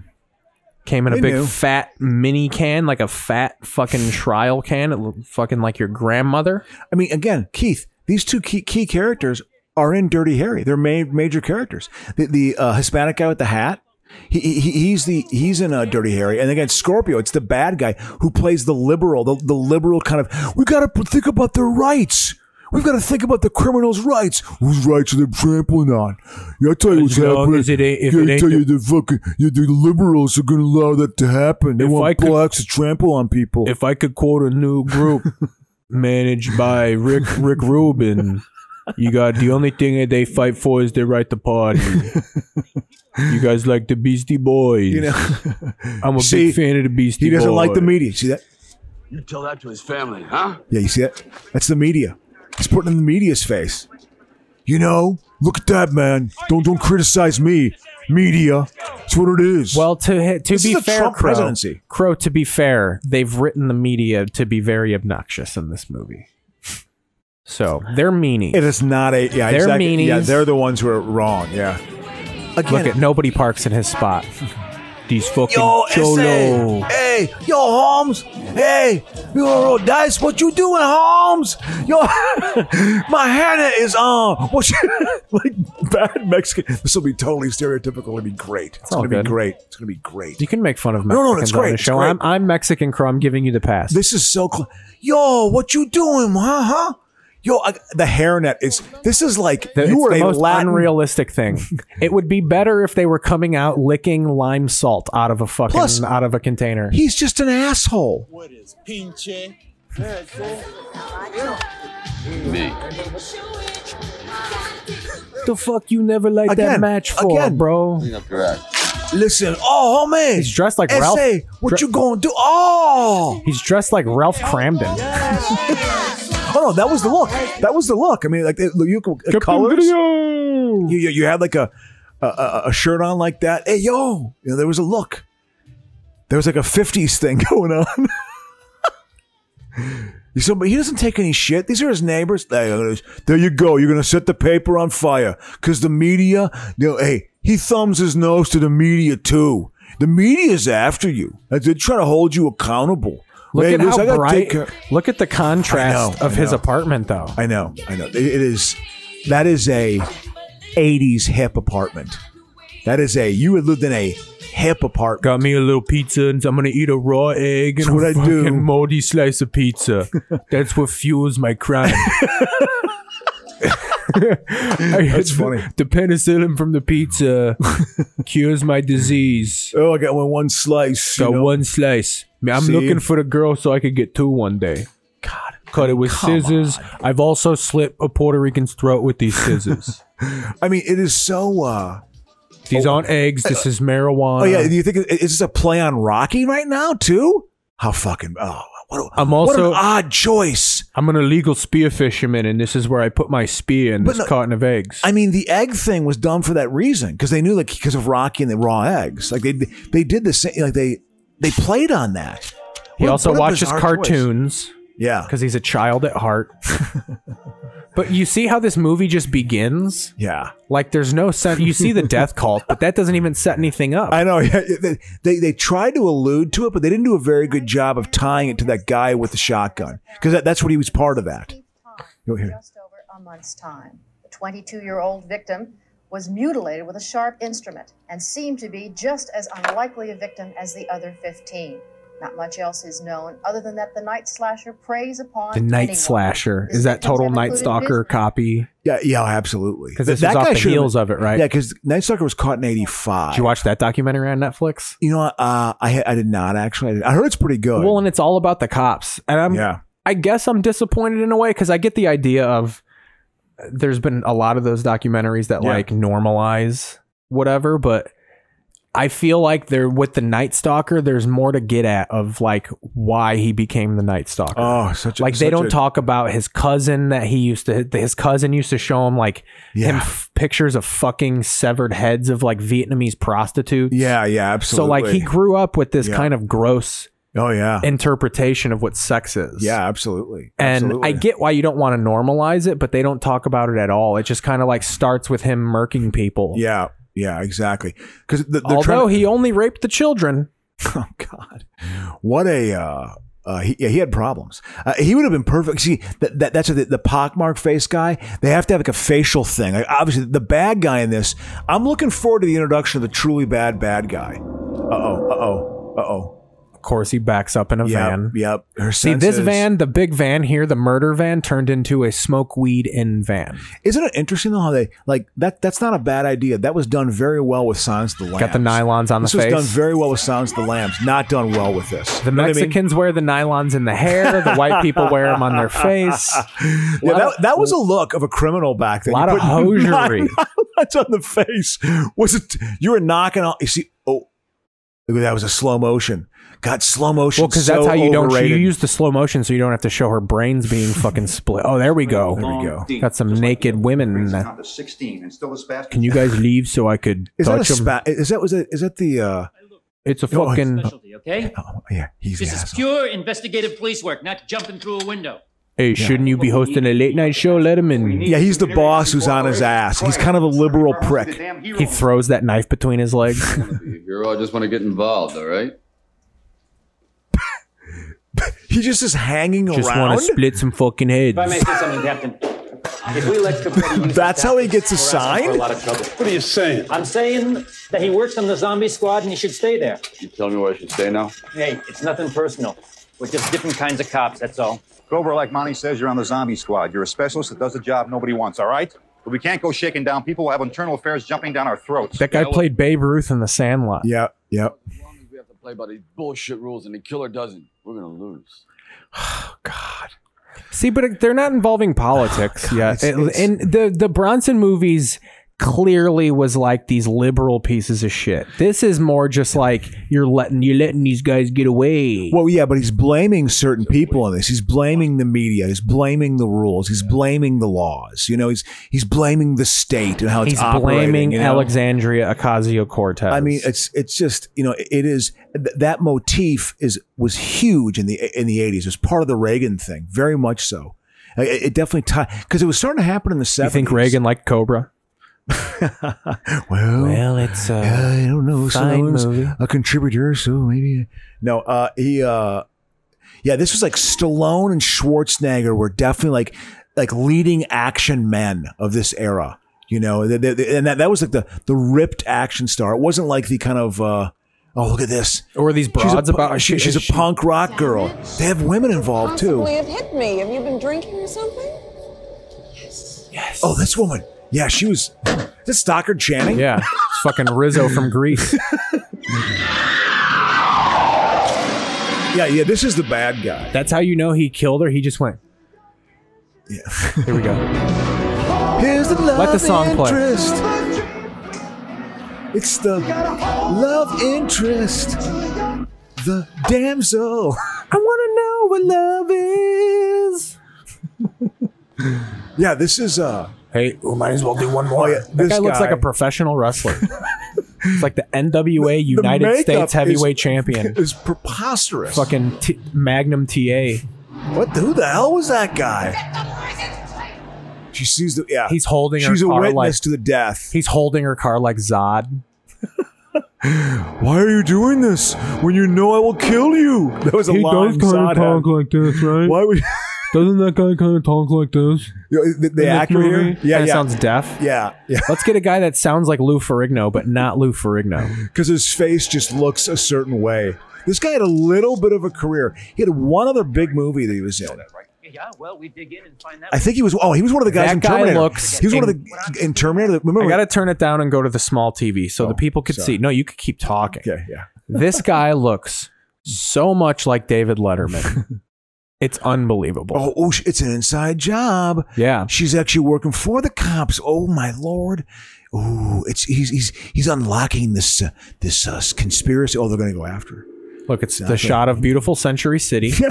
Speaker 5: Came in
Speaker 6: They
Speaker 5: a big
Speaker 6: knew.
Speaker 5: fat mini can, like a fat fucking trial can, it looked fucking like your grandmother.
Speaker 6: Yep. I mean, again, Keith, these two key, key characters are in Dirty Harry. They're ma- major characters. The, the uh, Hispanic guy with the hat. He, he, he's the he's in uh, Dirty Harry, and again Scorpio. It's the bad guy who plays the liberal, the, the liberal kind of. We got to think about their rights. We've got to think about the criminals' rights. Whose rights are they trampling on? Yeah, I tell you what's
Speaker 5: As long
Speaker 6: happening.
Speaker 5: as it ain't- if
Speaker 6: yeah,
Speaker 5: it
Speaker 6: I
Speaker 5: ain't
Speaker 6: tell
Speaker 5: the-
Speaker 6: you the fucking yeah, the liberals are going to allow that to happen. They
Speaker 5: If I
Speaker 6: want
Speaker 5: could-
Speaker 6: blacks to trample on people.
Speaker 5: If I could quote a new group managed by Rick Rick Rubin, you got the only thing that they fight for is their right to party. You guys like the Beastie Boys.
Speaker 6: You know,
Speaker 5: I'm a
Speaker 6: See,
Speaker 5: big fan of the Beastie
Speaker 6: he doesn't like the
Speaker 5: Boys.
Speaker 6: media. See that?
Speaker 19: You tell that to his family, huh?
Speaker 6: Yeah, you see that? That's the media. He's putting it in the media's face. You know, look at that man. Don't don't criticize me, media. That's what it is.
Speaker 5: Well, to hi- to
Speaker 6: This
Speaker 5: be
Speaker 6: is a
Speaker 5: fair,
Speaker 6: Trump
Speaker 5: Crow,
Speaker 6: presidency.
Speaker 5: Crow, to be fair, they've written the media to be very obnoxious in this movie. So they're meanie.
Speaker 6: it is not a yeah.
Speaker 5: They're
Speaker 6: exactly. Yeah,
Speaker 5: meanies.
Speaker 6: they're the ones who are wrong. Yeah.
Speaker 5: Look
Speaker 6: Again,
Speaker 5: at nobody parks in his spot. These fucking
Speaker 6: Yo,
Speaker 5: cholo.
Speaker 6: SA. Hey, yo, Holmes. Hey, you gonna roll dice? What you doing, Holmes? Yo, my Hannah is on. What you like? Bad Mexican. This will be totally stereotypical. It'll be great. It's,
Speaker 5: all
Speaker 6: gonna
Speaker 5: good.
Speaker 6: be great. It's gonna be great.
Speaker 5: You can make fun of
Speaker 6: No, no,
Speaker 5: Mexicans
Speaker 6: it's
Speaker 5: on
Speaker 6: great,
Speaker 5: the
Speaker 6: it's
Speaker 5: show.
Speaker 6: great.
Speaker 5: I'm, I'm Mexican, Crow. I'm giving you the pass.
Speaker 6: This is so cl- Yo, what you doing, huh? Huh? Yo, I, the hairnet is. This is like
Speaker 5: The-
Speaker 6: you
Speaker 5: it's
Speaker 6: are
Speaker 5: the
Speaker 6: a
Speaker 5: most
Speaker 6: Latin.
Speaker 5: unrealistic thing. it would be better if they were coming out licking lime salt out of a fucking
Speaker 6: Plus-
Speaker 5: out of a container.
Speaker 6: He's just an asshole.
Speaker 19: Me.
Speaker 5: the fuck you never liked that
Speaker 6: Again,
Speaker 5: match for,
Speaker 6: again.
Speaker 5: bro?
Speaker 19: Clean up your act.
Speaker 6: Listen, oh homie,
Speaker 5: He's dressed like Ralph-
Speaker 6: Say, what
Speaker 5: dre-
Speaker 6: you gonna do? Oh,
Speaker 5: He's dressed like Ralph Cramden.
Speaker 6: oh no, that was the look. That was the look. I mean, like it, you uh, colors. You, you you had like a, a- a a shirt on like that. Hey yo, you know, there was a look. There was like a '50s thing going on. You So, but he doesn't take any shit. These are his neighbors. There there you go. You're gonna set the paper on fire because the media. You know, hey, he thumbs his nose to the media too. The media's after you. They're trying to hold you accountable.
Speaker 5: Look
Speaker 6: Hey,
Speaker 5: at
Speaker 6: Liz, I
Speaker 5: how
Speaker 6: gotta
Speaker 5: bright.
Speaker 6: take care-
Speaker 5: Look at the
Speaker 6: I know,
Speaker 5: contrast of
Speaker 6: I
Speaker 5: his
Speaker 6: know.
Speaker 5: apartment, though.
Speaker 6: I know, I know. It- it is. That is a 80s hip apartment. That is a you had lived in a hip apartment.
Speaker 5: Got me a little pizza, and I'm gonna eat a raw egg and
Speaker 6: That's what
Speaker 5: a
Speaker 6: I do.
Speaker 5: fucking moldy slice of pizza. That's what fuels my crime. That's
Speaker 6: funny.
Speaker 5: The penicillin from the pizza cures my disease.
Speaker 6: Oh, I got one, one slice.
Speaker 5: Got one slice. Man, I'm
Speaker 6: See?
Speaker 5: looking for the girl so I could get two one day. God, cut it with scissors. I've also slit a Puerto Rican's throat with these scissors.
Speaker 6: I mean, it is so. uh
Speaker 5: These aren't eggs. This is marijuana.
Speaker 6: Oh yeah, do you think it- is this a play on Rocky right now too? How fucking oh, what, a-
Speaker 5: I'm
Speaker 6: what an
Speaker 5: also
Speaker 6: odd choice.
Speaker 5: I'm an illegal spear fisherman, and this is where I put my spear in
Speaker 6: But
Speaker 5: this
Speaker 6: no-
Speaker 5: carton of eggs.
Speaker 6: I mean, the egg thing was dumb for that reason because they knew like because of Rocky and the raw eggs. Like they they did the same. Like they they played on that.
Speaker 5: He
Speaker 6: What a-
Speaker 5: also
Speaker 6: what a
Speaker 5: watches
Speaker 6: bizarre choice.
Speaker 5: cartoons.
Speaker 6: Yeah,
Speaker 5: because he's a child at heart. but you see how this movie just begins.
Speaker 6: Yeah,
Speaker 5: like there's no sense. You see the death cult, but that doesn't even set anything up.
Speaker 6: I know. yeah, They, they they tried to allude to it, but they didn't do a very good job of tying it to that guy with the shotgun because that, that's what he was part of that. Go here.
Speaker 20: Just over a month's time, the 22 year old victim was mutilated with a sharp instrument and seemed to be just as unlikely a victim as the other 15. Not much else is known other than that the night slasher preys upon
Speaker 5: the Night
Speaker 20: anyone.
Speaker 5: Slasher
Speaker 20: His
Speaker 5: is that
Speaker 20: victims
Speaker 5: total
Speaker 20: have
Speaker 5: Night
Speaker 20: included
Speaker 5: Stalker copy?
Speaker 6: Yeah, yeah, absolutely.
Speaker 5: 'Cause
Speaker 6: That-
Speaker 5: this
Speaker 6: that
Speaker 5: was off
Speaker 6: guy
Speaker 5: the
Speaker 6: should've-
Speaker 5: heels of it, right?
Speaker 6: Yeah, because Night Stalker was caught in '85.
Speaker 5: Did you watch that documentary on Netflix?
Speaker 6: You know, uh, I I did not actually. I, did- I heard it's pretty good.
Speaker 5: Well, and it's all about the cops, and I'm
Speaker 6: Yeah.
Speaker 5: I guess I'm disappointed in a way because I get the idea of there's been a lot of those documentaries that
Speaker 6: Yeah.
Speaker 5: like normalize whatever, but I feel like they're with the Night Stalker. There's more to get at of like why he became the Night Stalker.
Speaker 6: Oh, such a-
Speaker 5: like they
Speaker 6: such
Speaker 5: don't
Speaker 6: a-
Speaker 5: talk about his cousin that he used to. His cousin used to show him like him
Speaker 6: Yeah.
Speaker 5: f- pictures of fucking severed heads of like Vietnamese prostitutes.
Speaker 6: yeah, yeah, absolutely.
Speaker 5: So like he grew up with this
Speaker 6: Yeah.
Speaker 5: kind of gross
Speaker 6: Oh yeah.
Speaker 5: interpretation of what sex is.
Speaker 6: Yeah, absolutely.
Speaker 5: And
Speaker 6: absolutely.
Speaker 5: I get why you don't want to normalize it, but they don't talk about it at all. It just kind of like starts with him murking people.
Speaker 6: Yeah, yeah, exactly. Because the, they're
Speaker 5: Although
Speaker 6: trying to-
Speaker 5: he only raped the children.
Speaker 6: oh god, what a uh, uh, he, yeah, he had problems. Uh, he would have been perfect. See, that, that that's the, the pockmark face guy. They have to have like a facial thing. Like, obviously, the bad guy in this. I'm looking forward to the introduction of the truly bad bad guy. Uh oh, uh oh, uh oh.
Speaker 5: Of course, he backs up in a
Speaker 6: Yep,
Speaker 5: van.
Speaker 6: yep. Her
Speaker 5: See, this
Speaker 6: senses-
Speaker 5: van, the big van here, the murder van, turned into a smoke weed in van.
Speaker 6: Isn't it interesting though how they like that? That's not a bad idea. That was done very well with Silence of the Lambs.
Speaker 5: Got the nylons on the
Speaker 6: This was
Speaker 5: face.
Speaker 6: done very well with Silence of the Lambs. Not done well with this.
Speaker 5: the
Speaker 6: You know what I mean?
Speaker 5: Mexicans wear the nylons in the hair. The white people wear them on their face.
Speaker 6: Yeah,
Speaker 5: Lot
Speaker 6: that,
Speaker 5: of-
Speaker 6: that was a look of a criminal back then.
Speaker 5: Lot
Speaker 6: You
Speaker 5: of
Speaker 6: put
Speaker 5: hosiery.
Speaker 6: nine nylons on the face. Was it? You were knocking on. You see? Oh, look, that was a slow motion. God, slow motion.
Speaker 5: Well, because
Speaker 6: so
Speaker 5: that's how you don't. You
Speaker 6: overrated.
Speaker 5: use the slow motion so you don't have to show her brains being fucking split. Oh, there we go.
Speaker 6: There we go.
Speaker 5: Got some naked women.
Speaker 21: down to 16 and still this bastard.
Speaker 5: Can you guys leave so I could
Speaker 6: Is that a
Speaker 5: touch them?
Speaker 6: spa- Is that was that, is that the? Uh,
Speaker 5: It's a
Speaker 6: Oh,
Speaker 5: fucking.
Speaker 22: specialty, okay?
Speaker 6: yeah, he's the
Speaker 22: This is
Speaker 6: asshole.
Speaker 22: pure investigative police work, not jumping through a window.
Speaker 5: Hey, shouldn't you be hosting a late night show? Let him in.
Speaker 6: Yeah, he's the boss who's on his ass. He's kind of a liberal prick.
Speaker 5: He throws that knife between his legs.
Speaker 19: Be a hero. I just want to get involved. All right.
Speaker 6: He just is hanging
Speaker 5: Just
Speaker 6: around.
Speaker 5: want to split some fucking heads.
Speaker 22: If I may say something, Captain, if we let Capone use
Speaker 6: That's how he gets a
Speaker 22: for a
Speaker 6: sign.
Speaker 22: lot of trouble.
Speaker 17: What are you saying?
Speaker 22: I'm saying that he works on the zombie squad and he should stay there.
Speaker 19: You tell me where I should stay now.
Speaker 22: Hey, it's nothing personal. We're just different kinds of cops, that's all.
Speaker 21: Cobra, like Monty says, you're on the zombie squad. You're a specialist that does a job nobody wants, all right? But we can't go shaking down people who have internal affairs jumping down our throats.
Speaker 5: That guy played Babe Ruth in The Sandlot.
Speaker 6: Yeah, yeah.
Speaker 19: We have to play by these bullshit rules, and the killer doesn't. We're gonna lose.
Speaker 5: See, but it- they're not involving politics yet.
Speaker 6: Oh, it's-
Speaker 5: It-
Speaker 6: it's-
Speaker 5: and the the Bronson movies clearly was like these liberal pieces of shit. This is more just like you're letting you are letting these guys get away.
Speaker 6: Well, yeah, but he's blaming certain people on this. He's blaming the media. He's blaming the rules. He's blaming the laws. You know, he's he's blaming the state and how it's
Speaker 5: He's
Speaker 6: operating,
Speaker 5: blaming
Speaker 6: you know?
Speaker 5: Alexandria Ocasio Cortez.
Speaker 6: I mean, it's it's just you know it is th- that motif is was huge in the in the eighties. It was part of the Reagan thing, very much so. It, it definitely tied because it was starting to happen in the
Speaker 5: you
Speaker 6: seventies.
Speaker 5: think Reagan liked Cobra?
Speaker 6: Well,
Speaker 5: it's uh,
Speaker 6: Yeah, I don't know. So I
Speaker 5: fine
Speaker 6: was
Speaker 5: movie.
Speaker 6: a contributor, so maybe no. Uh, he, uh, yeah, this was like Stallone and Schwarzenegger were definitely like like leading action men of this era. You know, Th- th- th- and that, that was like the the ripped action star. It wasn't like the kind of uh, oh look at this
Speaker 5: or these
Speaker 6: she's
Speaker 5: broads
Speaker 6: a, pu-
Speaker 5: about-
Speaker 6: she- she's a punk rock girl. They have women involved too.
Speaker 1: Possibly have hit me. Have you been drinking or something? Yes.
Speaker 6: Yes. Oh, this woman. Yeah, she was. Is this Stockard Channing?
Speaker 5: Yeah. It's fucking Rizzo from Greece.
Speaker 6: yeah, yeah. This is the bad guy.
Speaker 5: That's how you know he killed her. He just went.
Speaker 6: Yeah.
Speaker 5: Here we go.
Speaker 6: Here's the love
Speaker 5: Let the song play.
Speaker 6: interest. It's the love interest. The damsel. I want to know what love is. yeah, this is uh
Speaker 5: Hey, we might as well do one more.
Speaker 6: Oh, yeah,
Speaker 5: that
Speaker 6: this
Speaker 5: guy looks
Speaker 6: guy.
Speaker 5: like a professional wrestler. it's like the NWA United
Speaker 6: makeup
Speaker 5: States Heavyweight
Speaker 6: is-
Speaker 5: Champion.
Speaker 6: is preposterous.
Speaker 5: Fucking t- Magnum TA.
Speaker 6: What? Who the hell was that guy? She sees the yeah.
Speaker 5: He's holding her
Speaker 6: She's a
Speaker 5: car
Speaker 6: witness
Speaker 5: like-
Speaker 6: to the death.
Speaker 5: He's holding her car like Zod.
Speaker 6: Why are you doing this when you know I will kill you? That was a
Speaker 3: He does
Speaker 6: line
Speaker 3: kinda
Speaker 6: Zod had.
Speaker 3: talk like this, right?
Speaker 6: Why would?
Speaker 3: Doesn't that guy kind of talk like this?
Speaker 6: You know, the, the
Speaker 3: In this
Speaker 6: actor here,
Speaker 3: movie?
Speaker 6: yeah,
Speaker 5: Kinda
Speaker 6: yeah,
Speaker 5: sounds deaf.
Speaker 6: Yeah, yeah,
Speaker 5: Let's get a guy that sounds like Lou Ferrigno, but not Lou Ferrigno.
Speaker 6: because his face just looks a certain way. This guy had a little bit of a career. He had one other big movie that he was in.
Speaker 23: Yeah, well, we dig in and find that.
Speaker 6: I think he was. Oh, he was one of the guys
Speaker 5: That
Speaker 6: in
Speaker 5: guy
Speaker 6: Terminator.
Speaker 5: looks
Speaker 6: he was one of the in Terminator. that- Remember?
Speaker 5: I got to turn it down and go to the small TV so the people could
Speaker 6: Oh, sorry.
Speaker 5: see. No, you could keep talking.
Speaker 6: yeah, yeah.
Speaker 5: this guy looks so much like David Letterman. it's unbelievable.
Speaker 6: Oh, oh, sh- it's an inside job.
Speaker 5: Yeah.
Speaker 6: She's actually working for the cops. Oh my lord. Ooh, it's he's he's he's unlocking this uh, this uh, conspiracy. Oh, they're going to go after. her.
Speaker 5: Look, it's the
Speaker 6: Exactly.
Speaker 5: shot of beautiful Century City.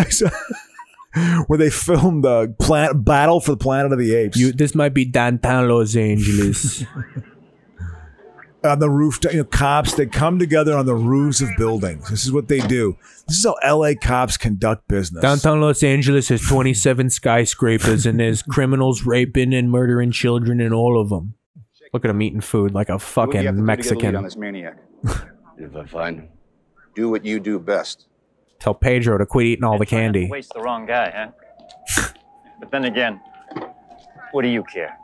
Speaker 6: Where they filmed the plant battle for the Planet of the Apes
Speaker 5: You, this might be downtown Los Angeles.
Speaker 6: on the roof. You know, cops they come together on the roofs of buildings. This is what they do. This is how L.A. cops conduct business.
Speaker 5: downtown Los Angeles has 27 skyscrapers and there's criminals raping and murdering children in all of them. Look at him eating food like a
Speaker 21: What do you have to do to get a lead
Speaker 5: fucking Mexican.
Speaker 21: on this maniac.
Speaker 19: If I find him.
Speaker 21: Do what you do best.
Speaker 5: Tell Pedro to quit eating all the candy.
Speaker 22: Waste the wrong guy, huh? but then again, what do you care?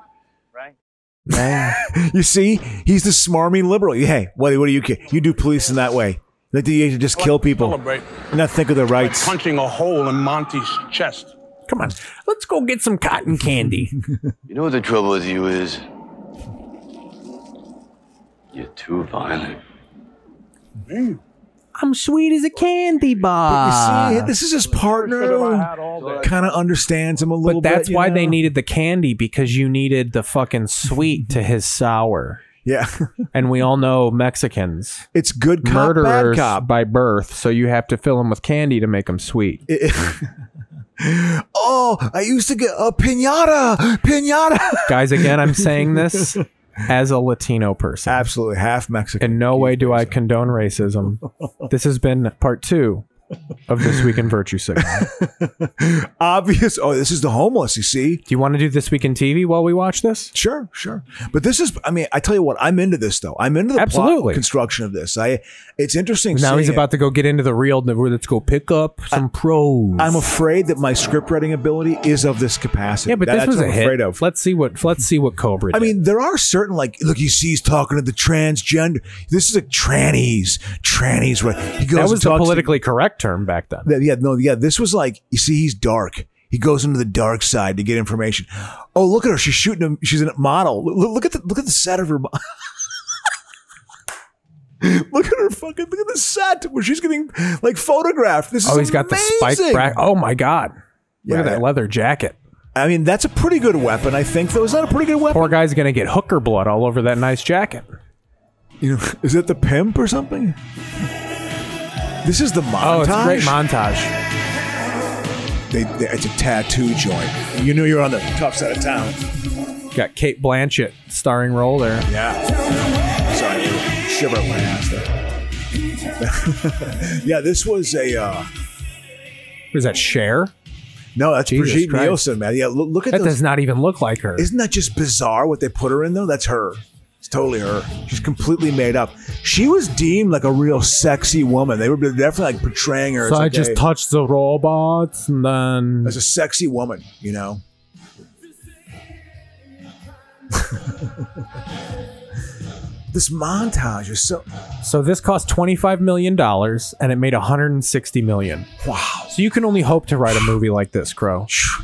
Speaker 6: you see, he's the smarmy liberal. Hey, what, what do you care? You do policing that way. Like you just kill people
Speaker 24: Celebrate
Speaker 6: and not think of their rights.
Speaker 24: punching a hole in Monty's chest.
Speaker 5: Come on, let's go get some cotton candy.
Speaker 19: You know what the trouble with you is? You're too violent.
Speaker 5: I'm sweet as a candy bar.
Speaker 6: You see, this is his partner who kind of understands him a little
Speaker 5: But that's
Speaker 6: bit. you
Speaker 5: why they
Speaker 6: know?
Speaker 5: needed the candy because you needed the fucking sweet to his sour.
Speaker 6: Yeah.
Speaker 5: and we all know Mexicans.
Speaker 6: It's good cop, bad
Speaker 5: murderers
Speaker 6: cop.
Speaker 5: by birth, so you have to fill them with candy to make them sweet.
Speaker 6: Oh, I used to get a pinata, pinata.
Speaker 5: Guys, again, I'm saying this as a Latino person.
Speaker 6: Absolutely, half Mexican.
Speaker 5: In no way do I condone racism. This has been part two of this week in virtue signal.
Speaker 6: Obvious. Oh, this is the homeless. You see?
Speaker 5: Do you want to do this week in TV while we watch this?
Speaker 6: Sure, sure. But this is. I mean, I tell you what, I'm into this though. I'm into the
Speaker 5: Absolutely.
Speaker 6: plot construction of this. I. It's interesting.
Speaker 5: Now he's
Speaker 6: seeing it.
Speaker 5: about to go get into the real. Let's go pick up some pros.
Speaker 6: I'm afraid that my script writing ability is of this capacity.
Speaker 5: yeah, but
Speaker 6: That-
Speaker 5: this
Speaker 6: that's
Speaker 5: was
Speaker 6: what
Speaker 5: a
Speaker 6: I'm
Speaker 5: hit.
Speaker 6: afraid of.
Speaker 5: Let's see what. Let's see what Cobra.
Speaker 6: I
Speaker 5: did.
Speaker 6: mean, there are certain like look, you see, he's talking to the transgender. This is a trannies, trannies. Right? He goes.
Speaker 5: that
Speaker 6: and
Speaker 5: was the
Speaker 6: talks to-
Speaker 5: politically correct term back then.
Speaker 6: That- yeah, no, yeah. This was like you see, he's dark. He goes into the dark side to get information. Oh, look at her! She's shooting him. She's a model. Look, look at the look at the set of her. mo- look at her fucking look at the set where she's getting like photographed. This is
Speaker 5: oh, he's got the spike
Speaker 6: amazing.
Speaker 5: bracket. Oh my god! Look
Speaker 6: Yeah,
Speaker 5: at that
Speaker 6: that-
Speaker 5: leather jacket.
Speaker 6: I mean, that's a pretty good weapon. I think though. Is that a pretty good weapon?
Speaker 5: Poor guy's gonna get hooker blood all over that nice jacket.
Speaker 6: You know, is that the pimp or something? This is the montage.
Speaker 5: Oh, it's a great montage.
Speaker 6: They, they, it's a tattoo joint. You knew you were on the tough side of town.
Speaker 5: Got Kate Blanchett starring role there.
Speaker 6: Yeah. Sorry, shiver up my ass there. yeah, this was a. Uh,
Speaker 5: Was that Cher?
Speaker 6: no, that's
Speaker 5: Jesus
Speaker 6: Brigitte
Speaker 5: Christ.
Speaker 6: Nielsen, man. Yeah, look, look at
Speaker 5: That
Speaker 6: those.
Speaker 5: does not even look like her.
Speaker 6: Isn't that just bizarre what they put her in though? That's her. It's totally her. She's completely made up. She was deemed like a real sexy woman. They were definitely like portraying her.
Speaker 5: So
Speaker 6: as
Speaker 5: I
Speaker 6: like
Speaker 5: just
Speaker 6: a-
Speaker 5: touched the robots and then
Speaker 6: as a sexy woman, you know. This montage is so.
Speaker 5: So this cost twenty five million dollars, and it made one hundred and sixty million.
Speaker 6: Wow!
Speaker 5: So you can only hope to write a movie like this, Crow.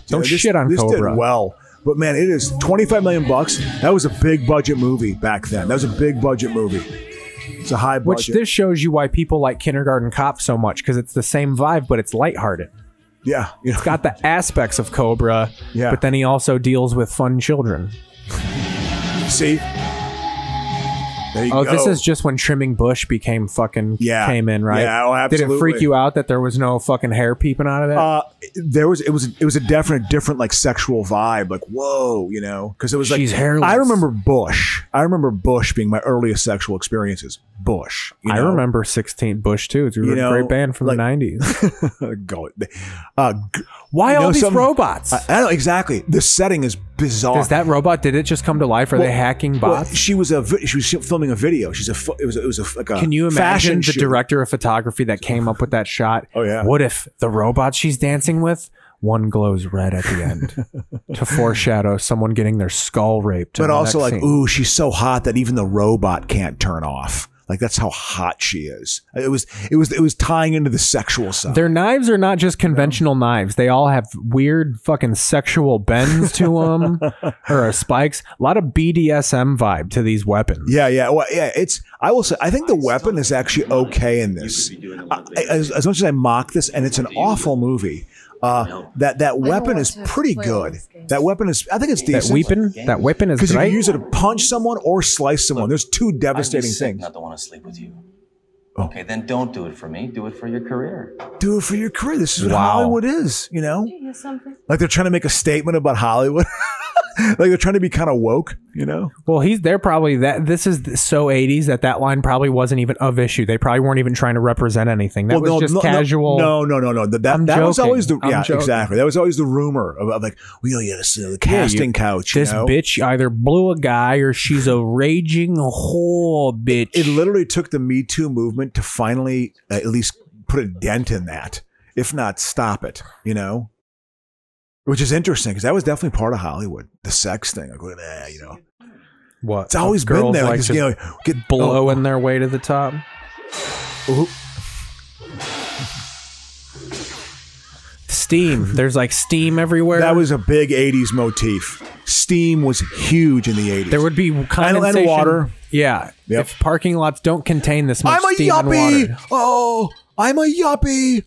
Speaker 5: Don't
Speaker 6: Yeah, this-
Speaker 5: shit on
Speaker 6: this
Speaker 5: Cobra.
Speaker 6: Did well, but man, it is 25 million bucks. That was a big budget movie back then. That was a big budget movie. It's a high
Speaker 5: Which
Speaker 6: budget.
Speaker 5: this shows you why people like Kindergarten Cop so much because it's the same vibe, but it's lighthearted.
Speaker 6: Yeah,
Speaker 5: it's got the aspects of Cobra.
Speaker 6: Yeah.
Speaker 5: but then he also deals with fun children.
Speaker 6: See. There you
Speaker 5: oh,
Speaker 6: go.
Speaker 5: this is just when trimming bush became fucking
Speaker 6: Yeah.
Speaker 5: came in, right?
Speaker 6: Yeah, oh,
Speaker 5: Did it freak
Speaker 6: absolutely.
Speaker 5: you out that there was no fucking hair peeping out of that?
Speaker 6: Uh, there was it was it was a definite different like sexual vibe like whoa you know because it was like
Speaker 5: She's hairless.
Speaker 6: I remember Bush I remember Bush being my earliest sexual experiences Bush you
Speaker 5: I
Speaker 6: know?
Speaker 5: remember 16 Bush too. It's a
Speaker 6: You know,
Speaker 5: great band from the 90s.
Speaker 6: Go it. Uh, g-
Speaker 5: Why
Speaker 6: you
Speaker 5: all
Speaker 6: know,
Speaker 5: these
Speaker 6: some-
Speaker 5: robots?
Speaker 6: I, I don't exactly. The setting is bizarre.
Speaker 5: Does that robot did it just come to life? Are
Speaker 6: Well-
Speaker 5: they hacking
Speaker 6: well,
Speaker 5: bots?
Speaker 6: she was a vi- she was filming a video. She's a fo- it was a- it was a like a
Speaker 5: Can you
Speaker 6: uh, fashion
Speaker 5: imagine the
Speaker 6: shoot.
Speaker 5: director of photography that came up with that shot?
Speaker 6: Oh yeah.
Speaker 5: What if the robot she's dancing with one glows red at the end to foreshadow someone getting their skull raped? in
Speaker 6: But
Speaker 5: the
Speaker 6: also
Speaker 5: next
Speaker 6: like
Speaker 5: scene?
Speaker 6: ooh, she's so hot that even the robot can't turn off. Like that's how hot she is. It was it was it was tying into the sexual side.
Speaker 5: Their knives are not just conventional knives. They all have weird fucking sexual bends to them or uh, spikes. A lot of BDSM vibe to these weapons.
Speaker 6: Yeah, yeah, well, yeah. It's I will say I think the weapon is actually okay in this. I, as, as much as I mock this, and it's an awful movie. Uh, that that weapon is pretty good. That weapon is I think it's
Speaker 5: That
Speaker 6: decent.
Speaker 5: weapon, that weapon is
Speaker 6: because you
Speaker 5: great.
Speaker 6: can use it to punch someone or slice someone. There's two devastating things.
Speaker 2: Not to want to sleep with you. Okay, then don't do it for me. Do it for your career.
Speaker 6: Do it for your career. This is what
Speaker 2: Wow.
Speaker 6: Hollywood is. You know,
Speaker 2: something.
Speaker 6: like they're trying to make a statement about Hollywood. like they're trying to be kind of woke. You know.
Speaker 5: Well, he's they're probably that. This is so 80s that that line probably wasn't even of issue. They probably weren't even trying to represent anything. That
Speaker 6: Well,
Speaker 5: was
Speaker 6: no,
Speaker 5: just
Speaker 6: no, no,
Speaker 5: casual.
Speaker 6: No, no, no, no. That, that,
Speaker 5: I'm
Speaker 6: that was
Speaker 5: joking.
Speaker 6: always the
Speaker 5: I'm
Speaker 6: yeah,
Speaker 5: joking.
Speaker 6: exactly. That was always the rumor of, of like, we well, yeah, this, uh, the
Speaker 5: Yeah, you-
Speaker 6: casting couch. you
Speaker 5: This
Speaker 6: know?
Speaker 5: bitch either blew a guy or she's a raging whore bitch.
Speaker 6: It literally took the Me Too movement to finally uh, at least put a dent in that, if not stop it. You know, which is interesting because that was definitely part of Hollywood, the sex thing. Like, eh, you know,
Speaker 5: What?
Speaker 6: It's always been
Speaker 5: Girls
Speaker 6: there, like
Speaker 5: Like
Speaker 6: this,
Speaker 5: to
Speaker 6: you know, get- oh,
Speaker 5: blowing their way to the top. Steam. There's like steam everywhere.
Speaker 6: that was a big '80s motif. Steam was huge in the '80s.
Speaker 5: There would be condensation.
Speaker 6: and water.
Speaker 5: Yeah.
Speaker 6: Yep.
Speaker 5: If parking lots don't contain this much
Speaker 6: I'm a
Speaker 5: steam and water.
Speaker 6: yuppie. Oh, I'm a yuppie.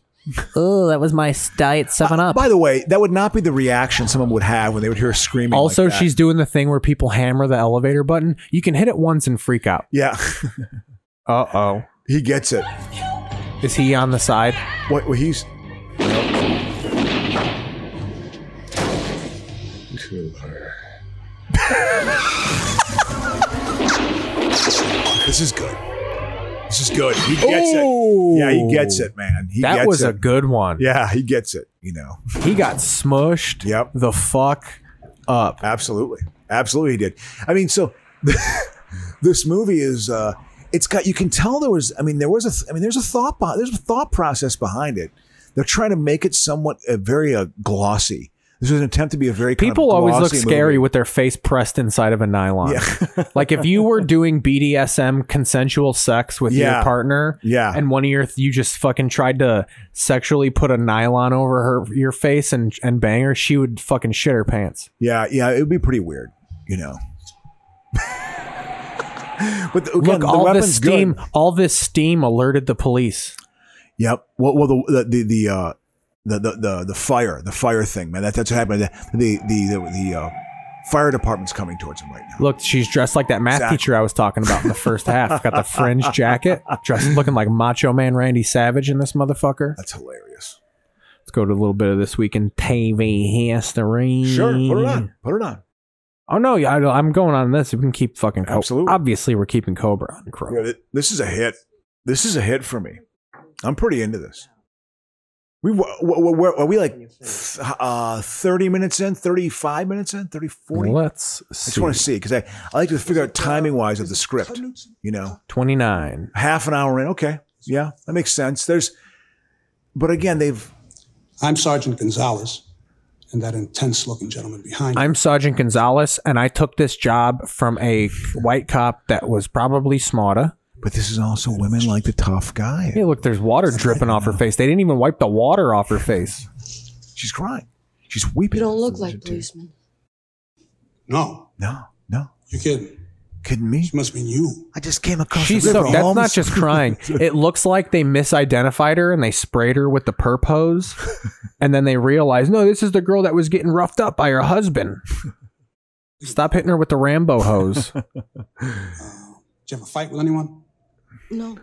Speaker 5: Oh, that was my diet seven up.
Speaker 6: By the way, that would not be the reaction someone would have when they would hear screaming. like
Speaker 5: Also,
Speaker 6: that.
Speaker 5: she's doing the thing where people hammer the elevator button. You can hit it once and freak out.
Speaker 6: yeah,
Speaker 5: Uh oh.
Speaker 6: he gets it.
Speaker 5: Is he on the side?
Speaker 6: What? Well, he's
Speaker 15: To her.
Speaker 6: this is good. This is good. He gets
Speaker 5: Oh.
Speaker 6: it. Yeah, he gets it, man. He
Speaker 5: that
Speaker 6: gets
Speaker 5: was
Speaker 6: it.
Speaker 5: a good one.
Speaker 6: yeah, he gets it. You know.
Speaker 5: He got smushed.
Speaker 6: Yep.
Speaker 5: The fuck up.
Speaker 6: Absolutely. Absolutely he did. I mean, so this movie is uh it's got you can tell there was I mean there was a th- I mean there's a thought bo- there's a thought process behind it. They're trying to make it somewhat uh, very uh, glossy. This was an attempt to be a very kind of
Speaker 5: People always look
Speaker 6: glossy
Speaker 5: scary
Speaker 6: movie.
Speaker 5: with their face pressed inside of a nylon. like if you were doing BDSM consensual sex with
Speaker 6: Yeah.
Speaker 5: your partner,
Speaker 6: Yeah.
Speaker 5: and one of your you just fucking tried to sexually put a nylon over her your face and and bang her, she would fucking shit her pants.
Speaker 6: Yeah, yeah, it would be pretty weird, you know. but the, again,
Speaker 5: Look,
Speaker 6: the
Speaker 5: all
Speaker 6: weapon's
Speaker 5: this steam,
Speaker 6: good.
Speaker 5: all this steam alerted the police.
Speaker 6: Yep. Well, well, the the the the, uh, the, the the the fire, the fire thing, man. That, that's what happened. The the the, the uh, fire department's coming towards him right now.
Speaker 5: Look, she's dressed like that math
Speaker 6: Exactly.
Speaker 5: teacher I was talking about in the first half. Got the fringe jacket, dressed looking like Macho Man Randy Savage in this motherfucker.
Speaker 6: That's hilarious.
Speaker 5: Let's go to a little bit of this week in TV history.
Speaker 6: Sure, put it on. Put it on.
Speaker 5: Oh no, yeah, I, I'm going on this. We can keep fucking. Co- Absolutely. Obviously, we're keeping Cobra on. Crow.
Speaker 6: Yeah, th- this is a hit. This is a hit for me. I'm pretty into this. We were, were, are we like th- uh, 30 minutes in, 35 minutes in, 30, 40?
Speaker 5: Let's
Speaker 6: I just want to see because I, I like to figure out timing wise of the script. You know,
Speaker 5: 29.
Speaker 6: half an hour in. Okay, yeah, that makes sense. There's, but again, they've
Speaker 7: I'm Sergeant Gonzalez,
Speaker 24: and that intense looking gentleman behind you.
Speaker 5: I'm Sergeant Gonzalez, and I took this job from a white cop that was probably smarter.
Speaker 6: But this is also women like the tough guy.
Speaker 5: Hey, look, there's water dripping off her face. They didn't even wipe the water off her face.
Speaker 6: She's crying. She's weeping.
Speaker 1: You don't look like policemen.
Speaker 24: No,
Speaker 6: No, no.
Speaker 24: you're kidding.
Speaker 6: Kidding me?
Speaker 24: She must mean you.
Speaker 6: I just came across
Speaker 5: She's
Speaker 6: the
Speaker 5: so
Speaker 6: river,
Speaker 5: that's
Speaker 6: Holmes.
Speaker 5: not just crying. It looks like they misidentified her and they sprayed her with the perp hose, and then they realized, no, this is the girl that was getting roughed up by her husband. Stop hitting her with the Rambo hose.
Speaker 24: Did you have a fight with anyone?
Speaker 1: No.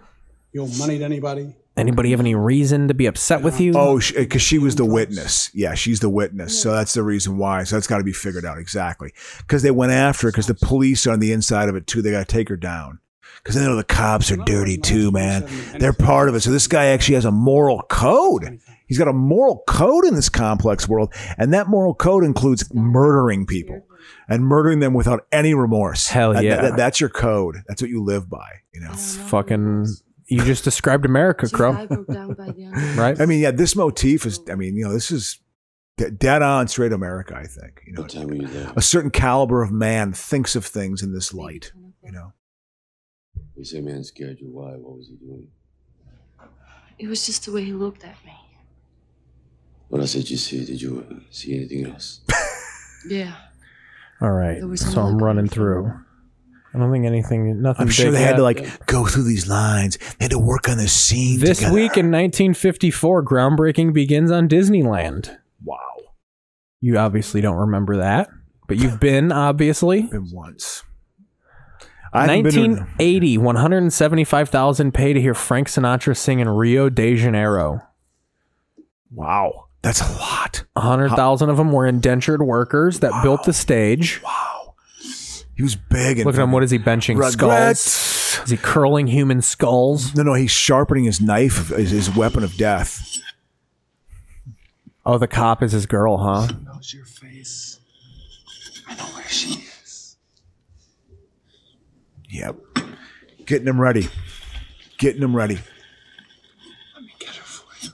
Speaker 24: You owe money to anybody?
Speaker 5: Anybody have any reason to be upset with you?
Speaker 6: Oh, because she, was the witness. Yeah, she's the witness. So that's the reason why. So that's got to be figured out exactly. Because they went after her. Because the police are on the inside of it too. They got to take her down. Because they know the cops are dirty too, man. They're part of it. So this guy actually has a moral code. He's got a moral code in this complex world, and that moral code includes murdering people and murdering them without any remorse.
Speaker 5: Hell
Speaker 6: That-
Speaker 5: yeah.
Speaker 6: that- that's your code. That's what you live by. You know.
Speaker 5: It's fucking. You just described America, Crow. Right.
Speaker 6: I mean, yeah, this motif is. I mean, you know, this is de- dead on straight America. I think you know,
Speaker 19: What time were you there?
Speaker 6: a certain caliber of man thinks of things in this light. You know,
Speaker 19: You say man scared you. Why? What was he doing?
Speaker 7: It was just the way he looked at me.
Speaker 19: What else did you see? Did you uh, see anything else?
Speaker 7: Yeah.
Speaker 5: All right.
Speaker 7: There was
Speaker 5: So I'm running through. I don't think anything. Nothing.
Speaker 6: I'm sure
Speaker 5: big
Speaker 6: they had
Speaker 5: yet.
Speaker 6: to like go through these lines. They had to work on the scene.
Speaker 5: This
Speaker 6: together.
Speaker 5: week in 1954, groundbreaking begins on Disneyland.
Speaker 6: wow,
Speaker 5: You obviously don't remember that, but you've been obviously.
Speaker 6: been once. I haven't been in-
Speaker 5: 1980, 175,000 pay to hear Frank Sinatra sing in Rio de Janeiro.
Speaker 6: Wow, that's a lot.
Speaker 5: 100,000 of them were indentured workers that built the stage.
Speaker 6: He was big. And
Speaker 5: Look at him. What is he benching? Skulls.
Speaker 6: Regrets.
Speaker 5: Is he curling human skulls?
Speaker 6: No, no, he's sharpening his knife, his, his weapon of death.
Speaker 5: Oh, the cop is his girl, huh?
Speaker 17: knows your face. I know where she is.
Speaker 6: Yep, getting him ready, getting him ready.
Speaker 17: Let me get her for you.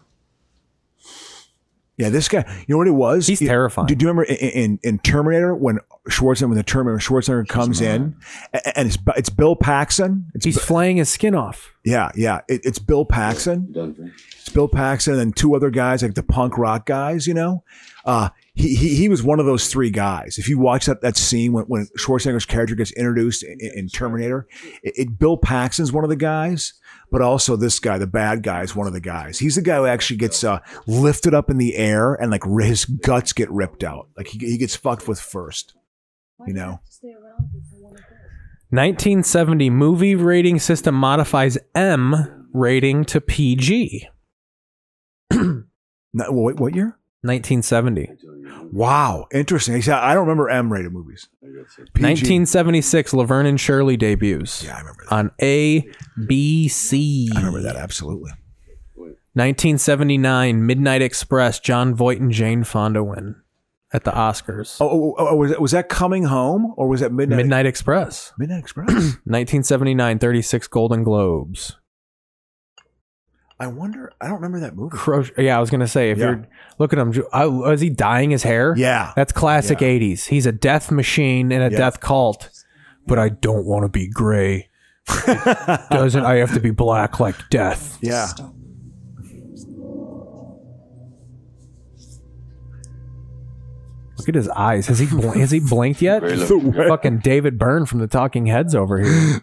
Speaker 6: Yeah, this guy. You know what it was?
Speaker 5: He's
Speaker 6: You-
Speaker 5: terrifying.
Speaker 6: Do, do you remember in, in, in Terminator when Schwarzenegger when the Terminator Schwarzenegger comes in a- and it's it's Bill Paxton. It's
Speaker 5: He's
Speaker 6: Bi-
Speaker 5: flaying his skin off.
Speaker 6: yeah, yeah. It, it's Bill Paxton.
Speaker 19: Done for?
Speaker 6: It's Bill Paxton and then two other guys like the punk rock guys. You know, uh, he, he he was one of those three guys. If you watch that that scene when when Schwarzenegger's character gets introduced in, in Terminator, it, it Bill Paxton's one of the guys. But also this guy, the bad guy, is one of the guys. He's the guy who actually gets uh, lifted up in the air and like ri- his guts get ripped out. Like he, he gets fucked with first. You know,
Speaker 5: 1970 movie rating system modifies M rating to PG.
Speaker 6: No, wait, what year?
Speaker 5: 1970.
Speaker 6: Wow, interesting. He said, I don't remember M-rated movies. PG.
Speaker 5: 1976 Laverne and Shirley debuts.
Speaker 6: Yeah, I remember that.
Speaker 5: on ABC.
Speaker 6: I remember that absolutely.
Speaker 5: 1979 Midnight Express John Voight and Jane Fonda win at the Oscars.
Speaker 6: Oh, oh, oh, oh, was, that, was that coming home or was that midnight?
Speaker 5: Midnight Express.
Speaker 6: Midnight Express.
Speaker 5: 1979 36 Golden Globes.
Speaker 6: I wonder. I don't remember that movie.
Speaker 5: Cro- yeah, I was gonna say if
Speaker 6: Yeah.
Speaker 5: you're look at him, ju- oh, is he dyeing his hair?
Speaker 6: Yeah.
Speaker 5: that's classic
Speaker 6: Yeah.
Speaker 5: '80s. He's a death machine and a
Speaker 6: Yeah.
Speaker 5: death cult. But I don't want to be gray. Doesn't I have to be black like death?
Speaker 6: Yeah.
Speaker 5: Look at his eyes. Has he bl- has he blinked yet?
Speaker 19: Very looking good.
Speaker 5: Fucking David Byrne from the Talking Heads over here.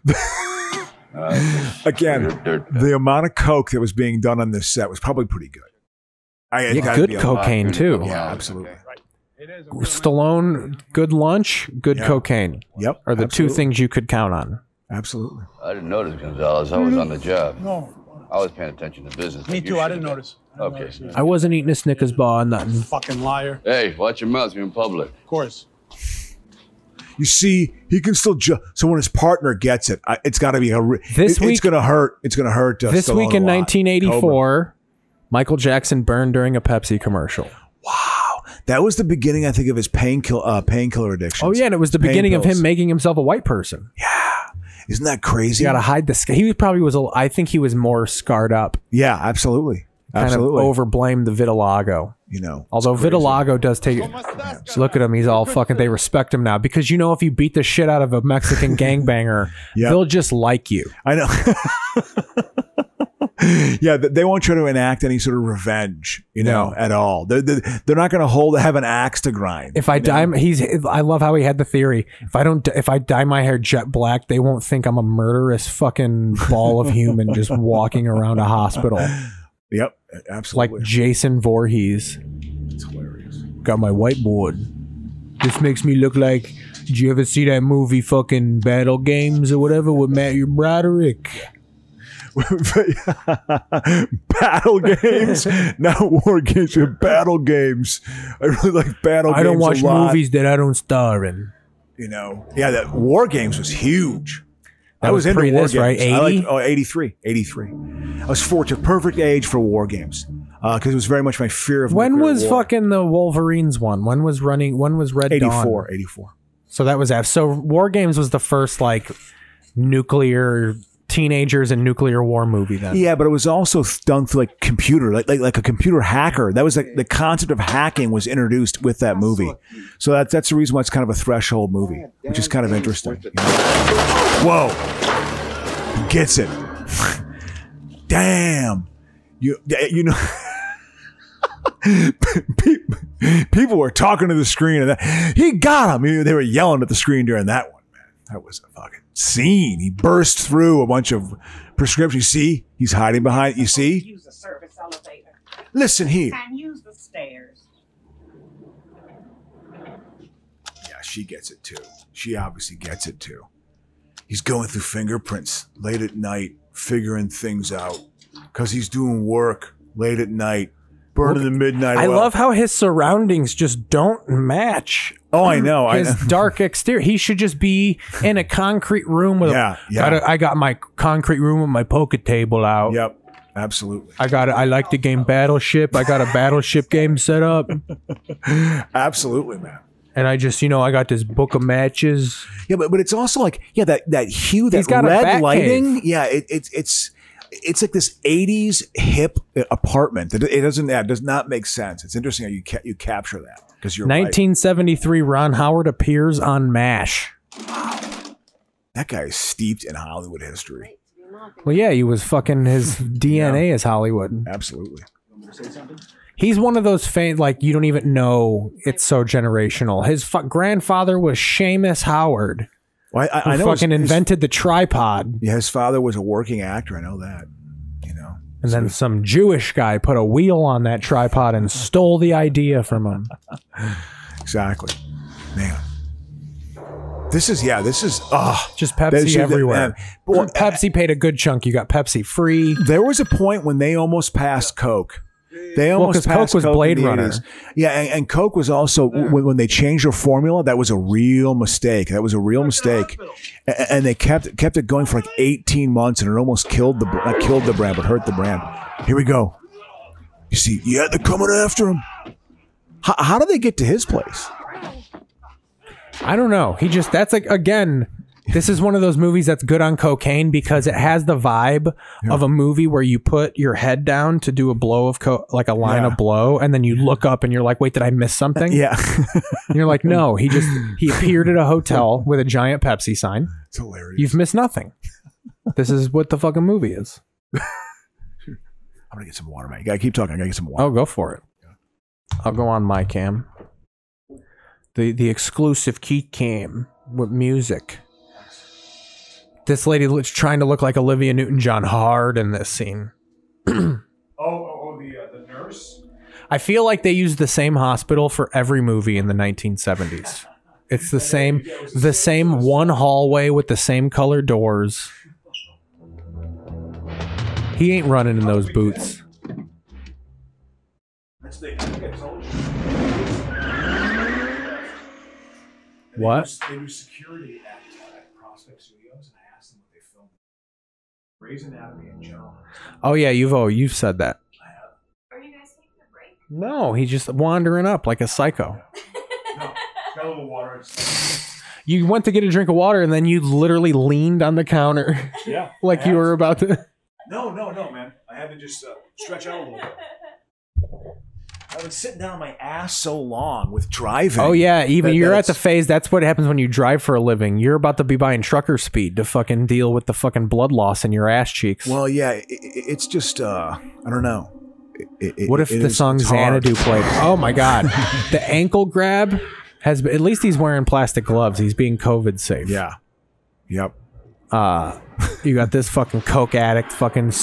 Speaker 6: Again, the amount of coke that was being done on this set was probably pretty good. I it's
Speaker 5: Yeah,
Speaker 6: gotta
Speaker 5: good
Speaker 6: be a lot.
Speaker 5: cocaine too.
Speaker 6: Yeah, absolutely.
Speaker 5: Stallone, good lunch, good
Speaker 6: Yeah.
Speaker 5: cocaine
Speaker 6: Yep.
Speaker 5: are the two
Speaker 6: absolutely.
Speaker 5: things you could count on.
Speaker 6: Absolutely.
Speaker 19: I didn't notice Gonzalez. I was on the job.
Speaker 24: No.
Speaker 19: I was paying attention to business.
Speaker 24: Me
Speaker 19: like you
Speaker 24: too. I
Speaker 19: should
Speaker 24: didn't
Speaker 19: have
Speaker 24: notice. I didn't
Speaker 19: Okay.
Speaker 24: notice either.
Speaker 5: I wasn't eating a Snickers bar, nothing.
Speaker 24: Fucking liar.
Speaker 19: been. Hey, watch your mouth. You're in public.
Speaker 24: Of course.
Speaker 6: You see, he can still. Ju- so when his partner gets it, I, it's got to be a. Re-
Speaker 5: This
Speaker 6: it- it's
Speaker 5: week-
Speaker 6: going to hurt. It's going to hurt. Uh,
Speaker 5: this
Speaker 6: Stallone
Speaker 5: week in
Speaker 6: a lot.
Speaker 5: 1984, Michael Jackson burned during a Pepsi commercial.
Speaker 6: Cobra. That was the beginning, I think, of his painkiller uh, painkiller addiction.
Speaker 5: Oh yeah, and it was the beginning of him making himself a white person.
Speaker 6: Isn't that
Speaker 5: You
Speaker 6: crazy?
Speaker 5: got to hide the scar. He probably was. A, I think he was more scarred up.
Speaker 6: yeah, absolutely.
Speaker 5: kind of
Speaker 6: Absolutely.
Speaker 5: overblame the vitiligo.
Speaker 6: You know,
Speaker 5: although vitiligo does take. Look at him; he's all fucking. They respect him now because you know if you beat the shit out of a Mexican gangbanger, they'll just like you.
Speaker 6: I know. yeah, th- they won't try to enact any sort of revenge, you know, at all. They're, they're, they're not going to hold have an axe to grind.
Speaker 5: If I dye, my- he's. I love how he had the theory. If I don't, if I dye my hair jet black, they won't think I'm a murderous fucking ball of human just walking around a hospital.
Speaker 6: Yep,
Speaker 5: absolutely. Like Jason Voorhees. It's hilarious. Got my whiteboard. This makes me look like. Did you ever see that movie, fucking Battle Games or whatever, with Matthew Broderick?
Speaker 6: battle games, not war games, but battle games. I really like battle games.
Speaker 5: I don't watch
Speaker 6: a lot.
Speaker 5: movies that I don't star in.
Speaker 6: You know, yeah, that war games was huge.
Speaker 5: That
Speaker 6: I
Speaker 5: was
Speaker 6: was, into
Speaker 5: pre
Speaker 6: war
Speaker 5: this,
Speaker 6: games.
Speaker 5: right?
Speaker 6: I liked-
Speaker 5: 80?
Speaker 6: oh, 83, 83. I was fortunate, perfect age for war games because it was very much my fear of
Speaker 5: When
Speaker 6: nuclear
Speaker 5: was
Speaker 6: war.
Speaker 5: fucking the Wolverines one? When was running? When was Red Dawn?
Speaker 6: 84, 84.
Speaker 5: So that was F. So War Games was the first like nuclear teenagers and nuclear war movie then.
Speaker 6: Yeah, but it was also done through like computer, like like, like a computer hacker. That was like the concept of hacking was introduced with that movie. So that's that's the reason why it's kind of a threshold movie, which is kind of interesting. you know? Whoa, he gets it. Damn, you yeah, you know. Pe- People were talking to the screen, and that, he got him. You know, They were yelling at the screen during that one. Man, that was a fucking scene. He burst through a bunch of prescriptions. You see, he's hiding behind. You see,
Speaker 8: Use the service elevator.
Speaker 6: listen here.
Speaker 8: And use the stairs.
Speaker 6: Yeah, she gets it too. She obviously gets it too. He's going through fingerprints late at night, figuring things out because he's doing work late at night, burning the midnight.
Speaker 5: I
Speaker 6: oil.
Speaker 5: love how his surroundings just don't match.
Speaker 6: Oh, I know, I
Speaker 5: His
Speaker 6: know.
Speaker 5: dark exterior. He should just be in a concrete room with
Speaker 6: Yeah,
Speaker 5: a.
Speaker 6: yeah.
Speaker 5: Got a- I got my concrete room with my poker table out.
Speaker 6: Yep, absolutely.
Speaker 5: I got. A, I like the game Battleship. I got a Battleship game set up,
Speaker 6: Absolutely, man.
Speaker 5: and I just, you know, I got this book of matches.
Speaker 6: Yeah, but, but it's also like yeah that that hue that
Speaker 5: He's got a
Speaker 6: red
Speaker 5: Batcave.
Speaker 6: lighting. Yeah, it, it's it's it's like this '80s hip uh, apartment. It, it doesn't that does not make sense. It's interesting how you ca- you capture that because you're right.
Speaker 5: 1973. Ron Howard appears on Mash.
Speaker 6: That guy is steeped in Hollywood history.
Speaker 5: Well, yeah, he was fucking his DNA is Hollywood.
Speaker 6: Absolutely.
Speaker 5: He's one of those faint like you don't even know it's so generational. His fu- grandfather was Seamus Howard.
Speaker 6: Well, I, I, I
Speaker 5: who
Speaker 6: know
Speaker 5: fucking
Speaker 6: his, his-
Speaker 5: invented the tripod,
Speaker 6: yeah, his father was a working actor. I know that.
Speaker 5: and then some Jewish guy put a wheel on that tripod and stole the idea from him.
Speaker 6: Exactly. Man. This is yeah. This is ah.
Speaker 5: Just Pepsi everywhere.
Speaker 6: Well,
Speaker 5: Pepsi paid a good chunk. You got Pepsi free.
Speaker 6: There was a point when they almost passed Coke. They
Speaker 5: Well,
Speaker 6: almost
Speaker 5: 'cause Coke
Speaker 6: passed
Speaker 5: was Blade
Speaker 6: in the
Speaker 5: Runner.
Speaker 6: 80s. Yeah, and, and Coke was also when, when they changed their formula. That was a real mistake. That was a real mistake, A- a- and they kept kept it going for like eighteen months, and it almost killed the br- not killed the brand, but hurt the brand. Here we go. You see, yeah, they're coming after him. How, how do they get to his place?
Speaker 5: I don't know. He just that's like again. This is one of those movies that's good on cocaine because it has the vibe of a movie where you put your head down to do a blow of co- like a line of blow, and then you look up and you're like, "Wait, did I miss something?"
Speaker 6: Yeah.
Speaker 5: and you're like, "No." He just he appeared at a hotel with a giant Pepsi sign.
Speaker 6: It's hilarious.
Speaker 5: You've missed nothing. This is what the fucking movie is.
Speaker 6: I'm gonna get some water, man. You gotta keep talking. I gotta get some water.
Speaker 5: Oh, go for it. I'll go on my cam. The the exclusive key cam with music. This lady looks trying to look like Olivia Newton John hard in this scene.
Speaker 9: Oh, oh, oh the uh, the nurse.
Speaker 5: I feel like they used the same hospital for every movie in the 1970s. It's the same the same one hallway with the same color doors. He ain't running in those boots.
Speaker 9: That's the, I told you.
Speaker 5: What?
Speaker 9: They do security at,
Speaker 6: uh,
Speaker 9: at Prospect Studios, and I asked them what they filmed. Grey's Anatomy and General.
Speaker 5: Oh yeah, you've oh you've said that.
Speaker 16: Are you guys taking a break?
Speaker 5: No, he's just wandering up like a psycho.
Speaker 9: No, got a little water. I just-
Speaker 5: You went to get a drink of water and then you literally leaned on the counter.
Speaker 9: Yeah,
Speaker 5: like you were about to.
Speaker 9: No, no, no, man. I had to just uh, Stretch out a little bit.
Speaker 6: I've been sitting down on my ass so long with driving.
Speaker 5: Oh yeah, even
Speaker 6: that-
Speaker 5: you're
Speaker 6: that
Speaker 5: at the
Speaker 6: it's-
Speaker 5: phase. That's what happens when you drive for a living. You're about to be buying trucker speed to fucking deal with the fucking blood loss in your ass cheeks.
Speaker 6: Well, yeah, it, it- it's just uh, I don't know. It- it-
Speaker 5: what if
Speaker 6: it
Speaker 5: the
Speaker 6: is-
Speaker 5: song
Speaker 6: it's hard.
Speaker 5: Xanadu played? Oh my god, the ankle grab has. At least he's wearing plastic gloves. He's being COVID safe.
Speaker 6: Yeah. Yep.
Speaker 5: Uh you got this fucking coke addict fucking s-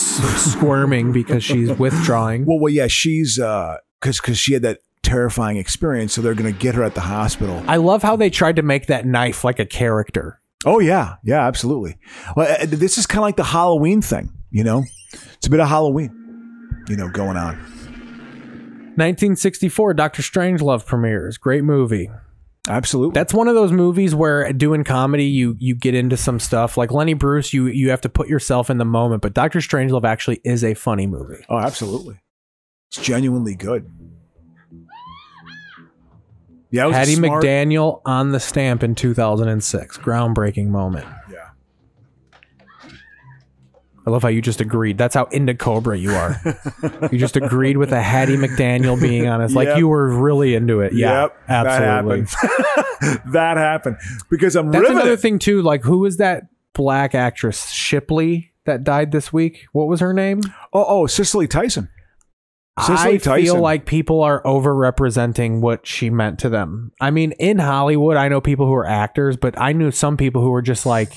Speaker 5: squirming because she's withdrawing.
Speaker 6: Well, well, yeah, she's uh, cause cause she had that terrifying experience, so they're gonna get her at the hospital.
Speaker 5: I love how they tried to make that knife like a character.
Speaker 6: Oh yeah, yeah, absolutely. Well, uh, this is kind of like the Halloween thing, you know. It's a bit of Halloween, you know, going on.
Speaker 5: 1964, Doctor Strangelove premieres. Great movie.
Speaker 6: Absolutely.
Speaker 5: That's one of those movies where doing comedy, you you get into some stuff like Lenny Bruce. You you have to put yourself in the moment, but Doctor Strangelove actually is a funny movie.
Speaker 6: Oh, absolutely. It's genuinely good. Yeah, it was a
Speaker 5: Hattie
Speaker 6: smart-
Speaker 5: McDaniel on the stamp in 2006. Groundbreaking moment.
Speaker 6: Yeah.
Speaker 5: I love how you just agreed. That's how into Cobra you are. you just agreed with a Hattie McDaniel being honest. Like
Speaker 6: Yep.
Speaker 5: you were really into it. Yeah,
Speaker 6: Yep, that
Speaker 5: absolutely.
Speaker 6: happened. that happened because I'm
Speaker 5: That's
Speaker 6: riveted.
Speaker 5: another thing too. Like who is that black actress Shipley that died this week? What was her name?
Speaker 6: Oh, oh, Cicely Tyson.
Speaker 5: I feel like people are overrepresenting what she meant to them. I mean, in Hollywood, I know people who are actors, but I knew some people who were just like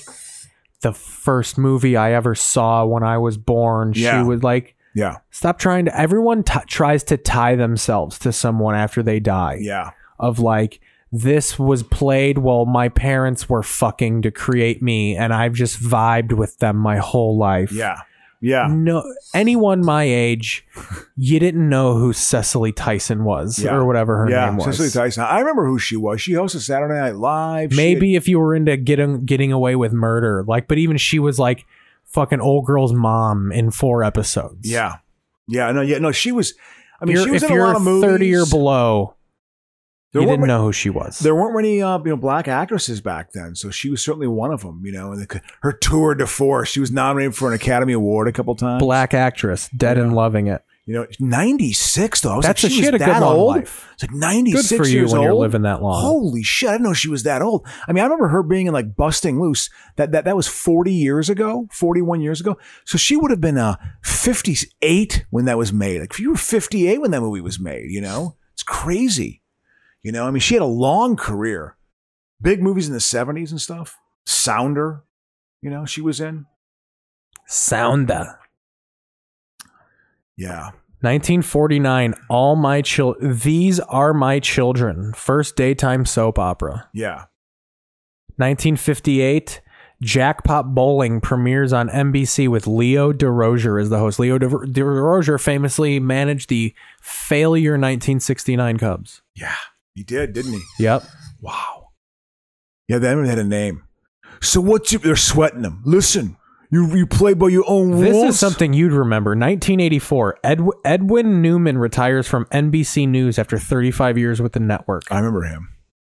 Speaker 5: the first movie I ever saw when I was born.
Speaker 6: Yeah.
Speaker 5: She would like
Speaker 6: yeah,
Speaker 5: stop trying to. Everyone t- tries to tie themselves to someone after they die.
Speaker 6: Yeah,
Speaker 5: of like this was played while my parents were fucking to create me, and I've just vibed with them my whole life.
Speaker 6: yeah, yeah.
Speaker 5: No, anyone my age, you didn't know who Cecily Tyson was
Speaker 6: Yeah.
Speaker 5: or whatever her
Speaker 6: yeah,
Speaker 5: name was.
Speaker 6: Cicely Tyson. I remember who she was. She hosted Saturday Night Live. She
Speaker 5: Maybe if you were into getting getting away with murder, like, but even she was like fucking old girl's mom in four episodes.
Speaker 6: had- yeah, yeah. No, yeah, no. She was. I mean,
Speaker 5: You're-
Speaker 6: she was
Speaker 5: if
Speaker 6: in a
Speaker 5: you're
Speaker 6: lot of movies.
Speaker 5: thirty or below,
Speaker 6: There
Speaker 5: you
Speaker 6: were
Speaker 5: didn't
Speaker 6: ma-
Speaker 5: know who she was.
Speaker 6: There weren't many, uh, you know, black actresses back then, so she was certainly one of them. You know, and the, her tour de force. She was nominated for an Academy Award a couple times.
Speaker 5: Black actress, dead and loving it.
Speaker 6: You know, 96 though. I was
Speaker 5: That's
Speaker 6: like,
Speaker 5: a- she
Speaker 6: she was
Speaker 5: had a good
Speaker 6: that
Speaker 5: long
Speaker 6: old.
Speaker 5: life.
Speaker 6: It's like 96
Speaker 5: Good for you
Speaker 6: years
Speaker 5: when
Speaker 6: old.
Speaker 5: you're living that long.
Speaker 6: Holy shit, I didn't know she was that old. I mean, I remember her being in like Busting Loose. That that that was 40 years ago, 41 years ago. So she would have been uh 58 when that was made. Like if you were 58 when that movie was made, you know? It's crazy. You know, I mean, she had a long career. Big movies in the 70s and stuff. Sounder, you know, she was in.
Speaker 5: Sounda.
Speaker 6: Yeah.
Speaker 5: 1949, All My Chil These Are My Children, first daytime soap opera.
Speaker 6: Yeah.
Speaker 5: 1958, Jackpot Bowling premieres on NBC with Leo DeRozier as the host. Leo De- DeRozier famously managed the failure 1969 Cubs.
Speaker 6: Yeah. He did, didn't he?
Speaker 5: Yep.
Speaker 6: Wow. Yeah, they haven't had a name. So what's your, they're sweating them. Listen, you you play by your own rules.
Speaker 5: This is something you'd remember. 1984, Ed- Edwin Newman retires from NBC News after 35 years with the network.
Speaker 6: I remember him.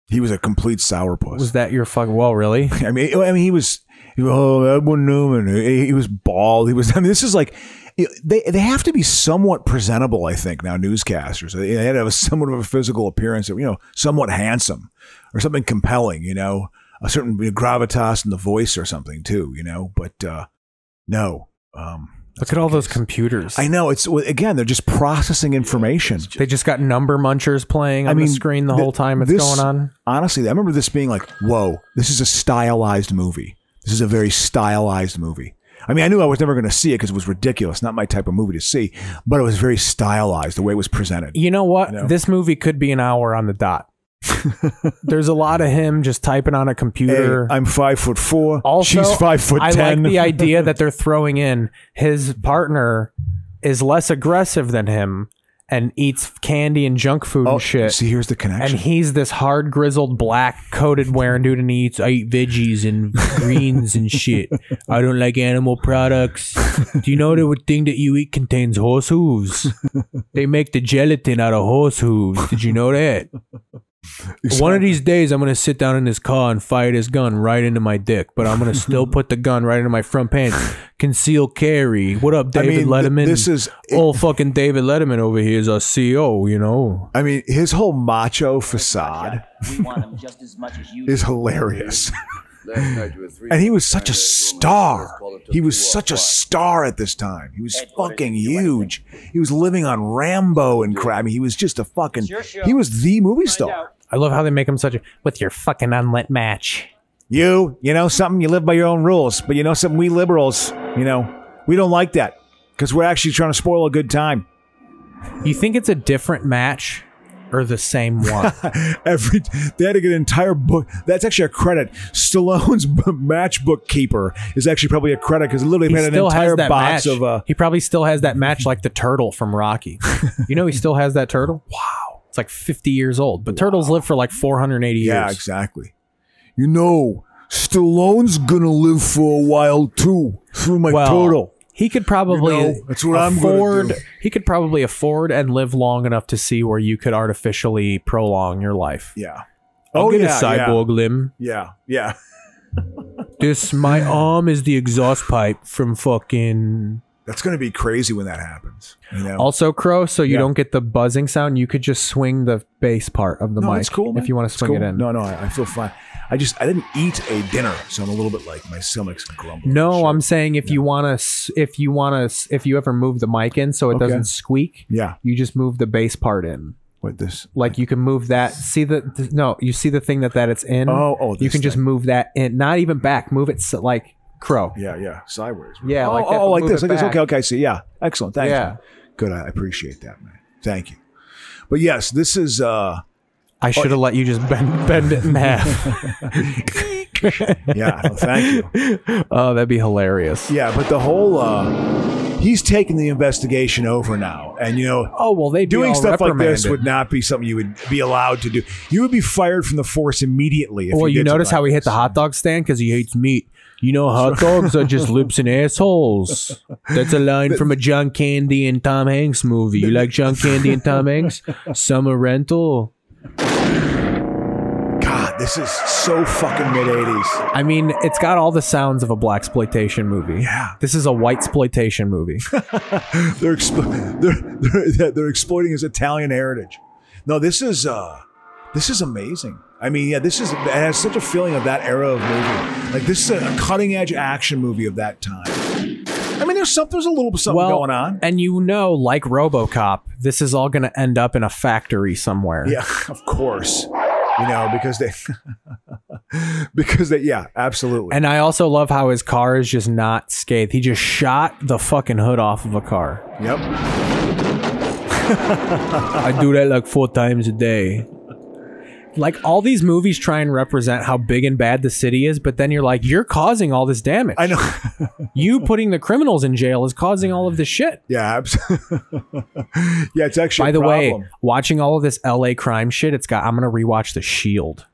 Speaker 6: He was a complete sourpuss.
Speaker 5: Was that your fuck? Well, really?
Speaker 6: I mean, I mean, he was. he was, Oh, Edwin Newman. He, he was bald. He was. I mean, this is like they they have to be somewhat presentable. I think now newscasters they had to have somewhat of a physical appearance, you know, somewhat handsome or something compelling. You know, a certain gravitas in the voice or something too. You know, but uh, no. Um,
Speaker 5: Look at all those computers.
Speaker 6: I know it's well, again. They're just processing information.
Speaker 5: They just got number munchers playing on the screen the
Speaker 6: th-
Speaker 5: whole time it's
Speaker 6: this-
Speaker 5: going on.
Speaker 6: Honestly, I remember this being like, "Whoa, this is a stylized movie. This is a very stylized movie." I mean, I knew I was never going to see it because it was ridiculous, not my type of movie to see. But it was very stylized the way it was presented.
Speaker 5: You know what?
Speaker 6: No.
Speaker 5: This movie could be an hour on the dot. There's a lot of him just typing on a
Speaker 6: Hey,
Speaker 5: computer.
Speaker 6: I'm five foot four.
Speaker 5: also,
Speaker 6: she's five foot
Speaker 5: I
Speaker 6: ten.
Speaker 5: like the idea that they're throwing in his partner is less aggressive than him and eats candy and junk food and shit.
Speaker 6: Oh, See, here's the
Speaker 5: and
Speaker 6: connection.
Speaker 5: he's this hard grizzled black coated wearing dude and he eats I eat veggies and greens and shit. I don't like animal products. Do you know the thing that you eat contains horse hooves? They make the gelatin out of horse hooves. Did you know that? One of these days, I'm gonna sit down in this car and fire this gun right into my dick, but I'm gonna still put the gun right into my front pants. Conceal carry. What up,
Speaker 6: I
Speaker 5: David
Speaker 6: mean, th-
Speaker 5: Letterman?
Speaker 6: this is-
Speaker 5: old fucking David Letterman over here is our CEO. You know,
Speaker 6: I mean, his whole macho facade is hilarious. And he was such a star. He was such a star at this time. He was fucking huge. He was living on Rambo and crap. I mean, He was just a fucking. He was the movie star.
Speaker 5: I love how they make him such a with your fucking unlit match.
Speaker 6: You, you know something. You live by your own rules, but you know something. We liberals, you know, we don't like that because we're actually trying to spoil a good time.
Speaker 5: You think it's a different match or the same one?
Speaker 6: Every they had to get an entire book. That's actually a credit. Stallone's b- matchbook keeper is actually probably a credit because literally
Speaker 5: he
Speaker 6: made an
Speaker 5: still
Speaker 6: entire
Speaker 5: has that
Speaker 6: box
Speaker 5: match.
Speaker 6: of uh,
Speaker 5: he probably still has that match like the turtle from Rocky. you know, he still has that turtle. Wow, it's like fifty years old, but turtles live for like four hundred eighty years.
Speaker 6: Yeah, exactly. You know, Stallone's gonna live for a while too through my
Speaker 5: Well,
Speaker 6: turtle.
Speaker 5: He could probably
Speaker 6: You know, that's what I'm gonna
Speaker 5: afford.
Speaker 6: do.
Speaker 5: He could probably afford and live long enough to see where you could artificially prolong your life.
Speaker 6: Yeah.
Speaker 5: I'll
Speaker 6: Oh,
Speaker 5: get
Speaker 6: yeah,
Speaker 5: a cyborg limb.
Speaker 6: Yeah, yeah.
Speaker 5: This my arm is the exhaust pipe from fucking.
Speaker 6: That's gonna be crazy when that happens. You know,
Speaker 5: Also, crow. So you
Speaker 6: Yeah.
Speaker 5: don't get the buzzing sound. You could just swing the bass part of the
Speaker 6: no,
Speaker 5: mic
Speaker 6: it's cool. Man.
Speaker 5: if you want
Speaker 6: It's
Speaker 5: to swing
Speaker 6: cool.
Speaker 5: it in.
Speaker 6: No, no, I, I feel fine. I just I didn't eat a dinner, so I'm a little bit like my stomach's grumbling.
Speaker 5: No, I'm saying if you want to, if you want to, if you ever move the mic in so it
Speaker 6: Okay.
Speaker 5: doesn't squeak,
Speaker 6: Yeah.
Speaker 5: you just move the bass part in.
Speaker 6: With this,
Speaker 5: Like you can move that. See the th- no, you see the thing that that it's in.
Speaker 6: Oh, oh,
Speaker 5: you
Speaker 6: this
Speaker 5: can just
Speaker 6: thing.
Speaker 5: move that in. Not even back. Move it s like crow.
Speaker 6: yeah, yeah, sideways.
Speaker 5: Yeah,
Speaker 6: oh,
Speaker 5: like that,
Speaker 6: oh,
Speaker 5: but
Speaker 6: like
Speaker 5: move
Speaker 6: this,
Speaker 5: it
Speaker 6: like this.
Speaker 5: back.
Speaker 6: Okay, okay, I see. Yeah, excellent. Thanks.
Speaker 5: Yeah.
Speaker 6: man. good. I appreciate that, man. Thank you. But yes, this is. uh
Speaker 5: I should have let you just bend bend it in half.
Speaker 6: Yeah, no, thank you.
Speaker 5: oh, that'd be hilarious.
Speaker 6: Yeah, but the whole uh he's taking the investigation over now. And you know
Speaker 5: Oh well, they
Speaker 6: doing stuff like this would not be something you would be allowed to do. You would be fired from the force immediately if
Speaker 5: Well, you,
Speaker 6: did
Speaker 5: notice
Speaker 6: something
Speaker 5: how he
Speaker 6: like
Speaker 5: hit the hot dog stand because he hates meat. You know, hot dogs are just lips and assholes. That's a line from a John Candy and Tom Hanks movie. You like John Candy and Tom Hanks? Summer Rental.
Speaker 6: this. God, this is so fucking mid eighties.
Speaker 5: I mean, it's got all the sounds of a black exploitation movie.
Speaker 6: Yeah.
Speaker 5: This is a white exploitation movie.
Speaker 6: They're, explo- they're they're they're exploiting his Italian heritage. No, this is uh this is amazing. I mean, yeah, this is it has such a feeling of that era of movie. Like this is a, cutting edge action movie of that time. I mean, there's something there's a little bit something
Speaker 5: well,
Speaker 6: going on.
Speaker 5: and you know, like RoboCop, this is all going to end up in a factory somewhere.
Speaker 6: Yeah, of course. You know, because they, because they, yeah, absolutely.
Speaker 5: And I also love how his car is just not scathed. He just shot the fucking hood off of a car.
Speaker 6: yep.
Speaker 5: I do that like four times a day. Like all these movies try and represent how big and bad the city is, but then you're like, you're causing all this damage.
Speaker 6: I know.
Speaker 5: You putting the criminals in jail is causing all of this shit.
Speaker 6: Yeah, absolutely. yeah, it's actually.
Speaker 5: By
Speaker 6: a
Speaker 5: the
Speaker 6: problem.
Speaker 5: way, watching all of this LA crime shit, it's got I'm gonna rewatch The Shield.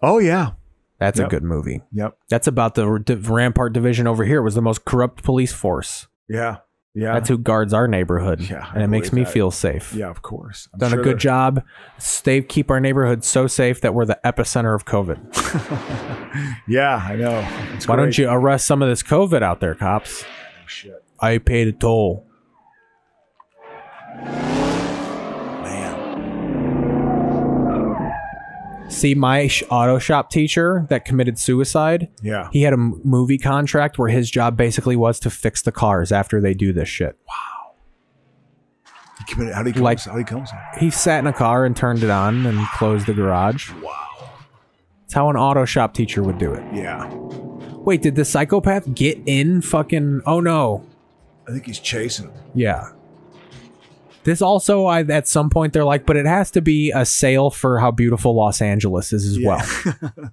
Speaker 6: Oh yeah.
Speaker 5: That's a
Speaker 6: Yep.
Speaker 5: good movie.
Speaker 6: Yep.
Speaker 5: That's about the r- div- Rampart Division over here was the most corrupt police force.
Speaker 6: Yeah. Yeah.
Speaker 5: That's who guards our neighborhood,
Speaker 6: Yeah, I
Speaker 5: and it makes me
Speaker 6: believe that.
Speaker 5: feel safe.
Speaker 6: yeah, of course. I'm
Speaker 5: Done
Speaker 6: sure
Speaker 5: a good
Speaker 6: that-
Speaker 5: job. Stay keep our neighborhood so safe that we're the epicenter of COVID.
Speaker 6: Yeah, I know. It's
Speaker 5: Why don't
Speaker 6: great.
Speaker 5: you arrest some of this COVID out there, cops?
Speaker 6: Shit,
Speaker 5: I paid a toll.
Speaker 6: man.
Speaker 5: See, my sh- auto shop teacher that committed suicide,
Speaker 6: Yeah.
Speaker 5: he had a m- movie contract where his job basically was to fix the cars after they do this shit.
Speaker 6: He committed, how do he come?
Speaker 5: Like-
Speaker 6: how do he come?
Speaker 5: He sat in a car and turned it on and closed the garage. Wow. That's how an auto shop teacher would do it.
Speaker 6: Yeah.
Speaker 5: Wait, did the psychopath get in fucking. Oh no.
Speaker 6: I think he's chasing him.
Speaker 5: Yeah. This also, I at some point they're like, but it has to be a sale for how beautiful Los Angeles is as well.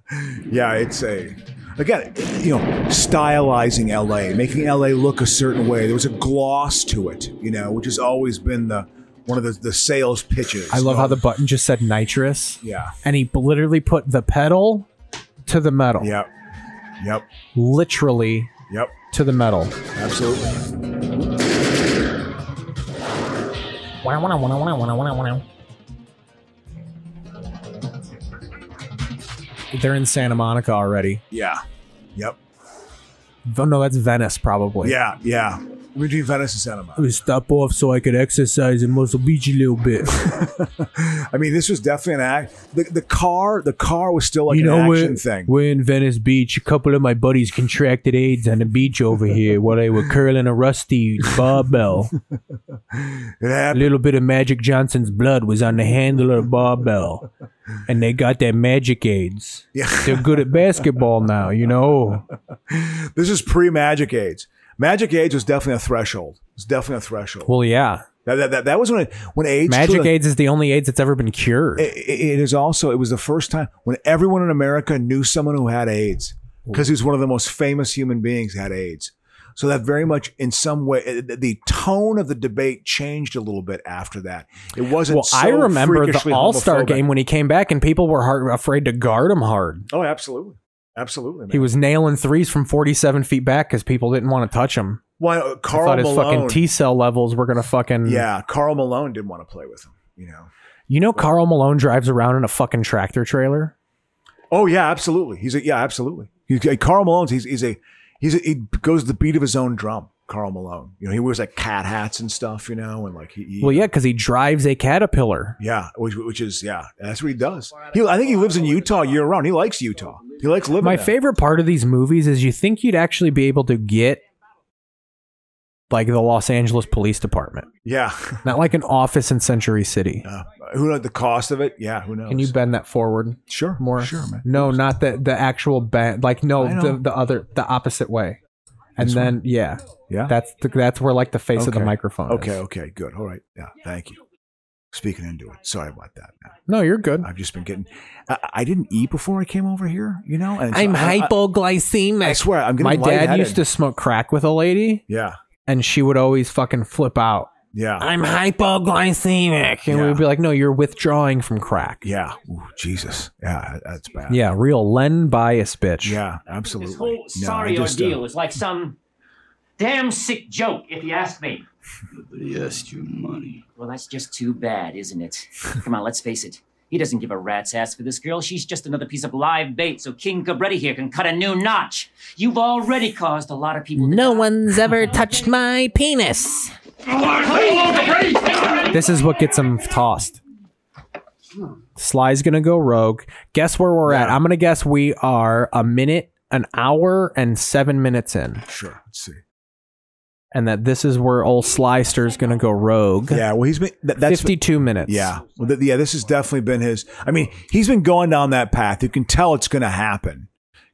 Speaker 6: Yeah, it's a again, you know, stylizing LA, making LA look a certain way. There was a gloss to it, you know, which has always been the one of the, the sales pitches.
Speaker 5: I
Speaker 6: you
Speaker 5: love
Speaker 6: know.
Speaker 5: how the button just said nitrous,
Speaker 6: yeah,
Speaker 5: and he literally put the pedal to the metal,
Speaker 6: yep, yep,
Speaker 5: literally
Speaker 6: yep,
Speaker 5: to the metal.
Speaker 6: absolutely.
Speaker 5: They're in Santa Monica already.
Speaker 6: Yeah. Yep.
Speaker 5: Oh, no, that's Venice probably.
Speaker 6: Yeah. Yeah. We do Venice and Santa Monica.
Speaker 5: We stop off so I could exercise and muscle beach a little bit.
Speaker 6: I mean, this was definitely an act. The, the car, the car was still like
Speaker 5: you know
Speaker 6: an
Speaker 5: we're,
Speaker 6: action thing.
Speaker 5: we're in Venice Beach. A couple of my buddies contracted AIDS on the beach over here while they were curling a rusty barbell. a little bit of Magic Johnson's blood was on the handle of the barbell, and they got their Magic AIDS.
Speaker 6: Yeah.
Speaker 5: They're good at basketball now, you know.
Speaker 6: This is pre Magic AIDS. Magic AIDS was definitely a threshold. It's definitely a threshold.
Speaker 5: Well, yeah.
Speaker 6: That, that, that, that was when it, when AIDS
Speaker 5: Magic
Speaker 6: truly-
Speaker 5: AIDS is the only AIDS that's ever been cured.
Speaker 6: it- it is also it was the first time when everyone in America knew someone who had AIDS because he was one of the most famous human beings who had AIDS. So that very much, in some way, it- it- the tone of the debate changed a little bit after that. It wasn't.
Speaker 5: well,
Speaker 6: so
Speaker 5: I remember the
Speaker 6: freakishly
Speaker 5: All Star
Speaker 6: homophobic.
Speaker 5: game when he came back, and people were hard, afraid to guard him hard.
Speaker 6: Oh, absolutely, absolutely. Man.
Speaker 5: He was nailing threes from 47 feet back because people didn't want to touch him.
Speaker 6: Why uh,
Speaker 5: They
Speaker 6: Carl
Speaker 5: thought his
Speaker 6: Malone?
Speaker 5: fucking T cell levels were gonna fucking
Speaker 6: yeah, Carl Malone didn't want to play with him. You know.
Speaker 5: You know, Carl Malone drives around in a fucking tractor trailer.
Speaker 6: Oh yeah, absolutely. He's a yeah, absolutely. He's a, Carl Malone's. He's he's a he's a, he goes to the beat of his own drum. Carl Malone. You know, he wears like cat hats and stuff. You know, and like he. he
Speaker 5: Well, yeah, because he drives a caterpillar.
Speaker 6: Yeah, which, which is yeah, that's what he does. He, I think he lives in Utah year round. He likes Utah. He likes living.
Speaker 5: My
Speaker 6: there.
Speaker 5: favorite part of these movies is you think you'd actually be able to get like the Los Angeles Police Department,
Speaker 6: Yeah,
Speaker 5: not like an office in Century City.
Speaker 6: who knows the cost of it? Yeah, who knows?
Speaker 5: Can you bend that forward?
Speaker 6: Sure.
Speaker 5: More. Sure, man. No, not the the actual bend. Like no,
Speaker 6: I
Speaker 5: the
Speaker 6: know.
Speaker 5: the other the opposite way. And
Speaker 6: This
Speaker 5: then
Speaker 6: one?
Speaker 5: yeah,
Speaker 6: Yeah.
Speaker 5: That's the, that's where like the face of the
Speaker 6: Okay.
Speaker 5: microphone. is.
Speaker 6: Okay, okay, good. All right. Yeah, thank you. Speaking into it. Sorry about that. Man.
Speaker 5: No, you're good.
Speaker 6: I've just been getting. I, I didn't eat before I came over here. You know, and so
Speaker 5: I'm
Speaker 6: I- I-
Speaker 5: hypoglycemic.
Speaker 6: I swear, I'm getting
Speaker 5: My dad
Speaker 6: lightheaded.
Speaker 5: used to smoke crack with a lady,
Speaker 6: Yeah,
Speaker 5: and she would always fucking flip out.
Speaker 6: yeah.
Speaker 5: I'm hypoglycemic, and
Speaker 6: Yeah.
Speaker 5: we'd be like, "No, you're withdrawing from crack."
Speaker 6: Yeah. Ooh, Jesus. Yeah, that's bad.
Speaker 5: Yeah, real Len bias, bitch.
Speaker 6: Yeah, absolutely.
Speaker 10: This whole
Speaker 6: No, I
Speaker 10: sorry
Speaker 6: just, uh,
Speaker 10: ordeal is like some damn sick joke, if you ask me.
Speaker 15: Nobody asked you money.
Speaker 10: Well, that's just too bad, isn't it? Come on, let's face it. He doesn't give a rat's ass for this girl. She's just another piece of live bait, so King Cabretti here can cut a new notch. You've already caused a lot of people.
Speaker 5: No one's ever touched my penis. This is what gets him tossed. Sly's gonna go rogue. Guess where we're at? I'm gonna guess we are a minute, an hour, and seven minutes in,
Speaker 6: Sure. Let's see.
Speaker 5: and that this is where old Slyster's gonna go rogue.
Speaker 6: Yeah. Well, he's been. That, that's been-
Speaker 5: 52 minutes.
Speaker 6: Yeah. Well, th- yeah, this has definitely been his. I mean, he's been going down that path. You can tell it's going to happen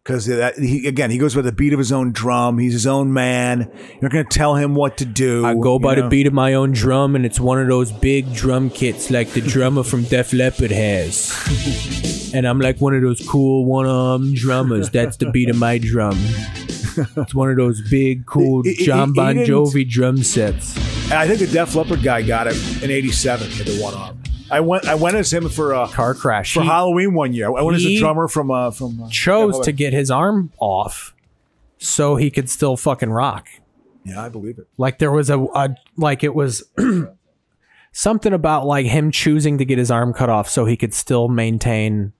Speaker 6: because he, again, he goes by the beat of his own drum. He's his own man. You're going to tell him what to do.
Speaker 5: I go
Speaker 6: you
Speaker 5: by the
Speaker 6: know?
Speaker 5: beat of my own drum, and it's one of those big drum kits like the drummer from Def Leppard has. and I'm like one of those cool one arm drummers. That's the beat of my drum. It's one of those big, cool
Speaker 6: He- he-
Speaker 5: John
Speaker 6: he
Speaker 5: Bon
Speaker 6: didn't-
Speaker 5: Jovi drum sets.
Speaker 6: And I think the Def Leppard guy got it in '87 with the one arm. I went. I went as him for uh, a
Speaker 5: car crash
Speaker 6: for
Speaker 5: He
Speaker 6: Halloween one year. I went as
Speaker 5: he
Speaker 6: a drummer from uh, from uh,
Speaker 5: chose
Speaker 6: Def
Speaker 5: to
Speaker 6: Leppard.
Speaker 5: get his arm off so he could still fucking rock.
Speaker 6: Yeah, I believe it.
Speaker 5: Like there was a, a like it was something about like him choosing to get his arm cut off so he could still maintain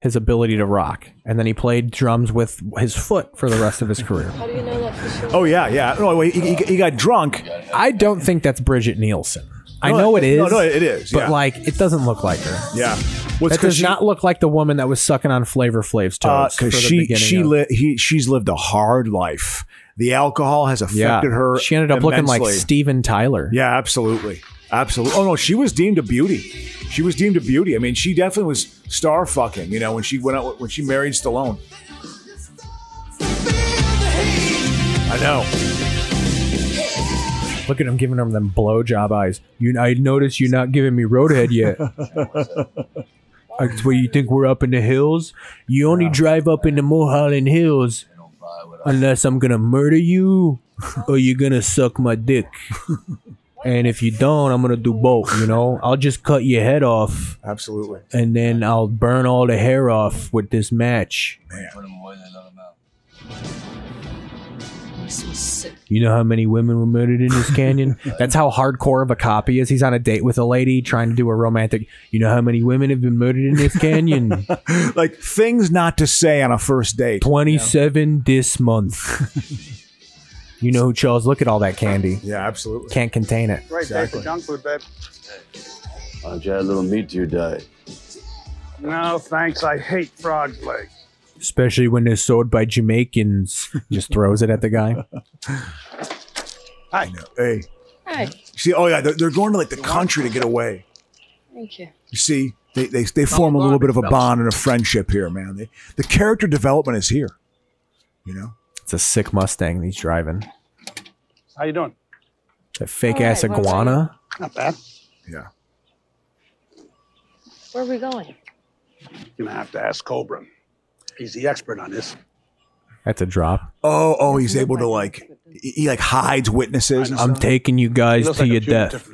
Speaker 5: his ability to rock. And then he played drums with his foot for the rest of his career.
Speaker 1: How do you know that for sure?
Speaker 6: Oh yeah, yeah. No, wait, he, he, he got drunk.
Speaker 5: I don't think that's Bridget Nielsen. I
Speaker 6: No,
Speaker 5: know it is.
Speaker 6: no, no, it is,
Speaker 5: But
Speaker 6: yeah.
Speaker 5: like it doesn't look like her.
Speaker 6: Yeah.
Speaker 5: That
Speaker 6: because
Speaker 5: does not look like the woman that was sucking on Flavor Flav's toes.
Speaker 6: because
Speaker 5: for the
Speaker 6: Uh, she
Speaker 5: beginning
Speaker 6: she
Speaker 5: of-
Speaker 6: li- he, she's lived a hard life. The alcohol has affected her.
Speaker 5: She ended up looking like
Speaker 6: immensely.
Speaker 5: Steven Tyler.
Speaker 6: Yeah, absolutely, absolutely. Oh no, she was deemed a beauty. She was deemed a beauty. I mean, she definitely was star fucking. You know, when she went out when she married Stallone. I know.
Speaker 5: Look at him giving him them blowjob eyes. You, I noticed you're not giving me roadhead yet. That's where you think we're up in the hills. You only drive up in the Mulholland Hills unless I'm gonna murder you or you're gonna suck my dick. and if you don't, I'm gonna do both. You know, I'll just cut your head off
Speaker 6: Absolutely.
Speaker 5: and then I'll burn all the hair off with this match.
Speaker 6: Man.
Speaker 7: so sick.
Speaker 5: You know how many women were murdered in this canyon? That's how hardcore of a cop he is. He's on a date with a lady trying to do a romantic. You know how many women have been murdered in this canyon?
Speaker 6: like things not to say on a first date.
Speaker 5: 27 this month. you know, Charles, look at all that candy.
Speaker 6: Yeah, absolutely.
Speaker 5: Can't contain it.
Speaker 17: Right, there's the junk food, babe.
Speaker 15: Why don't you add a little meat to your diet?
Speaker 17: No, thanks. I hate frog's legs.
Speaker 5: Especially when they're sold by Jamaicans. Just throws it at the guy.
Speaker 6: I know. Hey,
Speaker 7: Hey,
Speaker 6: see, oh yeah, they're, they're going to like the country to get away.
Speaker 7: thank you.
Speaker 6: You see, they they, they form a little bit of a bond and a friendship here, man. They, the character development is here. You know,
Speaker 5: It's a sick Mustang he's driving.
Speaker 17: How you doing?
Speaker 5: That fake
Speaker 7: All right,
Speaker 5: ass
Speaker 7: what was
Speaker 5: iguana.
Speaker 17: Not bad.
Speaker 6: Yeah.
Speaker 7: Where are we going?
Speaker 17: You're gonna have to ask Cobra. He's the expert on this.
Speaker 5: That's a drop.
Speaker 6: oh oh, he's able to like he, he, like hides witnesses.
Speaker 5: I'm taking you guys to your death.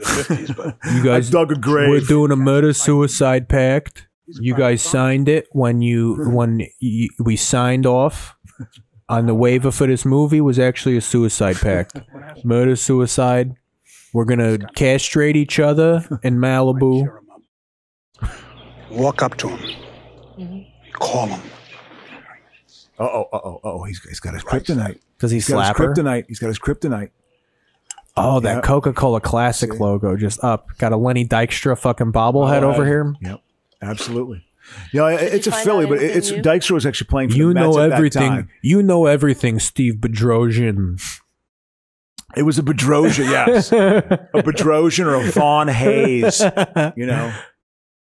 Speaker 5: you guys
Speaker 6: dug a grave.
Speaker 5: We're doing a murder suicide pact. You guys signed it when you when you, we signed off on the waiver for this movie was actually a suicide pact. Murder suicide. We're gonna castrate each other in Malibu.
Speaker 17: Walk up to him. Call him.
Speaker 6: Uh oh uh oh oh, he's he's got his kryptonite.
Speaker 5: Does he
Speaker 6: He's got
Speaker 5: slap
Speaker 6: his
Speaker 5: her?
Speaker 6: kryptonite. He's got his kryptonite.
Speaker 5: Oh, that
Speaker 6: Yeah.
Speaker 5: Coca Cola Classic logo just up. Got a Lenny Dykstra fucking bobblehead
Speaker 6: Oh,
Speaker 5: over
Speaker 6: yeah.
Speaker 5: here.
Speaker 6: Yep, absolutely. Yeah, it- it's a
Speaker 7: find
Speaker 6: Philly,
Speaker 7: out
Speaker 6: but it-
Speaker 7: anything
Speaker 6: it's
Speaker 7: new?
Speaker 6: Dykstra was actually playing. For
Speaker 5: You
Speaker 6: the Mets
Speaker 5: know
Speaker 6: at that
Speaker 5: everything.
Speaker 6: time.
Speaker 5: You know everything, Steve Bedrosian.
Speaker 6: It was a Bedrosian, yes, a Bedrosian or a Vaughn Hayes. You know,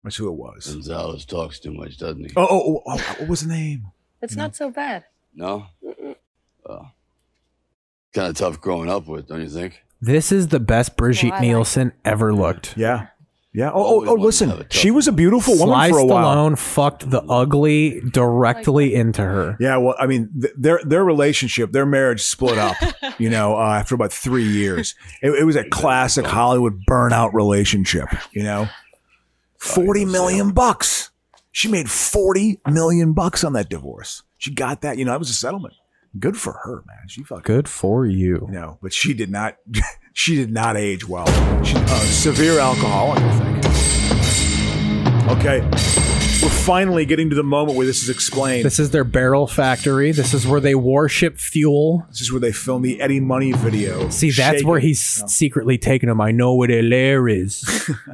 Speaker 6: that's who it was.
Speaker 15: Gonzalez talks too much, doesn't he?
Speaker 6: Oh, oh, oh, oh, what was the name?
Speaker 7: It's not so bad.
Speaker 15: No? Well, kind of Uh, tough growing up with, don't you think?
Speaker 5: This is the best Brigitte
Speaker 7: No, I like
Speaker 5: Nielsen ever looked.
Speaker 6: Yeah, yeah. Oh, oh, oh listen, she was a beautiful woman
Speaker 5: Sly
Speaker 6: for a while.
Speaker 5: Stallone fucked the ugly directly into her.
Speaker 6: Yeah, well, I mean, th- their their relationship, their marriage split up. you know, uh, after about three years, it, it was a classic Hollywood burnout relationship. You know, forty million bucks. She made forty million bucks on that divorce. She got that. You know, that was a settlement. Good for her, man. She fucking
Speaker 5: Good for you.
Speaker 6: you know, but she did not. She did not age well. She uh, severe alcoholic, I think. Okay, we're finally getting to the moment where this is explained.
Speaker 5: This is their barrel factory. This is where they worship fuel.
Speaker 6: This is where they film the Eddie Money video.
Speaker 5: See, that's
Speaker 6: Shake
Speaker 5: where
Speaker 6: It.
Speaker 5: he's secretly taking them. I know what a lair is.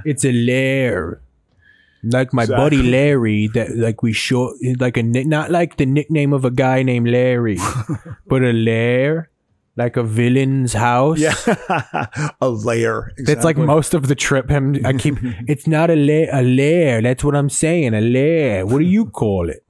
Speaker 5: it's a lair. Like my buddy
Speaker 6: Exactly.
Speaker 5: Larry, that like we short, like a ni- not like the nickname of a guy named Larry, but a lair, like a villain's house.
Speaker 6: Yeah, a layer.
Speaker 5: That's like most of the trip. Him, I keep. it's not a lair. A lair. That's what I'm saying. A lair. What do you call it?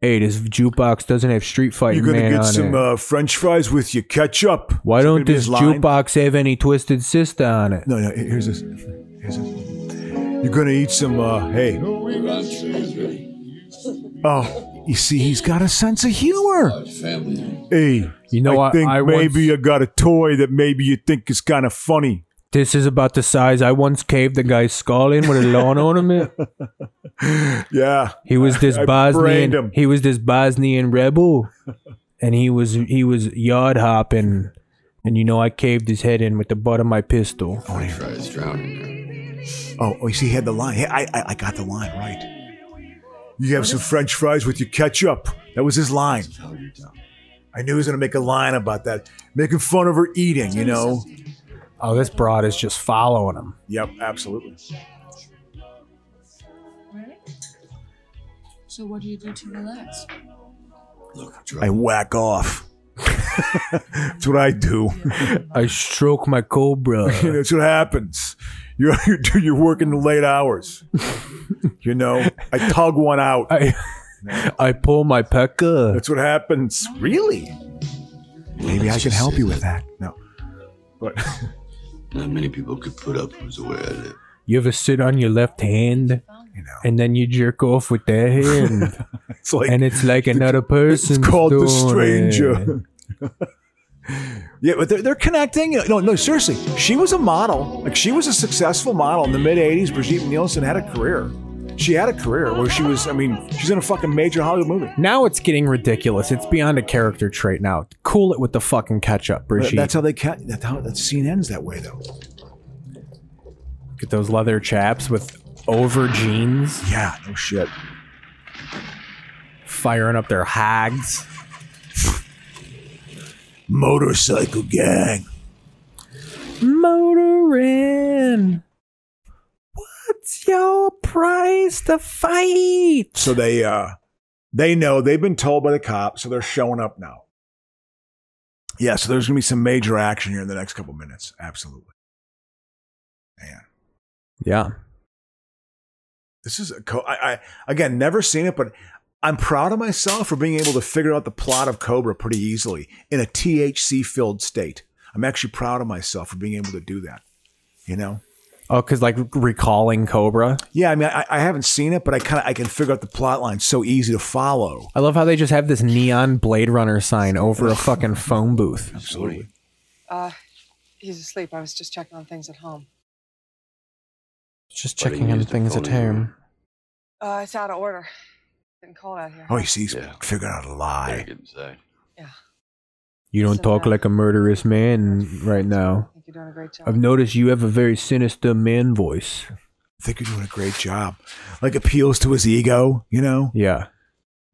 Speaker 5: Hey, this jukebox doesn't have Street Fighting
Speaker 6: You're gonna
Speaker 5: Man
Speaker 6: get
Speaker 5: on
Speaker 6: some
Speaker 5: it.
Speaker 6: uh, French fries with your ketchup.
Speaker 5: Why
Speaker 6: Is that
Speaker 5: don't
Speaker 6: gonna be
Speaker 5: this
Speaker 6: his line?
Speaker 5: jukebox have any Twisted Sister on it?
Speaker 6: No, no. Here's this. Here's this. You're gonna eat some. Uh, hey. Oh, you see, he's got a sense of humor. Hey,
Speaker 5: You know
Speaker 6: I
Speaker 5: what?
Speaker 6: think
Speaker 5: I once-
Speaker 6: maybe I got a toy that maybe you think is kind of funny.
Speaker 5: This is about the size I once caved the guy's skull in with a lawn ornament.
Speaker 6: Yeah.
Speaker 5: He was this
Speaker 6: I brained
Speaker 5: Bosnian.
Speaker 6: him.
Speaker 5: He was this Bosnian rebel, and he was he was yard hopping, and you know I caved his head in with the butt of my pistol.
Speaker 15: Tries drowning.
Speaker 6: Oh, oh, you see, he had the line. Hey, I, I, I got the line right. You have some French fries with your ketchup. That was his line. I knew he was going to make a line about that, making fun of her eating. You know.
Speaker 5: Oh, this broad is just following him.
Speaker 6: Yep, absolutely.
Speaker 7: So what do you do to relax?
Speaker 6: I whack off. That's what I do.
Speaker 5: I stroke my cobra.
Speaker 6: That's what happens. You're you're, you're working the late hours. you know, I tug one out.
Speaker 5: I I pull my pecker.
Speaker 6: That's what happens. Really? Maybe I
Speaker 15: Let's
Speaker 6: can
Speaker 15: just
Speaker 6: help
Speaker 15: say
Speaker 6: you with that. No. But
Speaker 15: Not many people could put up who's aware of it.
Speaker 5: You ever sit on your left hand, and then you jerk off with that hand,
Speaker 6: it's like
Speaker 5: and it's like another person.
Speaker 6: it's called the
Speaker 5: doing it.
Speaker 6: stranger. yeah, but they're, they're connecting. No, no, seriously. She was a model. Like she was a successful model in the mid '80s. Brigitte Nielsen had a career. She had a career where she was, I mean, she's in a fucking major Hollywood movie.
Speaker 5: Now it's getting ridiculous. It's beyond a character trait now. Cool it with the fucking ketchup,
Speaker 6: But
Speaker 5: Brigitte.
Speaker 6: That's how they ca- that's how that scene ends that way though.
Speaker 5: Look at those leather chaps with over jeans.
Speaker 6: Yeah, no shit.
Speaker 5: Firing up their hags.
Speaker 6: Motorcycle gang.
Speaker 5: Motorin. What's your price to fight?
Speaker 6: So they uh they know they've been told by the cops, so they're showing up now. Yeah, so there's gonna be some major action here in the next couple minutes. Absolutely.
Speaker 5: Yeah.
Speaker 6: This is a co- I, I again never seen it, but I'm proud of myself for being able to figure out the plot of Cobra pretty easily in a THC filled state. I'm actually proud of myself for being able to do that. You know?
Speaker 5: Oh, because like recalling Cobra.
Speaker 6: Yeah, I mean, I, I haven't seen it, but I kind of I can figure out the plot line so easy to follow.
Speaker 5: I love how they just have this neon Blade Runner sign over a fucking phone booth.
Speaker 6: Absolutely.
Speaker 7: Uh, he's asleep. I was just checking on things at home.
Speaker 5: Just checking on things at home.
Speaker 7: Uh, it's out of order. Been cold out here.
Speaker 6: Oh, you see, he's figuring out a lie.
Speaker 5: You don't talk like a murderous man right now.
Speaker 7: uh, You're doing a great job.
Speaker 5: I've noticed you have a very sinister man voice.
Speaker 6: I think you're doing a great job. Like appeals to his ego, you know.
Speaker 5: Yeah.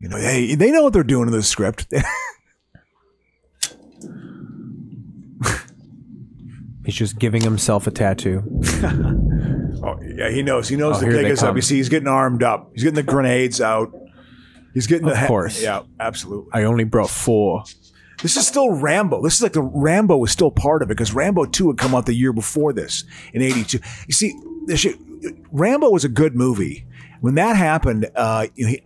Speaker 6: You know, hey, they know what they're doing in this script.
Speaker 5: He's just giving himself a tattoo.
Speaker 6: Oh yeah, he knows. He knows
Speaker 5: Oh,
Speaker 6: the
Speaker 5: here
Speaker 6: gig
Speaker 5: they
Speaker 6: is up.
Speaker 5: come.
Speaker 6: You see, he's getting armed up. He's getting the grenades out. He's getting
Speaker 5: Of
Speaker 6: the he-
Speaker 5: course.
Speaker 6: Yeah, absolutely.
Speaker 5: I only brought four.
Speaker 6: This is still Rambo. This is like the Rambo was still part of it because Rambo Two had come out the year before this in '82. You see, this shit, Rambo was a good movie. When that happened, uh, you know, he,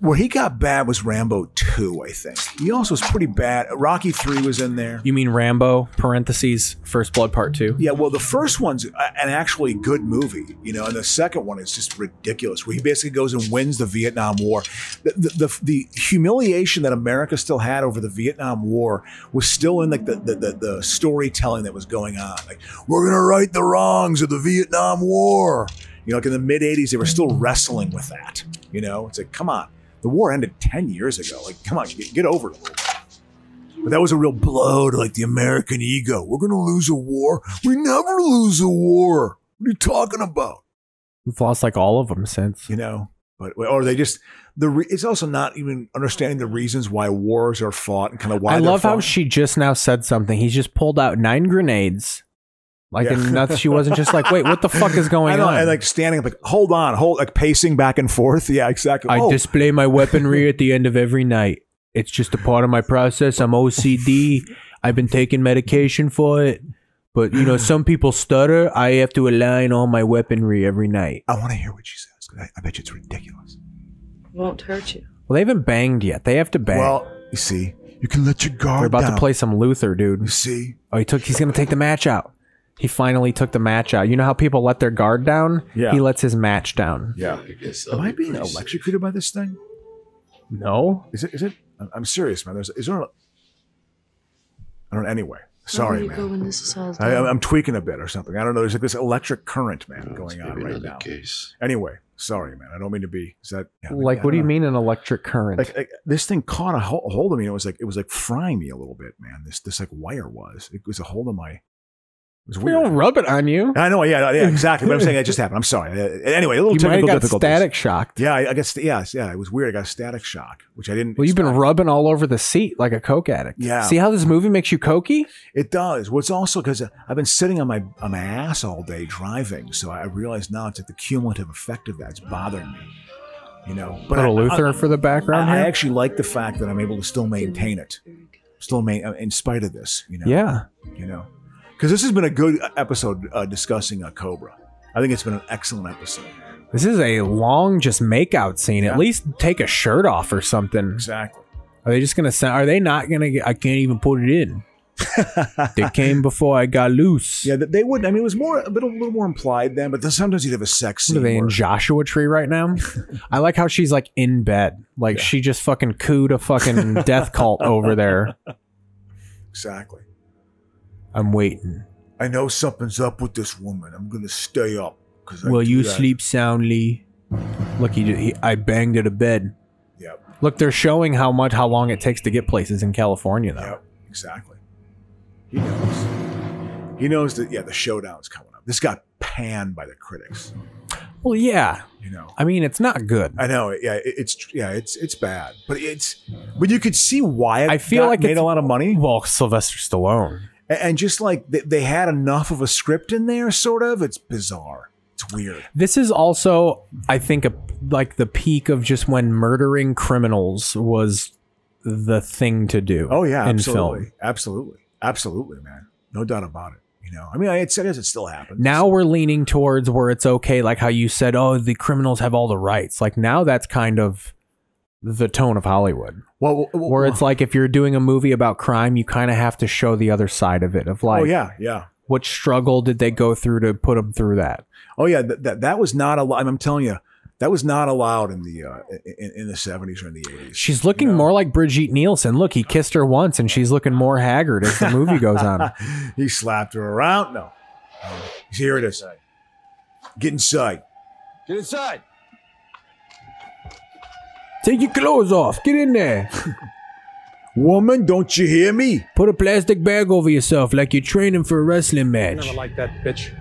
Speaker 6: where he got bad was Rambo Two, I think. He also was pretty bad. Rocky Three was in there.
Speaker 5: You mean Rambo, parentheses, First Blood Part 2?
Speaker 6: Yeah, well, the first one's a- an actually good movie, you know, and the second one is just ridiculous, where he basically goes and wins the Vietnam War. The, the, the, the humiliation that America still had over the Vietnam War was still in like the, the, the, the storytelling that was going on. Like, we're going to right the wrongs of the Vietnam War. You know, like in the mid 80s, they were still wrestling with that. You know, it's like, come on, the war ended 10 years ago. Like, come on, get, get over it a little bit. But that was a real blow to like the American ego. We're gonna lose a war. We never lose a war. What are you talking about?
Speaker 5: We've lost like all of them since.
Speaker 6: You know, but or they just the re- it's also not even understanding the reasons why wars are fought and kind of why
Speaker 5: I
Speaker 6: they're
Speaker 5: love how
Speaker 6: fought.
Speaker 5: she just now said something. He's just pulled out nine grenades. Like,
Speaker 6: Yeah.
Speaker 5: and nothing. She wasn't just like, wait, what the fuck is going
Speaker 6: I know,
Speaker 5: on?
Speaker 6: and like standing up, like hold on, hold like pacing back and forth. Yeah, exactly.
Speaker 5: I
Speaker 6: oh,
Speaker 5: display my weaponry at the end of every night. It's just a part of my process. I'm OCD. I've been taking medication for it. But, you know, some people stutter. I have to align all my weaponry every night.
Speaker 6: I want to hear what she says. 'cause I, I bet you it's ridiculous.
Speaker 7: Won't hurt you.
Speaker 5: Well, they haven't banged yet. They have to bang.
Speaker 6: Well, you see, you can let your guard.
Speaker 5: They're about to
Speaker 6: down.
Speaker 5: play some Luther, dude.
Speaker 6: You see,
Speaker 5: Oh, he took. He's gonna take the match out. He finally took the match out. You know how people let their guard down?
Speaker 6: Yeah.
Speaker 5: He lets his match down.
Speaker 6: yeah. Am I being electrocuted by this thing?
Speaker 5: No.
Speaker 6: Is it? Is it? I'm- I'm serious, man. There's is there? A, I don't. Anyway, sorry,
Speaker 7: you
Speaker 6: man.
Speaker 7: go when this is all
Speaker 6: I,
Speaker 7: done?
Speaker 6: I'm tweaking a bit or something. I don't know. There's like this electric current, man, going on right now. Anyway, sorry, man. I don't mean to be. Is that yeah, I mean,
Speaker 5: Like,
Speaker 6: I
Speaker 5: what do you
Speaker 6: don't know.
Speaker 5: mean an electric current?
Speaker 6: Like, like, this thing caught a ho- a hold of me. And it was like it was like frying me a little bit, man. This this like wire was. It was a hold of my. It was
Speaker 5: we
Speaker 6: weird.
Speaker 5: don't rub it on you.
Speaker 6: I know. Yeah. Yeah. Exactly. but I'm saying that just happened. I'm sorry. Uh, Anyway, a little
Speaker 5: You might have
Speaker 6: technical
Speaker 5: got
Speaker 6: difficulties.
Speaker 5: static shocked.
Speaker 6: Yeah. I, I guess. Yes. Yeah. It was weird. I got static shock, which I didn't.
Speaker 5: Well, you've been rubbing all over the seat like a coke addict.
Speaker 6: Yeah.
Speaker 5: See how this movie makes you cokey?
Speaker 6: It does. What's also because I've been sitting on my on my ass all day driving, so I realize now it's like the cumulative effect of that's bothering me. You know,
Speaker 5: But
Speaker 6: I,
Speaker 5: Little Luther
Speaker 6: I-
Speaker 5: for the background
Speaker 6: uh, I, I
Speaker 5: here.
Speaker 6: actually like the fact that I'm able to still maintain it, still main uh, in spite of this. You know,
Speaker 5: yeah.
Speaker 6: you know, because this has been a good episode uh, discussing a Cobra. I think it's been an excellent episode.
Speaker 5: This is a long just makeout scene.
Speaker 6: Yeah.
Speaker 5: At least take a shirt off or something.
Speaker 6: Exactly.
Speaker 5: Are they just gonna send? Are they not gonna? Get, I can't even put it in. they came before I got loose.
Speaker 6: Yeah, that they wouldn't. I mean, it was more a bit a little more implied then, but then sometimes you'd have a sex
Speaker 5: What
Speaker 6: scene.
Speaker 5: are they in
Speaker 6: where-
Speaker 5: Joshua Tree right now? I like how she's like in bed, like she just fucking cooed a fucking death cult over there.
Speaker 6: exactly.
Speaker 5: I'm waiting.
Speaker 6: I know something's up with this woman. I'm gonna stay up. 'cause I
Speaker 5: Will
Speaker 6: do
Speaker 5: you
Speaker 6: that.
Speaker 5: sleep soundly? Look, he, he I banged it a bed.
Speaker 6: Yep.
Speaker 5: Look, they're showing how much how long it takes to get places in California though.
Speaker 6: Yep. Exactly. He knows. He knows that yeah, the showdown's coming up. This got panned by the critics.
Speaker 5: Well, yeah.
Speaker 6: You know.
Speaker 5: I mean, it's not good.
Speaker 6: I know. Yeah, it, it's yeah, it's it's bad. But it's but you could see why it
Speaker 5: I feel
Speaker 6: got-
Speaker 5: like
Speaker 6: made
Speaker 5: it's-
Speaker 6: a lot of money.
Speaker 5: Well, Sylvester Stallone.
Speaker 6: A- and just like they, they had enough of a script in there, sort of. It's bizarre. It's weird.
Speaker 5: This is also, I think, a, like the peak of just when murdering criminals was the thing to do.
Speaker 6: Oh yeah,
Speaker 5: in
Speaker 6: absolutely,
Speaker 5: film.
Speaker 6: absolutely, absolutely, man. No doubt about it. You know, I mean, I- it says it still happens.
Speaker 5: Now we're leaning towards where it's okay, like how you said, oh, the criminals have all the rights. Like now, that's kind of the tone of Hollywood,
Speaker 6: Well, well,
Speaker 5: where it's like if you're doing a movie about crime, you kind of have to show the other side of it, of like,
Speaker 6: oh yeah, yeah,
Speaker 5: what struggle did they go through to put them through that?
Speaker 6: oh yeah. That that, that was not allowed. I'm telling you, that was not allowed in the uh, in, in the 70s or in the 80s.
Speaker 5: She's looking more like Brigitte Nielsen. Look, he kissed her once, and she's looking more haggard as the movie goes on.
Speaker 6: he slapped her around. No, here it is. Get inside.
Speaker 19: Get inside.
Speaker 5: Take your clothes off. Get in there.
Speaker 6: Woman, don't you hear me?
Speaker 5: Put a plastic bag over yourself like you're training for a wrestling match.
Speaker 24: Never liked that bitch.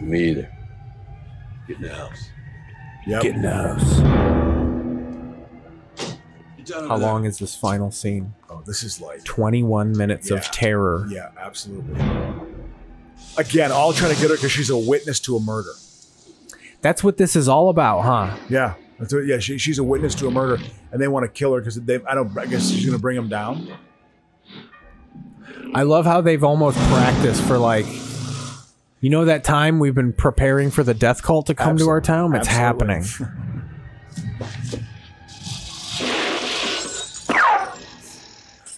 Speaker 15: Me either. Get in the house.
Speaker 6: Yep.
Speaker 5: Get in the house.
Speaker 15: Get down
Speaker 5: How long is this final scene?
Speaker 6: Oh, this is like
Speaker 5: 21 minutes of
Speaker 6: Yeah.
Speaker 5: terror.
Speaker 6: Yeah, absolutely. Again, all trying to get her because she's a witness to a murder.
Speaker 5: That's what this is all about, huh?
Speaker 6: Yeah, that's what, yeah. She, she's a witness to a murder, and they want to kill her because they. I don't. I guess she's gonna bring him down.
Speaker 5: I love how they've almost practiced for like. You know that time we've been preparing for the death cult to come to our town? It's
Speaker 6: Absolutely.
Speaker 5: happening.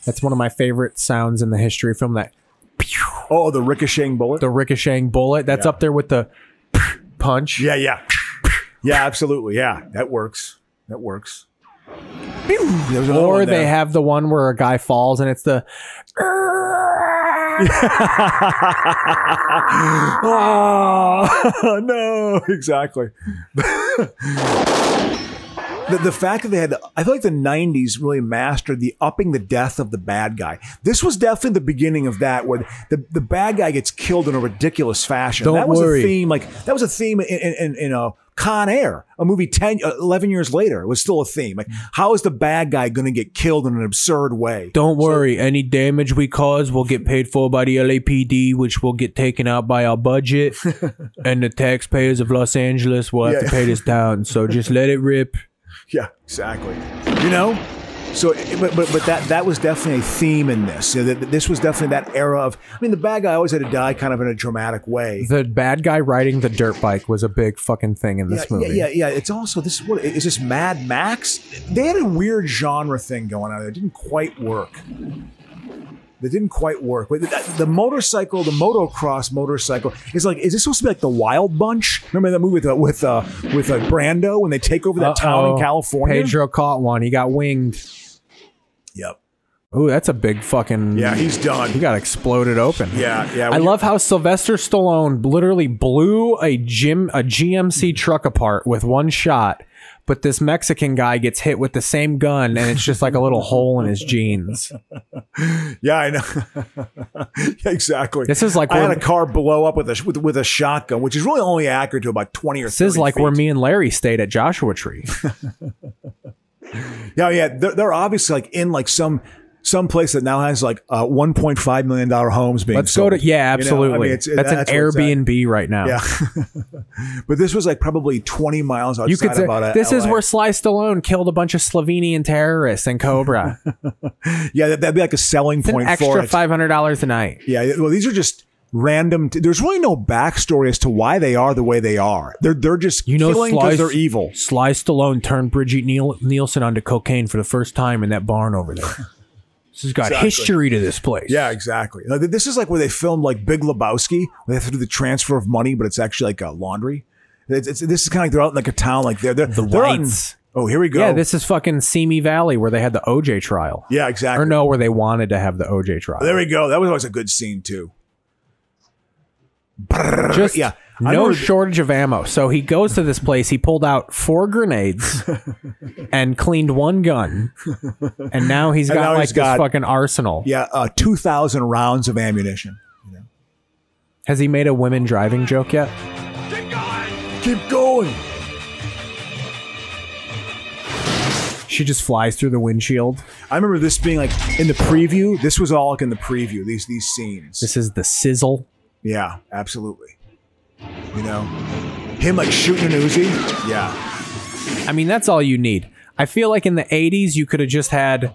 Speaker 5: That's one of my favorite sounds in the history of film that
Speaker 6: Oh, the ricocheting bullet.
Speaker 5: the ricocheting bullet. That's
Speaker 6: Yeah.
Speaker 5: up there with the punch.
Speaker 6: yeah, yeah, yeah. Absolutely. Yeah, that works. That works. There was another
Speaker 5: Or
Speaker 6: one
Speaker 5: they
Speaker 6: there.
Speaker 5: have the one where a guy falls and it's the
Speaker 6: oh no! Exactly. The, the fact that they had, I feel like the '90s really mastered the upping the death of the bad guy. This was definitely the beginning of that, where the, the bad guy gets killed in a ridiculous fashion.
Speaker 5: Don't
Speaker 6: that was
Speaker 5: worry.
Speaker 6: a theme, like that was a theme in in, in, in uh, Con Air, a movie 10, uh, 11 years later. It was still a theme. Like, how is the bad guy going to get killed in an absurd way?
Speaker 5: Don't worry, any damage we cause will get paid for by the LAPD, which will get taken out by our budget, and the taxpayers of Los Angeles will have to
Speaker 6: Yeah.
Speaker 5: pay this down. So just let it rip.
Speaker 6: Yeah, exactly. You know, so but but, but that that was definitely a theme in this. You know, that, this was definitely that era of. I mean, the bad guy always had to die, kind of in a dramatic way.
Speaker 5: The bad guy riding the dirt bike was a big fucking thing in this
Speaker 6: yeah,
Speaker 5: movie.
Speaker 6: yeah, yeah, yeah. It's also this. What is this? Mad Max? They had a weird genre thing going on. It didn't quite work. They didn't quite work. But that- The motorcycle, the motocross motorcycle, is like. Is this supposed to be like the Wild Bunch? Remember that movie with uh, with uh, with uh, Brando when they take over that town
Speaker 5: Uh-oh.
Speaker 6: in California?
Speaker 5: Pedro caught one. He got winged.
Speaker 6: Yep.
Speaker 5: Oh, that's a big fucking.
Speaker 6: Yeah, he's done.
Speaker 5: He got exploded open.
Speaker 6: Yeah, yeah.
Speaker 5: I love how Sylvester Stallone literally blew a gym a
Speaker 6: Mm-hmm.
Speaker 5: GMC truck apart with one shot, but this Mexican guy gets hit with the same gun and it's just like a little hole in his jeans.
Speaker 6: Yeah, I know. Yeah, exactly.
Speaker 5: This is like
Speaker 6: I had
Speaker 5: where-
Speaker 6: a car blow up with a with, with a shotgun, which is really only accurate to about twenty or.
Speaker 5: This is
Speaker 6: 30
Speaker 5: like
Speaker 6: feet.
Speaker 5: where me and Larry stayed at Joshua Tree.
Speaker 6: Yeah, yeah. They're, they're obviously like in like some some place that now has like uh, one point five million dollar homes being.
Speaker 5: Let's go to
Speaker 6: sold.
Speaker 5: yeah,
Speaker 6: You know, I
Speaker 5: absolutely.
Speaker 6: mean, it's-
Speaker 5: that's, an
Speaker 6: where it's at.
Speaker 5: Airbnb right now.
Speaker 6: Yeah, but this was like probably twenty miles outside
Speaker 5: You could say
Speaker 6: about uh,
Speaker 5: this is
Speaker 6: LA.
Speaker 5: where Sly Stallone killed a bunch of Slovenian terrorists in Cobra.
Speaker 6: Yeah, that, that'd be like a selling
Speaker 5: It's an
Speaker 6: point for
Speaker 5: extra
Speaker 6: it.
Speaker 5: five hundred dollars a night.
Speaker 6: Yeah. Well, these are just random. T- There's really no backstory as to why they are the way they are. They're they're just
Speaker 5: You know,
Speaker 6: killing
Speaker 5: Sly,
Speaker 6: because they're evil.
Speaker 5: Sly Stallone turned Bridget Niel- Nielsen onto cocaine for the first time in that barn over there. this has got
Speaker 6: Exactly.
Speaker 5: history to this place.
Speaker 6: Yeah, exactly. Now, th- This is like where they filmed like Big Lebowski. Where they have to do the transfer of money, but it's actually like a laundry. It's, it's, this is kind of like they're out in like a town, like they're, they're the they're out in-
Speaker 5: whites.
Speaker 6: oh, here we go.
Speaker 5: Yeah, this is fucking Simi Valley where they had the OJ trial.
Speaker 6: Yeah, exactly.
Speaker 5: Or no, where they wanted to have the OJ trial.
Speaker 6: There we go. That was always a good scene too.
Speaker 5: Just
Speaker 6: yeah,
Speaker 5: no
Speaker 6: I know-
Speaker 5: shortage of ammo. So he goes to this place. He pulled out four grenades and cleaned one gun, and now he's
Speaker 6: And
Speaker 5: got
Speaker 6: now
Speaker 5: like
Speaker 6: he's
Speaker 5: this
Speaker 6: got-
Speaker 5: fucking arsenal.
Speaker 6: Yeah, uh, two thousand rounds of ammunition.
Speaker 5: Has he made a women driving joke yet?
Speaker 6: Keep going.
Speaker 5: She just flies through the windshield.
Speaker 6: I remember this being like in the preview. This was all like in the preview. These these scenes.
Speaker 5: This is the sizzle.
Speaker 6: Yeah, absolutely. You know, him like shooting an Uzi. Yeah,
Speaker 5: I mean, that's all you need. I feel like in the 80s, you could have just had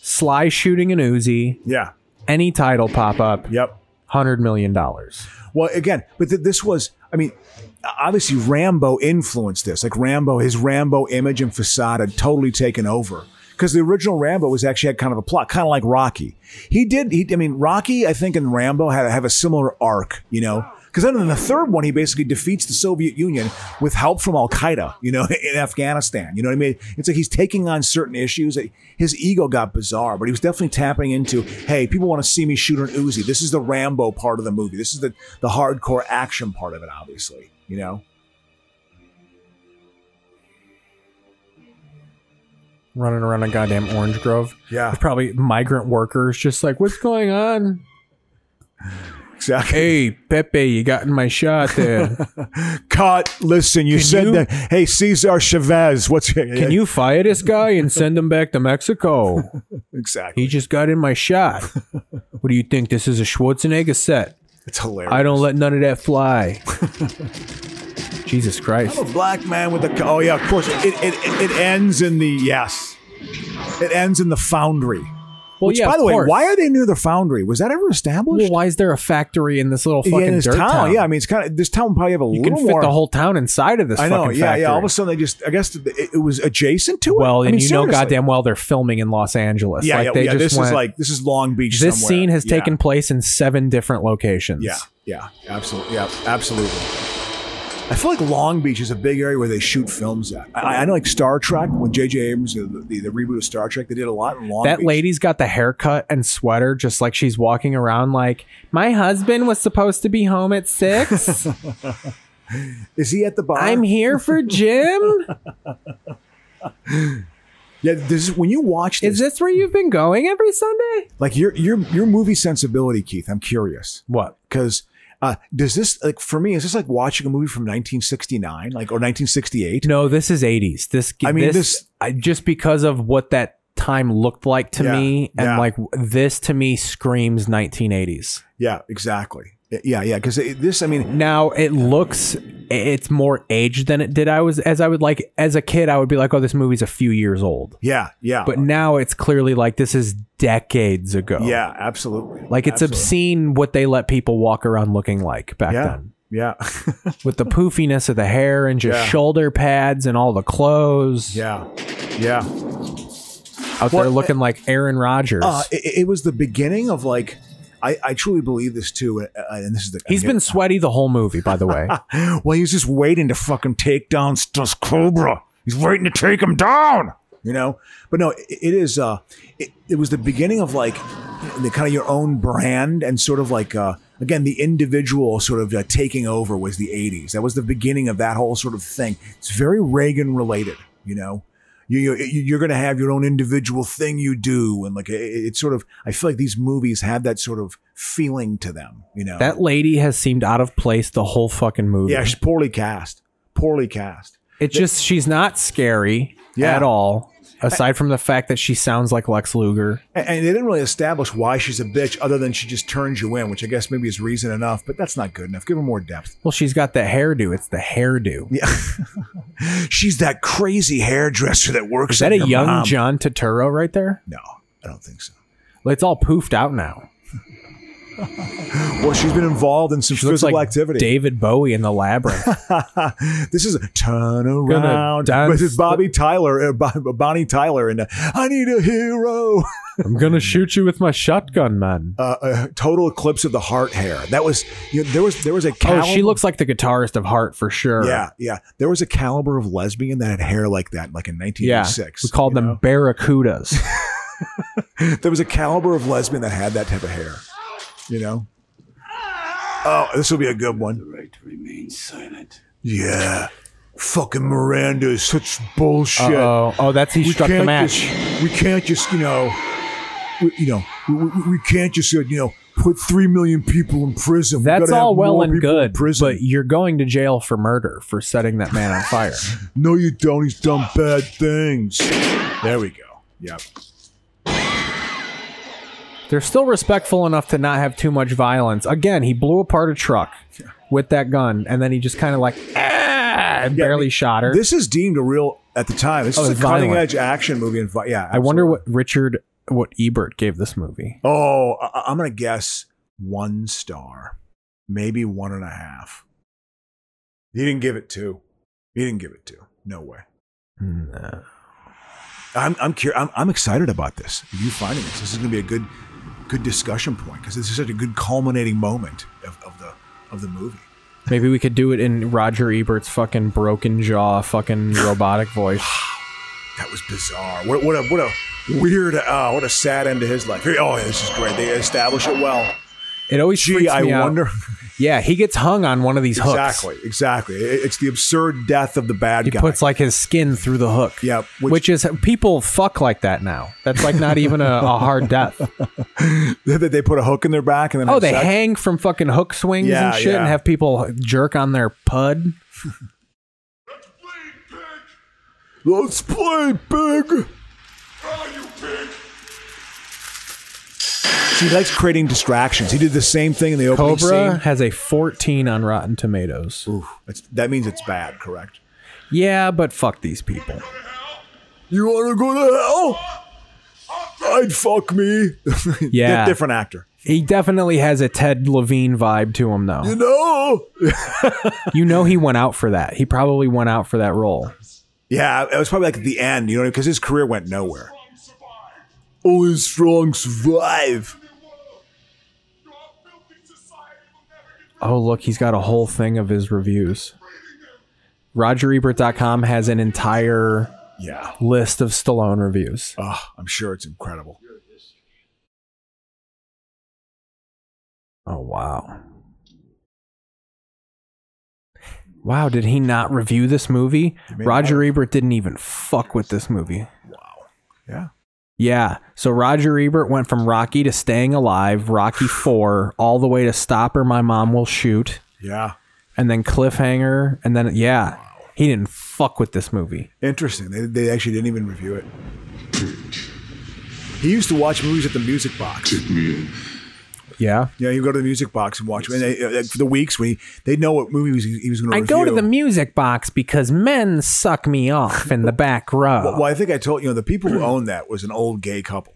Speaker 5: Sly shooting an Uzi.
Speaker 6: Yeah.
Speaker 5: Any title pop up.
Speaker 6: Yep.
Speaker 5: $100 million. dollars.
Speaker 6: Well, again, but th- this was, I mean, obviously Rambo influenced this. Like Rambo, his Rambo image and facade had totally taken over. Because the original Rambo was actually had kind of a plot, kind of like Rocky. He did, he, I mean, Rocky, I think, and Rambo had have a similar arc, you know? Because then in the third one, he basically defeats the Soviet Union with help from Al Qaeda, you know, in Afghanistan. You know what I mean? It's like he's taking on certain issues. His ego got bizarre, but he was definitely tapping into, hey, people want to see me shoot an Uzi. This is the Rambo part of the movie. This is the, the hardcore action part of it, obviously, you know?
Speaker 5: Running around a goddamn orange grove.
Speaker 6: Yeah.
Speaker 5: With probably migrant workers just like, what's going on? Exactly. Hey, Pepe, you got in my shot there.
Speaker 6: Cut. Listen, you
Speaker 5: Can
Speaker 6: said
Speaker 5: you-
Speaker 6: that, hey, Cesar Chavez, what's
Speaker 5: Can you fire this guy and send him back to Mexico?
Speaker 6: Exactly.
Speaker 5: He just got in my shot. What do you think? This is a Schwarzenegger set.
Speaker 6: It's hilarious.
Speaker 5: I don't let none of that fly. Jesus Christ.
Speaker 6: I'm a black man with a. co- Oh yeah, of course. It it, it, it ends in the yes. It ends in the foundry.
Speaker 5: Well,
Speaker 6: Which,
Speaker 5: yeah,
Speaker 6: by
Speaker 5: of
Speaker 6: the way,
Speaker 5: course.
Speaker 6: why are they near the foundry? Was that ever established?
Speaker 5: Well, why is there a factory in this little
Speaker 6: Yeah,
Speaker 5: fucking
Speaker 6: in this
Speaker 5: dirt
Speaker 6: town,
Speaker 5: town?
Speaker 6: Yeah, I mean, it's kind of this town probably have a
Speaker 5: you
Speaker 6: little
Speaker 5: can fit
Speaker 6: more.
Speaker 5: the whole town inside of this.
Speaker 6: I know.
Speaker 5: fucking
Speaker 6: yeah, yeah. All of a
Speaker 5: factory.
Speaker 6: sudden, they just. I guess it, it was adjacent to it.
Speaker 5: Well,
Speaker 6: I
Speaker 5: and
Speaker 6: mean,
Speaker 5: you know
Speaker 6: seriously.
Speaker 5: goddamn well they're filming in Los Angeles.
Speaker 6: Yeah,
Speaker 5: like
Speaker 6: yeah,
Speaker 5: they
Speaker 6: yeah,
Speaker 5: just
Speaker 6: this is
Speaker 5: went-
Speaker 6: like- this is Long Beach
Speaker 5: This
Speaker 6: somewhere.
Speaker 5: scene has
Speaker 6: Yeah.
Speaker 5: taken place in seven different locations.
Speaker 6: Yeah, yeah, absolutely. Yeah, absolutely. I feel like Long Beach is a big area where they shoot films at. I, I know, like Star Trek, when J.J. Abrams did the, the, the reboot of Star Trek, they did a lot in Long
Speaker 5: that
Speaker 6: Beach.
Speaker 5: lady's got the haircut and sweater, just like she's walking around. Like my husband was supposed to be home at six.
Speaker 6: Is he at the bar?
Speaker 5: I'm here for Jim.
Speaker 6: Yeah, this is when you watch this.
Speaker 5: Is this where you've been going every Sunday?
Speaker 6: like your your your movie sensibility, Keith. I'm curious.
Speaker 5: What?
Speaker 6: Because uh, does this like for me? Is this like watching a movie from 1969, like or 1968?
Speaker 5: No, this is 80s. This
Speaker 6: I mean, this-
Speaker 5: I, just because of what that time looked like to
Speaker 6: Yeah,
Speaker 5: me and
Speaker 6: yeah.
Speaker 5: like w- this to me screams 1980s.
Speaker 6: Yeah, exactly. Yeah, yeah. Because this, I mean,
Speaker 5: Now it looks it's more aged than it did I was as I would like as a kid I would be like oh this movie's a few years old.
Speaker 6: yeah, yeah,
Speaker 5: But now it's clearly like this is decades ago.
Speaker 6: Uh-huh. yeah, absolutely.
Speaker 5: Like it's
Speaker 6: Absolutely.
Speaker 5: obscene what they let people walk around looking like back
Speaker 6: Yeah.
Speaker 5: then.
Speaker 6: Yeah,
Speaker 5: With the poofiness of the hair and just
Speaker 6: Yeah.
Speaker 5: shoulder pads and all the clothes.
Speaker 6: yeah, yeah.
Speaker 5: out
Speaker 6: Well,
Speaker 5: there looking like Aaron Rodgers.
Speaker 6: Uh, it, it was the beginning of like, I, I truly believe this too, and, and this is the.
Speaker 5: He's been sweaty the whole movie, by the way.
Speaker 6: well, he's just waiting to fucking take down Stus Cobra. He's waiting to take him down. You know, but no, it, it is. Uh, it, it was the beginning of like the kind of your own brand and sort of like uh, again the individual sort of uh, taking over was the '80s. That was the beginning of that whole sort of thing. It's very Reagan related. You know, you, you you're going to have your own individual thing you do, and like it, it's sort of. I feel like these movies have that sort of feeling to them. You know,
Speaker 5: that lady has seemed out of place the whole fucking movie.
Speaker 6: yeah, she's poorly cast. Poorly cast.
Speaker 5: it's just she's not scary
Speaker 6: Yeah.
Speaker 5: at all. Aside from the fact that she sounds like Lex Luger.
Speaker 6: And, and they didn't really establish why she's a bitch other than she just turns you in, which I guess maybe is reason enough, but that's not good enough. Give her more depth.
Speaker 5: Well, she's got the hairdo. It's the hairdo.
Speaker 6: Yeah. She's that crazy hairdresser that works
Speaker 5: Is that
Speaker 6: at
Speaker 5: a
Speaker 6: your
Speaker 5: young
Speaker 6: mom.
Speaker 5: John Turturro right there?
Speaker 6: No, I don't think so.
Speaker 5: Well, it's all poofed out now.
Speaker 6: Well, she's been involved in some
Speaker 5: She looks
Speaker 6: physical
Speaker 5: like
Speaker 6: activity.
Speaker 5: David Bowie in the labyrinth.
Speaker 6: this is a turn around.
Speaker 5: dance
Speaker 6: This is Bobby Tyler, uh, Bo- Bonnie Tyler, and uh, I need a hero.
Speaker 5: I'm gonna shoot you with my shotgun, man.
Speaker 6: Uh, uh, total eclipse of the heart hair. That was you know, there was there was a
Speaker 5: Oh,
Speaker 6: calendar.
Speaker 5: she looks like the guitarist of Heart for sure.
Speaker 6: Yeah, yeah. There was a caliber of lesbian that had hair like that, like in
Speaker 5: Yeah.
Speaker 6: 1986.
Speaker 5: We called them barracudas.
Speaker 6: There was a caliber of lesbian that had that type of hair. You know, Oh, this will be a good one.
Speaker 4: Right to remain silent.
Speaker 6: Yeah. Fucking Miranda is such bullshit.
Speaker 5: Uh-oh. Oh, that's he struck the
Speaker 6: can't
Speaker 5: match.
Speaker 6: just- we can't just, you know, we, you know, we, we, we can't just, uh, you know, put three million people in prison. We
Speaker 5: That's
Speaker 6: gotta have
Speaker 5: all well
Speaker 6: more
Speaker 5: and
Speaker 6: people in
Speaker 5: good, but you're going to jail for murder for setting that man on fire.
Speaker 6: No, you don't. He's done
Speaker 5: Oh,
Speaker 6: bad things. There we go. Yep.
Speaker 5: They're still respectful enough to not have too much violence. Again, he blew apart a truck with that gun, and then he just kind of like ah, and barely shot her.
Speaker 6: This is deemed a real at the time. This
Speaker 5: Oh,
Speaker 6: is a
Speaker 5: it's violent.
Speaker 6: cutting edge action movie. And vi- yeah,
Speaker 5: I wonder what Richard, what Ebert gave this movie.
Speaker 6: Oh, I- I'm gonna guess one star, maybe one and a half. He didn't give it two. He didn't give it two. No way.
Speaker 5: No.
Speaker 6: I'm I'm cur- I'm, I'm excited about this. You finding this? This is gonna be a good good discussion point because this is such a good culminating moment of, of the of the movie.
Speaker 5: Maybe we could do it in Roger Ebert's fucking broken jaw, fucking robotic voice.
Speaker 6: That was bizarre. What, what a what a weird uh, what a sad end to his life. Oh, this is great. They establish it well.
Speaker 5: It always
Speaker 6: Gee,
Speaker 5: freaks
Speaker 6: I
Speaker 5: me out.
Speaker 6: wonder-
Speaker 5: Yeah, he gets hung on one of these hooks.
Speaker 6: Exactly, exactly. It- It's the absurd death of the bad
Speaker 5: He
Speaker 6: guy.
Speaker 5: puts like his skin through the hook.
Speaker 6: Yeah,
Speaker 5: which, is people fuck like that now. That's like not even a, a hard death.
Speaker 6: that they put a hook in their back and then
Speaker 5: Oh,
Speaker 6: have
Speaker 5: they
Speaker 6: sex?
Speaker 5: hang from fucking hook swings and
Speaker 6: Yeah,
Speaker 5: shit,
Speaker 6: yeah.
Speaker 5: and have people jerk on their pud.
Speaker 6: Let's play big. She likes creating distractions. He did the same thing in the opening
Speaker 5: Cobra
Speaker 6: scene.
Speaker 5: has a 14 on Rotten Tomatoes.
Speaker 6: It's, that means it's bad, correct?
Speaker 5: Yeah, but fuck these people.
Speaker 6: You want to go to hell? I'd fuck me.
Speaker 5: Yeah.
Speaker 6: different actor.
Speaker 5: He definitely has a Ted Levine vibe to him, though.
Speaker 6: You know?
Speaker 5: you know he went out for that. He probably went out for that role.
Speaker 6: Yeah, it was probably like at the end, you know, because his career went nowhere. Only strong survive.
Speaker 5: Oh, look, he's got a whole thing of his reviews. RogerEbert.com has an entire
Speaker 6: Yeah.
Speaker 5: list of Stallone reviews.
Speaker 6: Oh, I'm sure it's incredible.
Speaker 5: Oh, wow. Wow, did he not review this movie?
Speaker 6: Maybe
Speaker 5: Roger Ebert didn't even fuck with this movie.
Speaker 6: Yeah.
Speaker 5: Yeah. So Roger Ebert went from Rocky to Staying Alive, Rocky 4, all the way to Stop or My Mom Will Shoot,
Speaker 6: Yeah.
Speaker 5: and then Cliffhanger, and then, yeah, he didn't fuck with this movie.
Speaker 6: Interesting. They, they actually didn't even review it. He used to watch movies at the music box.
Speaker 5: Yeah.
Speaker 6: Yeah, you go to the music box and watch them. And they, uh, for the weeks when he, they'd know what movie he was, he was going to
Speaker 5: I
Speaker 6: review.
Speaker 5: go to the music box because men suck me off in the back
Speaker 6: Well,
Speaker 5: row.
Speaker 6: well, I think I told you know the people who owned that was an old gay couple.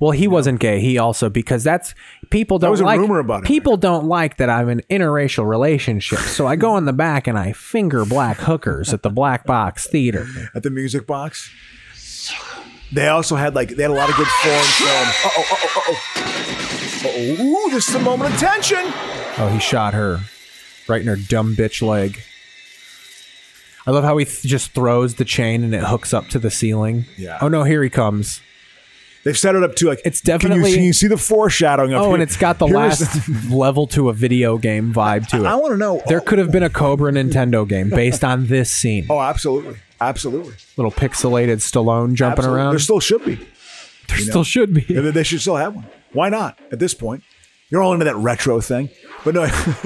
Speaker 5: Well, he wasn't gay. He also because that's people don't
Speaker 6: There was a
Speaker 5: like
Speaker 6: rumor about it.
Speaker 5: people don't like that I'm in interracial relationships. So I go in the back and I finger black hookers at the black box theater.
Speaker 6: at the music box. They also had like they had a lot of good foreign films. Uh oh, uh oh, uh oh. Ooh, this is a moment of tension.
Speaker 5: Oh, he shot her right in her dumb bitch leg. I love how he th- just throws the chain and it hooks up to the ceiling.
Speaker 6: Yeah.
Speaker 5: Oh no, here he comes.
Speaker 6: They've set it up too. Like
Speaker 5: it's
Speaker 6: Can you,
Speaker 5: definitely.
Speaker 6: can you see the foreshadowing of
Speaker 5: Oh,
Speaker 6: here-
Speaker 5: and it's got the
Speaker 6: here's
Speaker 5: last level to a video game vibe to it.
Speaker 6: I want to know.
Speaker 5: There could have been a Cobra Nintendo game based on this scene.
Speaker 6: Oh, absolutely, absolutely.
Speaker 5: Little pixelated Stallone jumping
Speaker 6: Absolutely.
Speaker 5: around.
Speaker 6: There still should be.
Speaker 5: There still should be.
Speaker 6: They they should still have one. Why not? At this point, you're all into that retro thing. But no.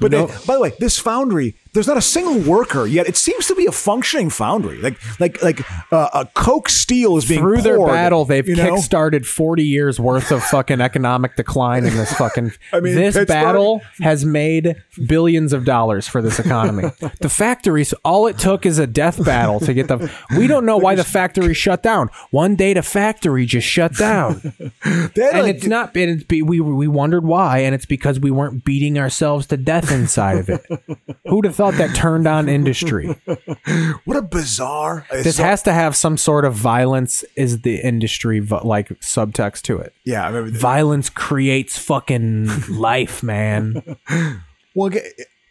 Speaker 6: but they-
Speaker 5: No.
Speaker 6: by the way, this foundry, there's not a single worker yet. It seems to be a functioning foundry. Like like like uh, a Coke steel is being
Speaker 5: Through their
Speaker 6: poured,
Speaker 5: battle, they've
Speaker 6: you know?
Speaker 5: kickstarted 40 years worth of fucking economic decline in this fucking.
Speaker 6: I mean,
Speaker 5: this
Speaker 6: Pittsburgh-
Speaker 5: battle has made billions of dollars for this economy. the factories, all it took is a death battle to get the. We don't know why the factory shut down. One day the factory just shut down.
Speaker 6: They had
Speaker 5: and
Speaker 6: a-
Speaker 5: it's not been it's be, we we wondered why and it's because we weren't beating ourselves to death inside of it who'd have thought that turned on industry
Speaker 6: what a bizarre.
Speaker 5: this has to have some sort of violence is the industry vo- like subtext to it
Speaker 6: Yeah, I remember.
Speaker 5: violence creates fucking life man
Speaker 6: Well, okay,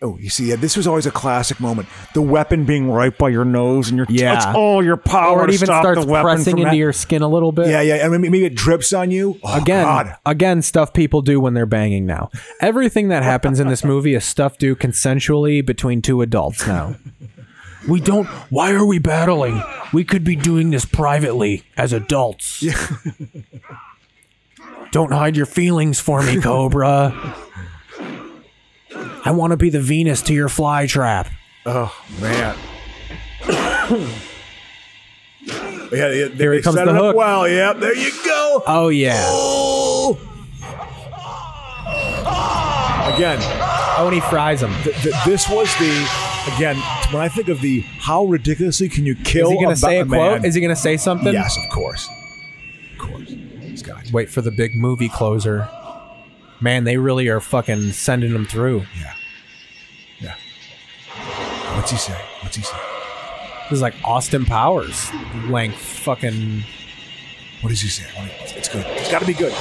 Speaker 6: Oh, you see, yeah, this was always a classic moment. The weapon being right by your nose and your
Speaker 5: Yeah.
Speaker 6: that's all your power
Speaker 5: Or it
Speaker 6: to
Speaker 5: even
Speaker 6: stop
Speaker 5: starts
Speaker 6: the weapon
Speaker 5: pressing
Speaker 6: from
Speaker 5: into
Speaker 6: ha-
Speaker 5: your skin a little bit.
Speaker 6: Yeah, yeah. And maybe maybe it drips on you. Oh,
Speaker 5: again,
Speaker 6: God.
Speaker 5: again, stuff people do when they're banging now. Everything that happens in this movie is stuff do consensually between two adults now. we don't. Why are we battling? We could be doing this privately as adults. don't hide your feelings for me, Cobra. I want to be the Venus to your fly trap.
Speaker 6: Oh man. yeah, yeah, they,
Speaker 5: Here
Speaker 6: they
Speaker 5: comes
Speaker 6: set
Speaker 5: the
Speaker 6: it up
Speaker 5: hook.
Speaker 6: Well, yeah, there you go.
Speaker 5: Oh yeah.
Speaker 6: Again.
Speaker 5: Oh, and he fries him.
Speaker 6: this was the again. When I think of the how ridiculously can you kill?
Speaker 5: Is he
Speaker 6: going
Speaker 5: gonna
Speaker 6: to
Speaker 5: say a quote? Is he gonna say something?
Speaker 6: Yes, of course. Of course. He's got it.
Speaker 5: Wait for the big movie closer. Man, they really are fucking sending them through.
Speaker 6: Yeah. Yeah. What's he say? What's he say?
Speaker 5: This is like Austin Powers length fucking
Speaker 6: What does he say? Wait, It's it's good. It's got to be good.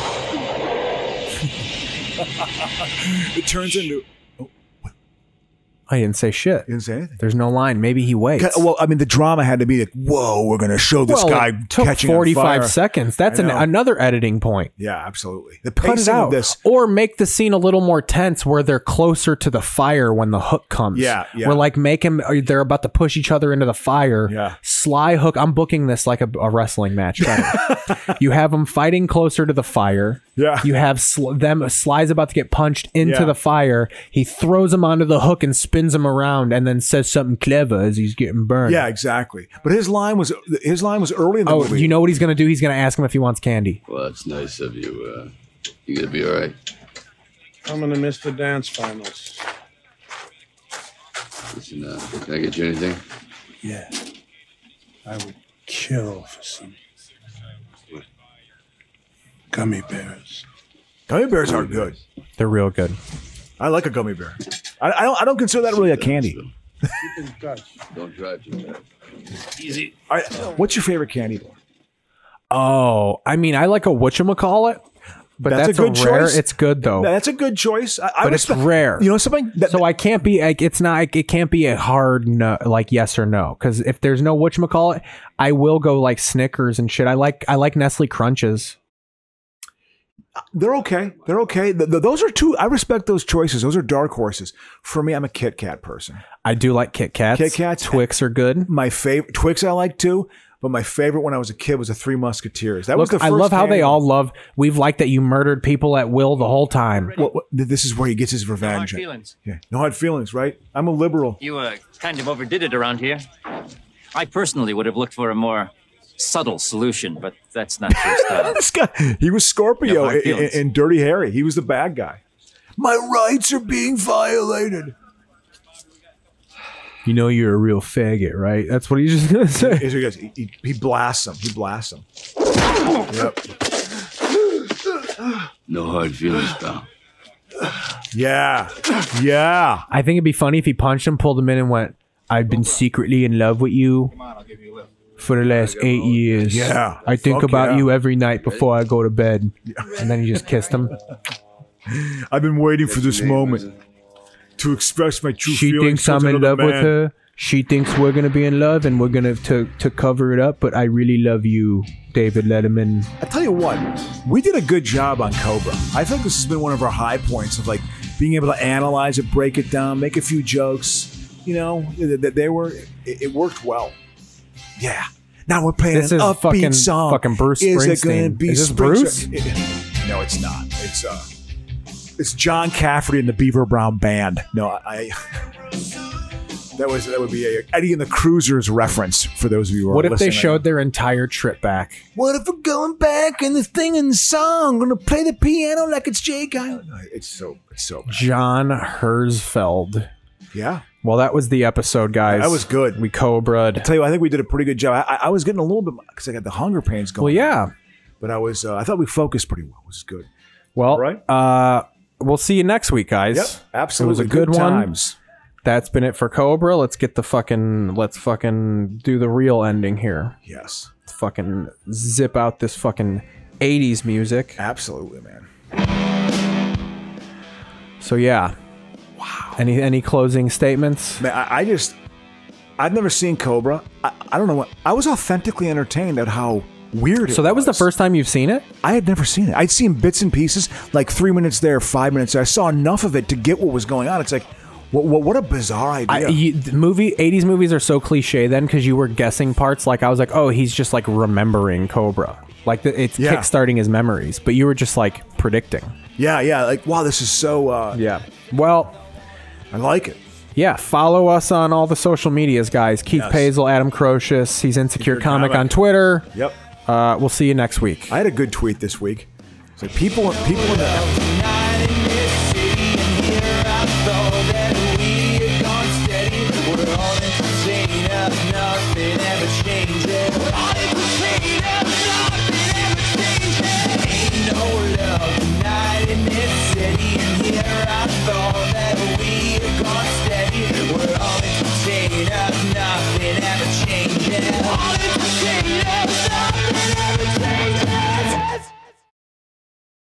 Speaker 6: it turns into.
Speaker 5: I didn't say shit.
Speaker 6: Didn't say anything.
Speaker 5: There's no line. Maybe he waits.
Speaker 6: Well, I mean, the drama had to be like, "Whoa, we're going to show this
Speaker 5: Well,
Speaker 6: guy
Speaker 5: it took
Speaker 6: catching on
Speaker 5: 45
Speaker 6: fire."
Speaker 5: seconds. That's
Speaker 6: I
Speaker 5: an,
Speaker 6: know.
Speaker 5: another editing point.
Speaker 6: yeah, absolutely. The
Speaker 5: Cut it
Speaker 6: pacing
Speaker 5: out.
Speaker 6: of this.
Speaker 5: Or make the scene a little more tense where they're closer to the fire when the hook comes.
Speaker 6: Yeah, yeah.
Speaker 5: We're like, make him, or they're about to push each other into the fire.
Speaker 6: Yeah.
Speaker 5: Sly hook. I'm booking this like a, a wrestling match. Better. you have them fighting closer to the fire.
Speaker 6: Yeah.
Speaker 5: You have sl- them, Sly's about to get punched into
Speaker 6: Yeah.
Speaker 5: the fire. He throws him onto the hook and spins him around and then says something clever as he's getting burned.
Speaker 6: Yeah, exactly. But his line was his line was early in the
Speaker 5: Oh,
Speaker 6: movie.
Speaker 5: you know what he's going to do? He's going to ask him if he wants candy.
Speaker 15: Well, that's nice of you. Uh, you gonna be all right.
Speaker 24: I'm gonna miss the dance finals.
Speaker 15: Listen, uh, can I get you anything?
Speaker 24: Yeah. I would kill for some gummy bears.
Speaker 6: gummy bears are good.
Speaker 5: They're real good.
Speaker 6: I like a gummy bear. I, I don't. I don't consider that really a candy.
Speaker 15: Don't drive too fast.
Speaker 6: Easy. All right, what's your favorite candy bar?
Speaker 5: Oh, I mean, I like a whatchamacallit, but that's, a good rare.
Speaker 6: choice.
Speaker 5: It's good though.
Speaker 6: That's a good choice. I, I
Speaker 5: Oh. but it's
Speaker 6: respect-
Speaker 5: rare.
Speaker 6: You know something? That,
Speaker 5: so I can't be like it's not like, it can't be a hard no like yes or no because if there's no whatchamacallit, I will go like Snickers and shit. I like I like Nestle Crunches.
Speaker 6: they're okay. They're okay. Th- th- those are two. I respect those choices. Those are dark horses. For me, I'm a Kit Kat person.
Speaker 5: I do like Kit Kats.
Speaker 6: Kit Kats.
Speaker 5: Twix are good.
Speaker 6: My favorite Twix, I like too. But my favorite when I was a kid was the Three Musketeers. That was
Speaker 5: Look,
Speaker 6: the. First
Speaker 5: I love how
Speaker 6: candy
Speaker 5: they
Speaker 6: bar.
Speaker 5: all love. We've liked that you murdered people at will the whole time.
Speaker 6: What, what, th- this is where he gets his
Speaker 22: Hard
Speaker 6: revenge.
Speaker 22: feelings.
Speaker 6: Yeah, no hard feelings, right? I'm a liberal.
Speaker 10: You uh, kind of overdid it around here. I personally would have looked for a more subtle solution, but that's not your style.
Speaker 6: this guy, he was Scorpio
Speaker 10: No hard
Speaker 6: in, in-
Speaker 10: feelings.
Speaker 6: in Dirty Harry. He was the bad guy. My rights are being violated.
Speaker 5: You know you're a real faggot, right? That's what he's just gonna say.
Speaker 6: Here's what he, does. He- he- he blasts him. He blasts him. Yep.
Speaker 15: No hard feelings, pal.
Speaker 6: Yeah. Yeah.
Speaker 5: I think it'd be funny if he punched him, pulled him in, and went, I've been secretly in love with you for the last eight years.
Speaker 6: Yeah.
Speaker 5: I think
Speaker 6: Fuck
Speaker 5: about
Speaker 6: yeah.
Speaker 5: you every night before I go to bed. And then he just kissed him.
Speaker 6: I've been waiting for this moment to express my true
Speaker 5: She
Speaker 6: feelings.
Speaker 5: thinks
Speaker 6: towards
Speaker 5: I'm in
Speaker 6: another
Speaker 5: love with
Speaker 6: man.
Speaker 5: her. She thinks we're going to be in love and we're going to to to cover it up, but I really love you, David Letterman.
Speaker 6: I tell you what, we did a good job on Cobra. I think this has been one of our high points of like being able to analyze it, break it down, make a few jokes. You know, that that they were it, it worked well. Yeah. Now we're playing
Speaker 5: This
Speaker 6: an
Speaker 5: is
Speaker 6: upbeat
Speaker 5: fucking-
Speaker 6: song.
Speaker 5: fucking Bruce
Speaker 6: Is it gonna
Speaker 5: Springsteen.
Speaker 6: be
Speaker 5: Is this
Speaker 6: Springsteen?
Speaker 5: Bruce?
Speaker 6: It- it- no, it's not. It's uh, it's John Cafferty and the Beaver Brown Band. No, I. that was that would be a Eddie and the Cruisers reference for those of you who are
Speaker 5: What if they
Speaker 6: listening.
Speaker 5: showed their entire trip back?
Speaker 6: What if we're going back and the thing and the song? We're gonna play the piano like it's Jake Island. It's so it's so bad.
Speaker 5: John Herzfeld.
Speaker 6: Yeah.
Speaker 5: Well, that was the episode, guys.
Speaker 6: That was good.
Speaker 5: We cobraed.
Speaker 6: Tell you, I think we did a pretty good job. I, I was getting a little bit because I got the hunger pains
Speaker 5: Well,
Speaker 6: going.
Speaker 5: yeah.
Speaker 6: but I was uh, I thought we focused pretty well, which is good.
Speaker 5: Well,
Speaker 6: Right?
Speaker 5: uh, we'll see you next week, guys.
Speaker 6: Yep, absolutely.
Speaker 5: It was a good,
Speaker 6: Good
Speaker 5: one.
Speaker 6: times.
Speaker 5: That's been it for Cobra. Let's get the fucking let's fucking do the real ending here.
Speaker 6: Yes,
Speaker 5: Let's fucking zip out this fucking 80s music.
Speaker 6: absolutely, man.
Speaker 5: So yeah. Wow. Any any closing statements?
Speaker 6: Man, I, I just I've never seen Cobra. I, I don't know what I was authentically entertained at how weird it
Speaker 5: So that was the first time you've seen it?
Speaker 6: I had never seen it. I'd seen bits and pieces, like three minutes there, five minutes there. I saw enough of it to get what was going on. It's like, what, what, what a bizarre idea.
Speaker 5: I, you, the movie '80s movies are so cliche then because you were guessing parts. Like I was like, oh, he's just like remembering Cobra, like the, it's
Speaker 6: Yeah.
Speaker 5: kickstarting his memories. But you were just like predicting.
Speaker 6: yeah, yeah. Like, wow, this is so. Uh,
Speaker 5: Yeah. Well,
Speaker 6: I like it.
Speaker 5: Yeah, follow us on all the social medias, guys. Keith
Speaker 6: Yes.
Speaker 5: Pazel, Adam Crocius. He's Insecure Comic,
Speaker 6: Comic.
Speaker 5: on Twitter.
Speaker 6: Yep.
Speaker 5: Uh, we'll see you next week.
Speaker 6: I had a good tweet this week. It's like people, people in the.
Speaker 14: Nothing ever changes. We're on it, we're